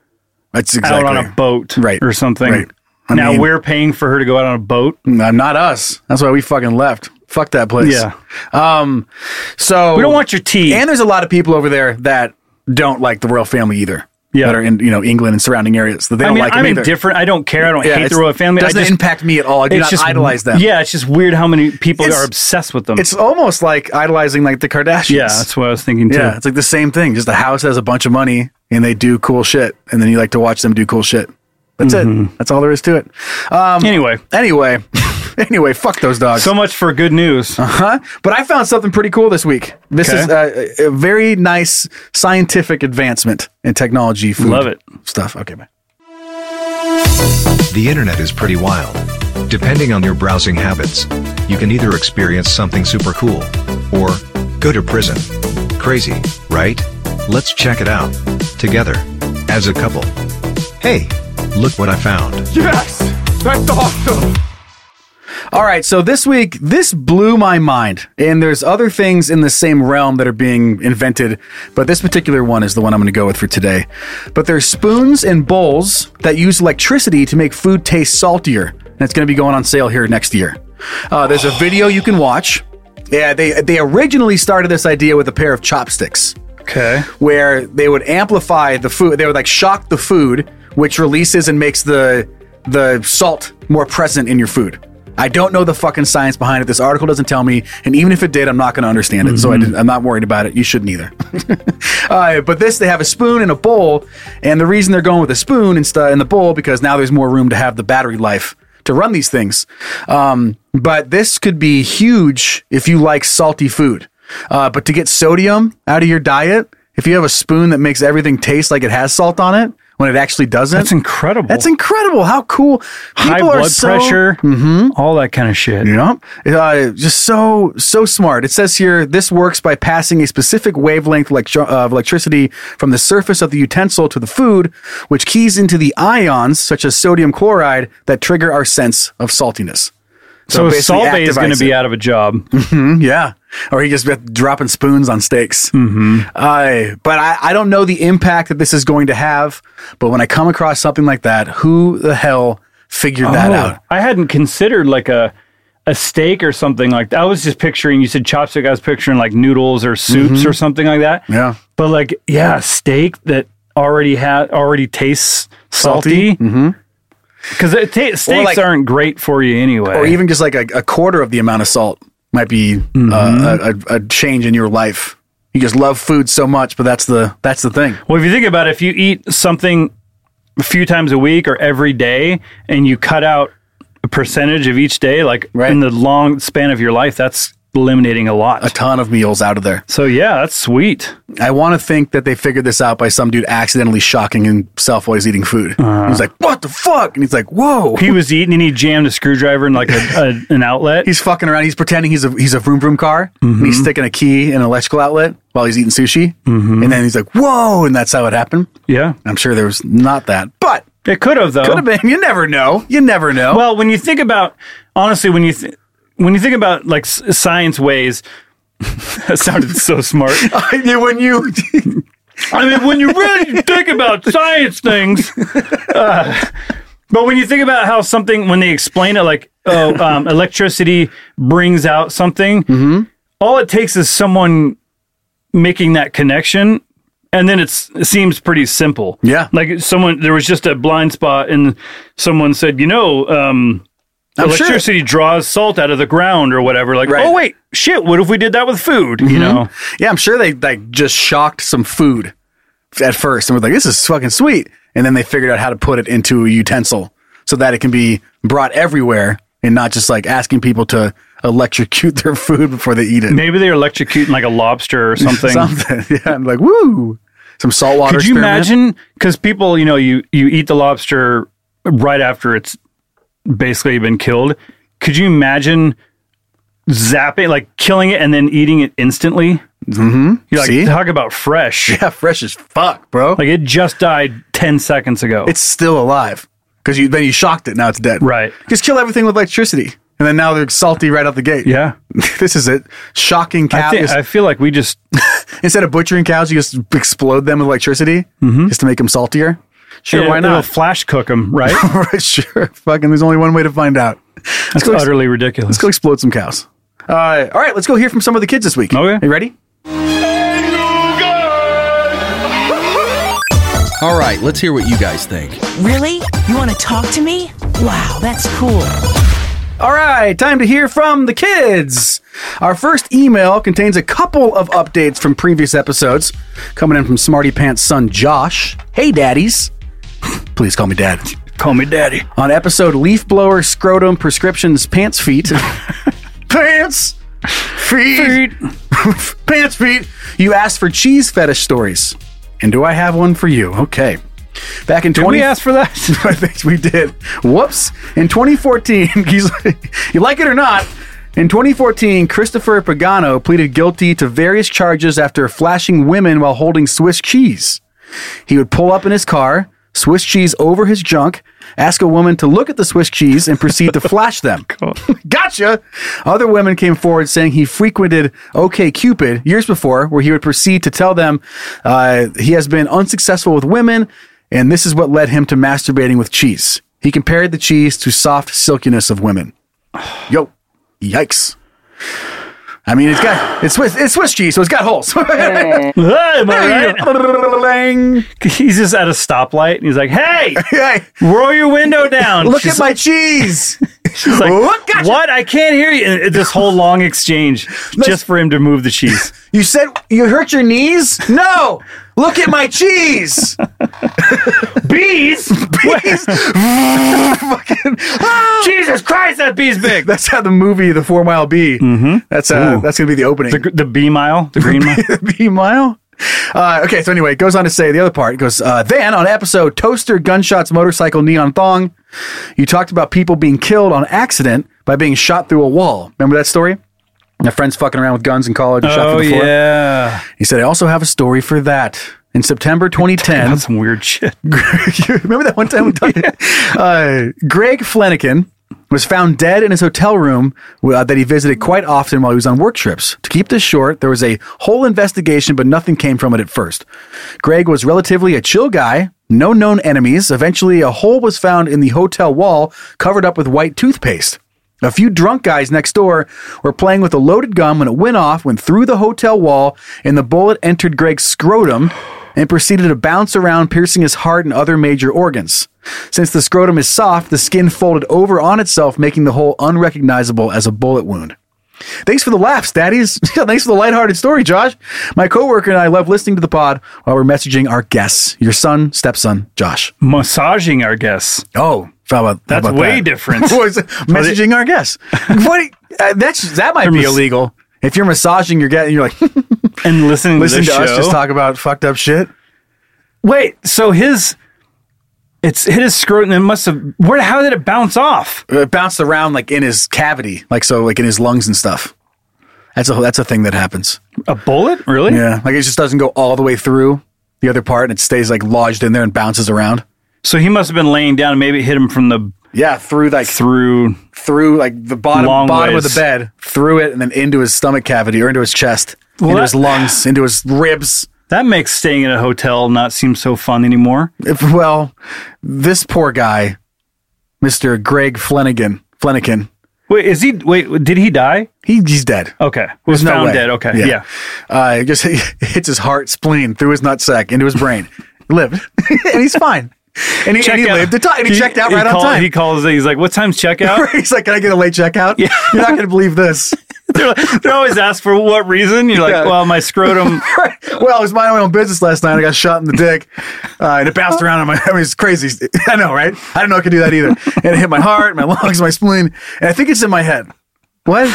Speaker 2: That's
Speaker 3: out on
Speaker 2: exactly-
Speaker 3: a boat right. or something.
Speaker 2: Right. I
Speaker 3: now
Speaker 2: mean-
Speaker 3: we're paying for her to go out on a boat.
Speaker 2: No, not us. That's why we fucking left. Fuck that place.
Speaker 3: Yeah.
Speaker 2: Um, so
Speaker 3: We don't want your tea.
Speaker 2: And there's a lot of people over there that don't like the royal family either.
Speaker 3: Yeah.
Speaker 2: That are in you know England and surrounding areas that they
Speaker 3: I
Speaker 2: don't
Speaker 3: mean,
Speaker 2: like. 'em
Speaker 3: I'm
Speaker 2: either.
Speaker 3: indifferent. I don't care. I don't
Speaker 2: Yeah,
Speaker 3: hate the
Speaker 2: it's-
Speaker 3: royal family.
Speaker 2: Doesn't
Speaker 3: I just,
Speaker 2: impact me at all. I do
Speaker 3: it's
Speaker 2: not idolize them.
Speaker 3: Yeah, it's just weird how many people
Speaker 2: It's-
Speaker 3: are obsessed with them.
Speaker 2: It's almost like idolizing like the Kardashians.
Speaker 3: yeah, that's what I was thinking too.
Speaker 2: Yeah, it's like the same thing. Just the house has a bunch of money and they do cool shit, and then you like to watch them do cool shit. That's
Speaker 3: Mm-hmm.
Speaker 2: it. That's all there is to it. Um,
Speaker 3: Anyway.
Speaker 2: anyway, <laughs> anyway, fuck those dogs.
Speaker 3: So much for good news.
Speaker 2: huh? But I found something pretty cool this week. This
Speaker 3: Okay.
Speaker 2: is uh, a, a very nice scientific advancement in technology. Food
Speaker 3: Love it.
Speaker 2: Stuff. Okay, bye.
Speaker 11: The internet is pretty wild. Depending on your browsing habits, you can either experience something super cool or go to prison. Crazy, right? Let's check it out together as a couple. Hey, look what I found.
Speaker 2: Yes, that's the hospital. All right, so this week this blew my mind, and there's other things in the same realm that are being invented, but this particular one is the one I'm going to go with for today. But there's spoons and bowls that use electricity to make food taste saltier, and it's going to be going on sale here next year. Uh, there's a video you can watch. Yeah, they they originally started this idea with a pair of chopsticks
Speaker 3: Okay.
Speaker 2: where they would amplify the food. They would like shock the food, which releases and makes the the salt more present in your food. I don't know the fucking science behind it. This article doesn't tell me, and even if it did, I'm not going to understand it. So I didn't, I'm not worried about it. You shouldn't either. <laughs> uh, but this, they have a spoon and a bowl, and the reason they're going with a spoon and stuff in the bowl because now there's more room to have the battery life to run these things. Um, but this could be huge if you like salty food. Uh, but to get sodium out of your diet, if you have a spoon that makes everything taste like it has salt on it when it actually doesn't,
Speaker 3: That's incredible.
Speaker 2: That's incredible. How cool!
Speaker 3: High
Speaker 2: People are
Speaker 3: blood
Speaker 2: so- Mm-hmm.
Speaker 3: pressure, all that kind of shit.
Speaker 2: Yep. Uh, just so so smart. It says here this works by passing a specific wavelength electro- of electricity from the surface of the utensil to the food, which keys into the ions such as sodium chloride that trigger our sense of saltiness.
Speaker 3: So,
Speaker 2: basically
Speaker 3: Salt Bay is going to
Speaker 2: activates
Speaker 3: be
Speaker 2: it.
Speaker 3: out of a job.
Speaker 2: Mhm, yeah. Or he just be dropping spoons on steaks. Mm-hmm. but I, I don't know the impact that this is going to have. But when I come across something like that, who the hell figured that
Speaker 3: Oh,
Speaker 2: out?
Speaker 3: I hadn't considered like a a steak or something like that. I was just picturing you said chopstick. I was picturing like noodles or soups or something like that.
Speaker 2: Mm-hmm. Yeah.
Speaker 3: But like, yeah, steak that already had already tastes salty.
Speaker 2: Mm-hmm.
Speaker 3: Because steaks
Speaker 2: like-
Speaker 3: aren't great for you anyway.
Speaker 2: Or even just like a, a quarter of the amount of salt might be
Speaker 3: Mm-hmm.
Speaker 2: uh, a, a, a change in your life. You just love food so much, but that's the that's the thing.
Speaker 3: well, if you think about it, if you eat something a few times a week or every day, and you cut out a percentage of each day, like in the long span of your life, that's eliminating a lot.
Speaker 2: A ton of meals out of there.
Speaker 3: So yeah, that's sweet.
Speaker 2: I want to think that they figured this out by some dude accidentally shocking himself while he's eating food. He's like, "What the fuck?" And he's like, "Whoa!"
Speaker 3: Uh-huh. he was eating and he jammed a screwdriver in like a, a, an outlet.
Speaker 2: He's fucking around. He's pretending he's a he's a vroom vroom car. And
Speaker 3: Mm-hmm.
Speaker 2: he's sticking a key in an electrical outlet while he's eating sushi. And then he's like, "Whoa!" And that's how it happened.
Speaker 3: Yeah,
Speaker 2: I'm sure there was not that, but
Speaker 3: it could have though.
Speaker 2: could have been. You never know. You never know.
Speaker 3: Well, when you think about honestly, when you th- when you think about like s- science ways, <laughs> that sounded so smart.
Speaker 2: when <laughs> you
Speaker 3: I mean, when
Speaker 2: <laughs>
Speaker 3: you really think about science things, uh, but when you think about how something when they explain it, like oh, um, electricity brings out something,
Speaker 2: Mm-hmm.
Speaker 3: all it takes is someone making that connection. And then it's, it seems pretty simple.
Speaker 2: Yeah.
Speaker 3: Like someone, there was just a blind spot, and someone said, you know, um,
Speaker 2: I'm sure-
Speaker 3: electricity draws salt out of the ground or whatever. Like,
Speaker 2: Right. Mm-hmm.
Speaker 3: oh, wait, shit, what if we did that with food? You know?
Speaker 2: Yeah, I'm sure they like just shocked some food at first and was like, "This is fucking sweet," and then they figured out how to put it into a utensil so that it can be brought everywhere and not just like asking people to electrocute <laughs> their food before they eat it.
Speaker 3: Maybe they're electrocuting like a lobster or
Speaker 2: <laughs>
Speaker 3: something.
Speaker 2: Something. Yeah, I'm like, "Woo!" Some saltwater.
Speaker 3: Could you
Speaker 2: experiment.
Speaker 3: imagine? Because people, you know, you you eat the lobster right after it's basically been killed. Could you imagine zapping, like killing it, and then eating it instantly?
Speaker 2: Mm-hmm.
Speaker 3: You like
Speaker 2: See?
Speaker 3: talk about fresh.
Speaker 2: Yeah, fresh as fuck, bro.
Speaker 3: Like it just died ten seconds ago.
Speaker 2: it's still alive because you then you shocked it. Now it's dead.
Speaker 3: right.
Speaker 2: Just kill everything with electricity, and then now they're salty right out the gate.
Speaker 3: Yeah.
Speaker 2: <laughs> this is it. Shocking
Speaker 3: I,
Speaker 2: cow.
Speaker 3: think, I feel like
Speaker 2: <laughs>
Speaker 3: we just
Speaker 2: instead of butchering cows, you just explode them with electricity just to make them saltier. Sure,
Speaker 3: And
Speaker 2: why
Speaker 3: It'll
Speaker 2: not?
Speaker 3: flash cook them,
Speaker 2: <laughs>
Speaker 3: right?
Speaker 2: sure. Fucking, there's only one way to find out.
Speaker 3: That's
Speaker 2: go ex-
Speaker 3: utterly ridiculous. <laughs>
Speaker 2: Let's go explode some cows. Uh, all right, let's go hear from some of the kids this week. Okay. You ready?
Speaker 12: All right, let's hear what you guys think.
Speaker 13: Really? You want to talk to me? Wow, that's cool.
Speaker 2: All right, time to hear from the kids. Our first email contains a couple of updates from previous episodes coming in from Smarty Pants' son, Josh. Hey, daddies. <laughs> Please call me dad. Call me daddy. On episode Leaf Blower Scrotum Prescriptions Pants Feet. <laughs> Pants! Feet! <laughs> Pants feet! You asked for cheese fetish stories. And do I have one for you? Okay. Back in 20
Speaker 3: we ask
Speaker 2: for that? <laughs> I think we did. Whoops. In 2014, <laughs> he's you like it or not, in 2014, Christopher Pagano pleaded guilty to various charges after flashing women while holding Swiss cheese. He would pull up in his car, Swiss cheese over his junk, ask a woman to look at the Swiss cheese, and proceed to flash them. <laughs> gotcha! Other women came forward saying he frequented OK Cupid years before, where he would proceed to tell them uh, he has been unsuccessful with women, and this is what led him to masturbating with cheese. He compared the cheese to soft silkiness of women. <sighs> Yo, yikes! I mean, it's got it's Swiss it's Swiss cheese, so it's got holes. <laughs>
Speaker 3: He's just at a stoplight and he's like, hey, roll your window down.
Speaker 2: <laughs> Look
Speaker 3: She's
Speaker 2: at my <laughs>
Speaker 3: like-
Speaker 2: cheese.
Speaker 3: she's like, what? I can't hear you. And this whole long <laughs> exchange just for him to move the cheese.
Speaker 2: You said you hurt your knees? No. Look at my cheese.
Speaker 3: <laughs> bees. <laughs> Ah!
Speaker 2: Bees.
Speaker 3: Jesus Christ, that bee's big.
Speaker 2: <laughs> That's how the movie The Four Mile Bee. Mm-hmm. That's uh,
Speaker 3: Ooh.
Speaker 2: that's gonna be the opening.
Speaker 3: <laughs> The, the bee mile, the green mile.
Speaker 2: <laughs> B mile. Uh, okay, so anyway, it goes on to say the other part. It goes, uh, then on episode Toaster, Gunshots, Motorcycle, Neon Thong, you talked about people being killed on accident by being shot through a wall. Remember that story? My friend's fucking around with guns in college and shot
Speaker 3: <laughs> Oh,
Speaker 2: through the floor.
Speaker 3: yeah.
Speaker 2: He said, I also have a story for that. In September 2010. <laughs> That's some weird shit. <laughs> remember that one time we talked? Uh, Greg Flanagan was found dead in his hotel room uh, that he visited quite often while he was on work trips. To keep this short, there was a whole investigation, but nothing came from it at first. Greg was relatively a chill guy, no known enemies. Eventually, a hole was found in the hotel wall covered up with white toothpaste. A few drunk guys next door were playing with a loaded gun when it went off, went through the hotel wall, and the bullet entered Greg's scrotum and proceeded to bounce around, piercing his heart and other major organs. Since the scrotum is soft, the skin folded over on itself, making the hole unrecognizable as a bullet wound. Thanks for the laughs, daddies. <laughs> Thanks for the lighthearted story, Josh. My coworker and I love listening to the pod while we're messaging our guests. Your son, stepson, Josh.
Speaker 3: <laughs> Massaging our guests.
Speaker 2: Oh, how about,
Speaker 3: That's
Speaker 2: about
Speaker 3: way
Speaker 2: that? <laughs>
Speaker 3: different.
Speaker 2: What is it? messaging our
Speaker 3: <laughs>
Speaker 2: guests. What? Uh, that's that might
Speaker 3: They're
Speaker 2: be
Speaker 3: mas-
Speaker 2: illegal. If you're massaging your guest, and you're
Speaker 3: <laughs>
Speaker 2: like,
Speaker 3: and listening,
Speaker 2: listen to
Speaker 3: this
Speaker 2: us
Speaker 3: show?
Speaker 2: just talk about fucked up shit.
Speaker 3: Wait, so his it's hit his scrotum. It must have. Where? How did it bounce off?
Speaker 2: It Uh, bounced around like in his cavity, like so, like in his lungs and stuff. That's a that's a thing that happens.
Speaker 3: A bullet, really?
Speaker 2: Yeah, like it just doesn't go all the way through the other part, and it stays like lodged in there and bounces around.
Speaker 3: So he must have been laying down, and maybe it hit him from the
Speaker 2: yeah through like
Speaker 3: through
Speaker 2: through like the bottom
Speaker 3: Long
Speaker 2: bottom
Speaker 3: ways.
Speaker 2: of the bed, through it, and then into his stomach cavity or into his chest,
Speaker 3: Well,
Speaker 2: into
Speaker 3: that-
Speaker 2: his lungs, into his ribs.
Speaker 3: That makes staying in a hotel not seem so fun anymore.
Speaker 2: If, well, this poor guy, Mister Greg Flanagan, Flanagan.
Speaker 3: Wait, is he? Wait, did he die?
Speaker 2: He, he's dead.
Speaker 3: Okay, was
Speaker 2: There's no
Speaker 3: found
Speaker 2: way.
Speaker 3: dead. Okay, yeah.
Speaker 2: Uh, it just <laughs> hits his heart, spleen, through his nutsack, into his brain. lived, <laughs> and he's fine. And he, and he lived to time. And he, checked out right
Speaker 3: call-
Speaker 2: on time.
Speaker 3: He calls. He's like, "What time's checkout?"
Speaker 2: <laughs>
Speaker 3: <laughs>
Speaker 2: he's like, "Can I get a late checkout?" Yeah. You're not going to believe this.
Speaker 3: they're, they're always asked for what reason. You're like,
Speaker 2: Yeah.
Speaker 3: "Well, my
Speaker 2: <laughs>
Speaker 3: scrotum."
Speaker 2: well, I was minding my own business last night. I got shot in the dick, uh, and it bounced around. On my, I mean, it's crazy. <laughs> I know, right? I didn't know I could do that either. And it hit my heart, my lungs, my spleen, and I think it's in my head. What?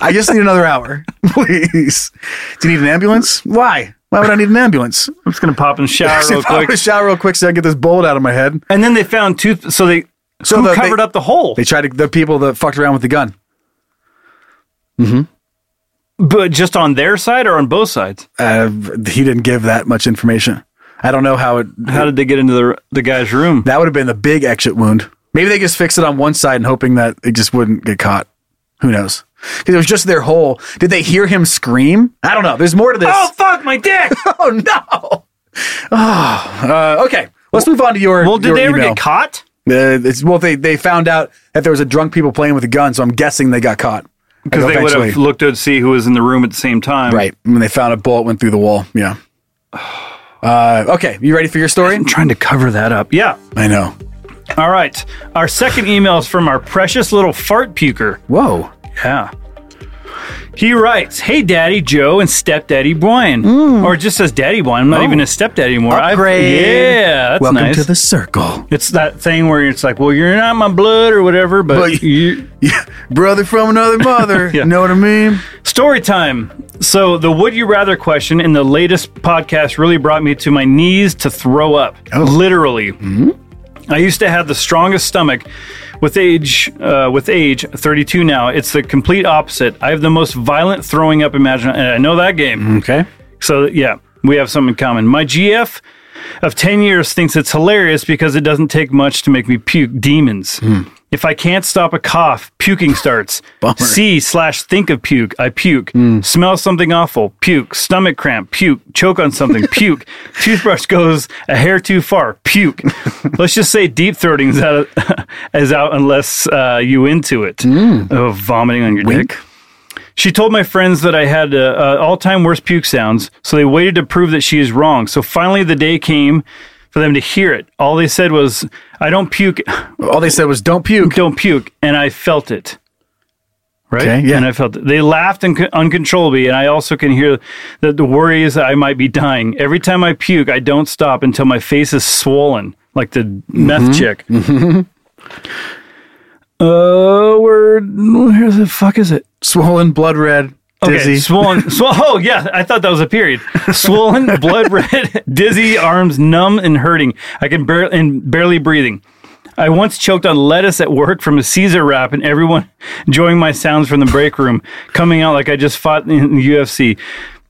Speaker 2: I just need another hour, <laughs> please. Do you need an ambulance? Why? Why would I need an ambulance? I'm
Speaker 3: just gonna pop in the <laughs> shower real
Speaker 2: I'm
Speaker 3: quick.
Speaker 2: gonna shower real quick so I can get this bullet out of my head.
Speaker 3: And then they found tooth. So they
Speaker 2: So
Speaker 3: who
Speaker 2: the-
Speaker 3: covered
Speaker 2: they-
Speaker 3: up the hole.
Speaker 2: They tried to the people that fucked around with the gun. Mm-hmm.
Speaker 3: But just on their side or on both sides?
Speaker 2: Uh, he didn't give that much information. I don't know how it.
Speaker 3: How did they get into the the guy's room?
Speaker 2: That would have been the big exit wound. Maybe they just fixed it on one side and hoping that it just wouldn't get caught. Who knows? Because it was just their hole. Did they hear him scream? I <laughs>
Speaker 3: Oh,
Speaker 2: don't know. There's more to this.
Speaker 3: fuck my dick!
Speaker 2: oh no! Oh, <sighs> uh, okay. Let's move on to your.
Speaker 3: Well, did
Speaker 2: your
Speaker 3: they ever
Speaker 2: email.
Speaker 3: get caught?
Speaker 2: Uh, it's, well, they they found out that there was a drunk people playing with a gun, so I'm guessing they got caught.
Speaker 3: Because they would have
Speaker 2: Eventually.
Speaker 3: looked to see who was in the room at the same time.
Speaker 2: right when they found a bullet went through the wall.
Speaker 3: <sighs>
Speaker 2: Yeah. Uh, okay, you ready for your story? I'm
Speaker 3: trying to cover that up. Yeah.
Speaker 2: I know.
Speaker 3: All right. Our second email is from our precious little fart puker.
Speaker 2: Whoa.
Speaker 3: Yeah. He writes, Hey, Daddy Joe and Stepdaddy Brian. Or it just says Daddy Brian. I'm not even a stepdad anymore.
Speaker 2: Mm.
Speaker 3: I've-
Speaker 2: Oh. Upgrade.
Speaker 3: yeah. That's
Speaker 2: Welcome
Speaker 3: nice.
Speaker 2: to the circle.
Speaker 3: It's that thing where it's like, well, you're not my blood or whatever, but,
Speaker 2: But
Speaker 3: you,
Speaker 2: brother from another mother.
Speaker 3: <laughs> Yeah.
Speaker 2: Know what I mean?
Speaker 3: Story time. So the would you rather question in the latest podcast really brought me to my knees to throw up. Literally. I used to have the strongest stomach. With age, uh, with age, 32 now, it's the complete opposite. I have the most violent throwing up imaginable. And I know that game.
Speaker 2: Okay.
Speaker 3: So yeah, we have something in common. My GF of 10 years thinks it's hilarious because it doesn't take much to make me puke demons. If I can't stop a cough, puking starts. See slash think of puke. I puke. Smell something awful. Puke. Stomach cramp. Puke. Choke on something. puke. Toothbrush goes a hair too far. Puke. Let's just say deep throating is out, <laughs> is out unless uh, you into it. Oh, vomiting on your dick. She told my friends that I had uh, uh, all time worst puke sounds, so they waited to prove that she is wrong. So finally, the day came for them to hear it. All they said was, I don't puke. <laughs>
Speaker 2: All they said was, don't puke.
Speaker 3: Don't puke. And I felt it. Right?
Speaker 2: Okay, yeah.
Speaker 3: And I felt it. They laughed un- uncontrollably, and I also can hear that the worry is that I might be dying. Every time I puke, I don't stop until my face is swollen, like the
Speaker 2: Mm-hmm.
Speaker 3: meth chick. Uh, word. Where the fuck is it?
Speaker 2: Swollen, blood red, dizzy.
Speaker 3: Okay, swollen.
Speaker 2: <laughs>
Speaker 3: Sw- oh, yeah. I thought that was a period. Swollen, blood red, dizzy, arms numb and hurting. I can barely and barely breathing. I once choked on lettuce at work from a Caesar wrap, and everyone enjoying my sounds from the break room, coming out like I just fought in the UFC.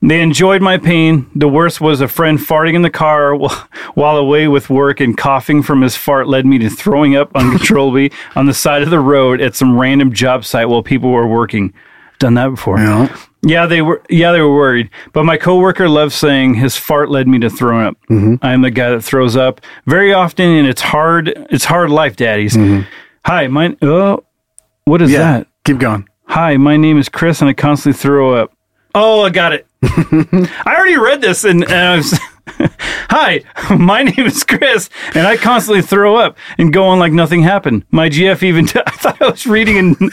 Speaker 3: They enjoyed my pain. The worst was a friend farting in the car <laughs> wh- while away with work and coughing from his fart led me to throwing up uncontrollably <laughs> on the side of the road at some random job site while people were working. Done that before.
Speaker 2: Yeah.
Speaker 3: Yeah, they were. Yeah, they were worried. But my coworker loves saying his fart led me to throwing up.
Speaker 2: Mm-hmm.
Speaker 3: I am the guy that throws up very often, and it's hard. It's hard life, daddies. Hi, my. Oh, what is
Speaker 2: Mm-hmm. Yeah.
Speaker 3: that?
Speaker 2: Keep going.
Speaker 3: Hi, my name is Chris, and I constantly throw up. Oh, I
Speaker 2: <laughs>
Speaker 3: got it. I already read this, and, and I was. <laughs> Hi, <laughs> my name is Chris, and I constantly throw up and go on like nothing happened. My GF even <laughs> t- I thought I was reading an- <laughs>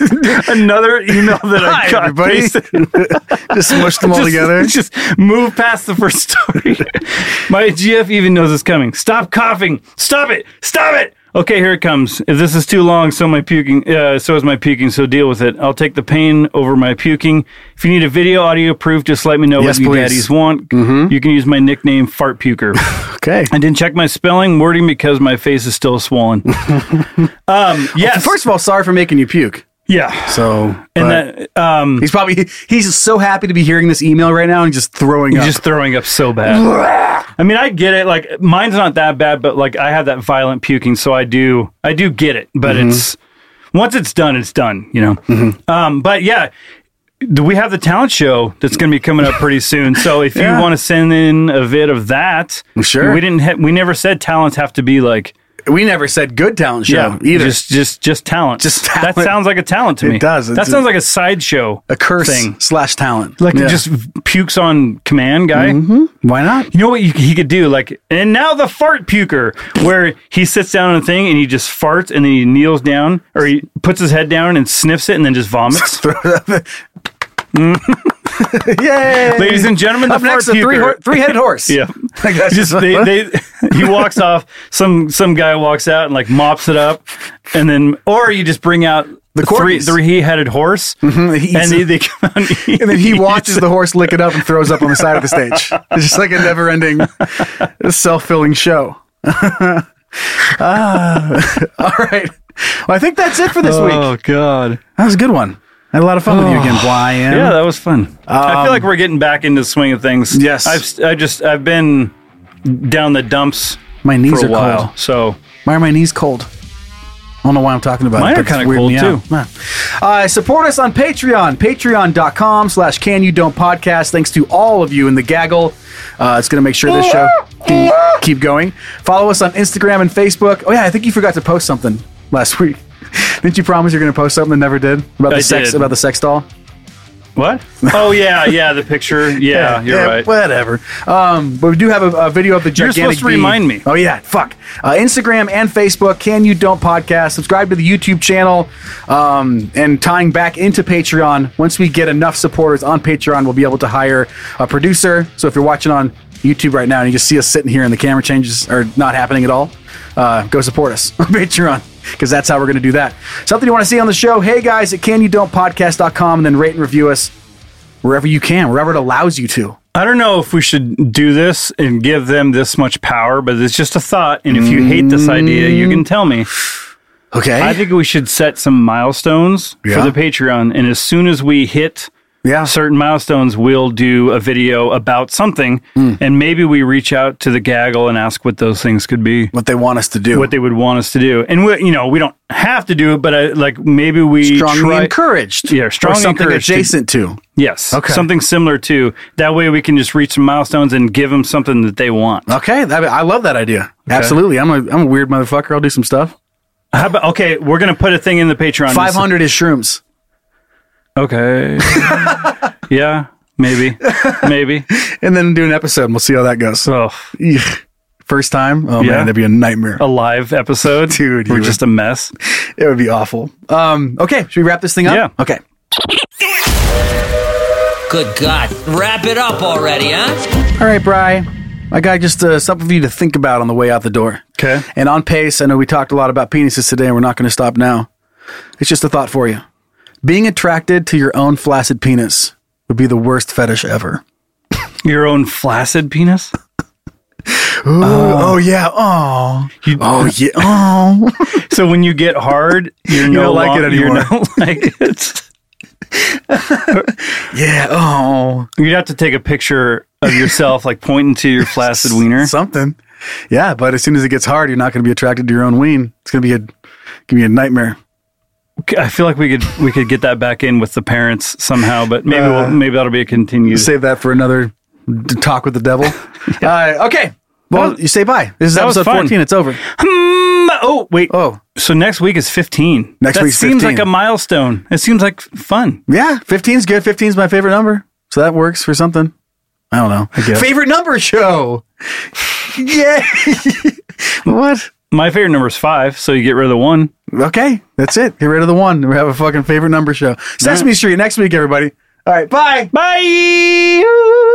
Speaker 3: another email that I
Speaker 2: Hi,
Speaker 3: got.
Speaker 2: everybody.
Speaker 3: pasted.
Speaker 2: <laughs> Just smush them all
Speaker 3: Just-
Speaker 2: together.
Speaker 3: <laughs> Just move past the first story.
Speaker 2: <laughs>
Speaker 3: My GF even knows it's coming. Stop coughing. Stop it. Stop it. Okay, here it comes. If this is too long, so my puking, uh, so is my puking. So deal with it. I'll take the pain over my puking. If you need a video audio proof, just let me know
Speaker 2: Yes,
Speaker 3: what you
Speaker 2: please. Mm-hmm.
Speaker 3: daddies want. You can use my nickname,
Speaker 2: <laughs>
Speaker 3: Fart Puker.
Speaker 2: Okay.
Speaker 3: I didn't check my spelling wording because my face is
Speaker 2: <laughs>
Speaker 3: still swollen. um, yes.
Speaker 2: First of all, sorry for making you puke.
Speaker 3: yeah.
Speaker 2: So but
Speaker 3: And that, um,
Speaker 2: he's probably he's so happy to be hearing this email right now and just throwing
Speaker 3: You're
Speaker 2: up.
Speaker 3: just throwing up so bad. I mean, I get it. Like mine's not that bad, but like I have that violent puking, so I do, I do get it. But
Speaker 2: Mm-hmm.
Speaker 3: it's once it's done, it's done. You know. Um, but yeah, do we have the talent show that's going to be coming up pretty soon? So if
Speaker 2: Yeah.
Speaker 3: you want to send in a vid of that,
Speaker 2: Sure.
Speaker 3: We didn't. Ha- we never said talents have to be like
Speaker 2: we never said good talent show
Speaker 3: yeah,
Speaker 2: either.
Speaker 3: Just just just talent.
Speaker 2: Just
Speaker 3: that
Speaker 2: talent.
Speaker 3: sounds like a talent to
Speaker 2: It
Speaker 3: me.
Speaker 2: does.
Speaker 3: That
Speaker 2: It's a-
Speaker 3: sounds like a sideshow.
Speaker 2: a curse
Speaker 3: thing.
Speaker 2: slash talent.
Speaker 3: Like
Speaker 2: Yeah. Mm-hmm.
Speaker 3: it just pukes on command guy.
Speaker 2: why
Speaker 3: <laughs>
Speaker 2: not?
Speaker 3: You know what you, he could do? Like, and now the fart puker, where he sits down on a thing and he just farts and then he kneels down or he puts his head down and sniffs it and then
Speaker 2: <laughs>
Speaker 3: just vomits.
Speaker 2: Yay!
Speaker 3: Ladies and gentlemen, the
Speaker 2: Up next,
Speaker 3: fart
Speaker 2: a
Speaker 3: puker.
Speaker 2: three hor- three-headed horse.
Speaker 3: <laughs> yeah.
Speaker 2: <laughs> I guess
Speaker 3: Just they, they, <laughs> he walks off. Some some guy walks out and like mops it up, and then or you just bring out the, three
Speaker 2: corgis. Mm-hmm.
Speaker 3: three headed horse,
Speaker 2: he eats
Speaker 3: and they,
Speaker 2: it.
Speaker 3: they come out and,
Speaker 2: and then
Speaker 3: <laughs>
Speaker 2: he
Speaker 3: eats
Speaker 2: watches
Speaker 3: it.
Speaker 2: the horse lick it up and throws up on the side of the
Speaker 3: <laughs>
Speaker 2: stage. It's just like a never-ending, self-filling show.
Speaker 3: <laughs>
Speaker 2: Ah. <laughs> all right. Well, I think that's it for this
Speaker 3: Oh
Speaker 2: week.
Speaker 3: God!
Speaker 2: That was a good one. I had a lot of fun with you
Speaker 3: Oh.
Speaker 2: again, Brian.
Speaker 3: Yeah, that was fun. I feel like we're getting back into the swing of things.
Speaker 2: Yes.
Speaker 3: I've I just I've been down the dumps
Speaker 2: my knees
Speaker 3: for
Speaker 2: are
Speaker 3: a while,
Speaker 2: cold.
Speaker 3: so
Speaker 2: Why are my knees cold? I don't know why I'm talking about
Speaker 3: Mine
Speaker 2: it.
Speaker 3: are
Speaker 2: but it's
Speaker 3: kinda
Speaker 2: weirding
Speaker 3: cold,
Speaker 2: me out.
Speaker 3: too.
Speaker 2: Nah. Uh, support us on Patreon, patreon.com slash can you don't podcast. Thanks to all of you in the gaggle. Uh, it's going to make sure this show can keep going. Follow us on Instagram and Facebook. Oh, yeah, I think you forgot to post something last <laughs> week. Didn't you promise you're going to post something and never did? About the
Speaker 3: I
Speaker 2: sex
Speaker 3: did.
Speaker 2: about the sex doll?
Speaker 3: What? Oh yeah, yeah. The <laughs> picture. Yeah, you're right.
Speaker 2: Whatever. Um, but we do have a, a video of the
Speaker 3: You're
Speaker 2: gigantic.
Speaker 3: supposed to remind me.
Speaker 2: Oh yeah, fuck. Uh, Instagram and Facebook. Can you don't podcast? Subscribe to the YouTube channel, um, and tying back into Patreon. Once we get enough supporters on Patreon, we'll be able to hire a producer. So if you're watching on YouTube right now and you just see us sitting here and the camera changes are not happening at all, uh, go support us <laughs> on Patreon. Because that's how we're going to do that. Something you want to see on the show? Hey guys, at canyoudon'tpodcast.com and then rate and review us wherever you can, wherever it allows you to.
Speaker 3: I don't know if we should do this and give them this much power, but it's just a thought. And if you hate this idea, you can tell me.
Speaker 2: Okay.
Speaker 3: I think we should set some milestones
Speaker 2: Yeah.
Speaker 3: for the Patreon. And as soon as we hit certain milestones, we'll do a video about something. And maybe we reach out to the gaggle and ask what those things could be.
Speaker 2: What they want us to do.
Speaker 3: What they would want us to do. And, we, you know, we don't have to do it, but I, like maybe we.
Speaker 2: Strongly
Speaker 3: try-
Speaker 2: encouraged.
Speaker 3: Yeah, strongly
Speaker 2: or something
Speaker 3: encouraged to-
Speaker 2: adjacent to.
Speaker 3: Yes.
Speaker 2: Okay.
Speaker 3: Something similar to that way we can just reach some milestones and give them something that they want.
Speaker 2: Okay, that, I love that idea.
Speaker 3: Okay.
Speaker 2: Absolutely. I'm a I'm a weird motherfucker. I'll do some stuff.
Speaker 3: How about okay, we're gonna put a thing in the Patreon.
Speaker 2: Five hundred is shrooms. <laughs>
Speaker 3: Okay. yeah, maybe. Maybe.
Speaker 2: And then do an episode and we'll see how that goes.
Speaker 3: Oh.
Speaker 2: First time? Oh
Speaker 3: Yeah.
Speaker 2: man, that'd be a nightmare.
Speaker 3: A live episode.
Speaker 2: Dude, you
Speaker 3: We're
Speaker 2: would-
Speaker 3: just a mess.
Speaker 2: It would be awful. Um, okay, should we wrap this thing up?
Speaker 3: Yeah.
Speaker 2: Okay.
Speaker 4: Good God. Wrap it up already, huh?
Speaker 2: All right, Bry. I got just uh, something for you to think about on the way out the door.
Speaker 3: Okay.
Speaker 2: And on pace, I know we talked a lot about penises today, and we're not going to stop now. It's just a thought for you. Being attracted to your own flaccid penis would be the worst fetish ever.
Speaker 3: Your own flaccid penis?
Speaker 2: oh yeah. Oh. oh <laughs> yeah. Oh.
Speaker 3: So when you get hard, you're
Speaker 2: You
Speaker 3: no
Speaker 2: don't like
Speaker 3: lon-
Speaker 2: it
Speaker 3: You're
Speaker 2: anymore.
Speaker 3: not <laughs> like it.
Speaker 2: yeah. Oh.
Speaker 3: You'd have to take a picture of yourself, like pointing to your flaccid wiener.
Speaker 2: Something. Yeah, but as soon as it gets hard, you're not going to be attracted to your own ween. It's going to be a give me a nightmare.
Speaker 3: I feel like we could we could get that back in with the parents somehow, but maybe
Speaker 2: Uh,
Speaker 3: we'll, maybe that'll be a continued.
Speaker 2: Save that for another d- talk with the
Speaker 3: <laughs>
Speaker 2: devil. uh, okay. Well, you say bye. This is
Speaker 3: that was
Speaker 2: episode
Speaker 3: fun.
Speaker 2: 14. It's over.
Speaker 3: Hmm, oh wait.
Speaker 2: Oh.
Speaker 3: So next week is 15.
Speaker 2: Next
Speaker 3: that
Speaker 2: week's
Speaker 3: seems
Speaker 2: 15.
Speaker 3: like a milestone. It seems like fun.
Speaker 2: Yeah, 15 is good. 15 is my favorite number. So that works for something. I don't know.
Speaker 3: guess.
Speaker 2: Favorite number show. <laughs> yeah. <laughs> what?
Speaker 3: My favorite number is five, so you get rid of the one.
Speaker 2: Okay, that's it. Get rid of the one. We <laughs> have a fucking favorite number show. Sesame Street next week, everybody. All right, bye.
Speaker 3: Bye.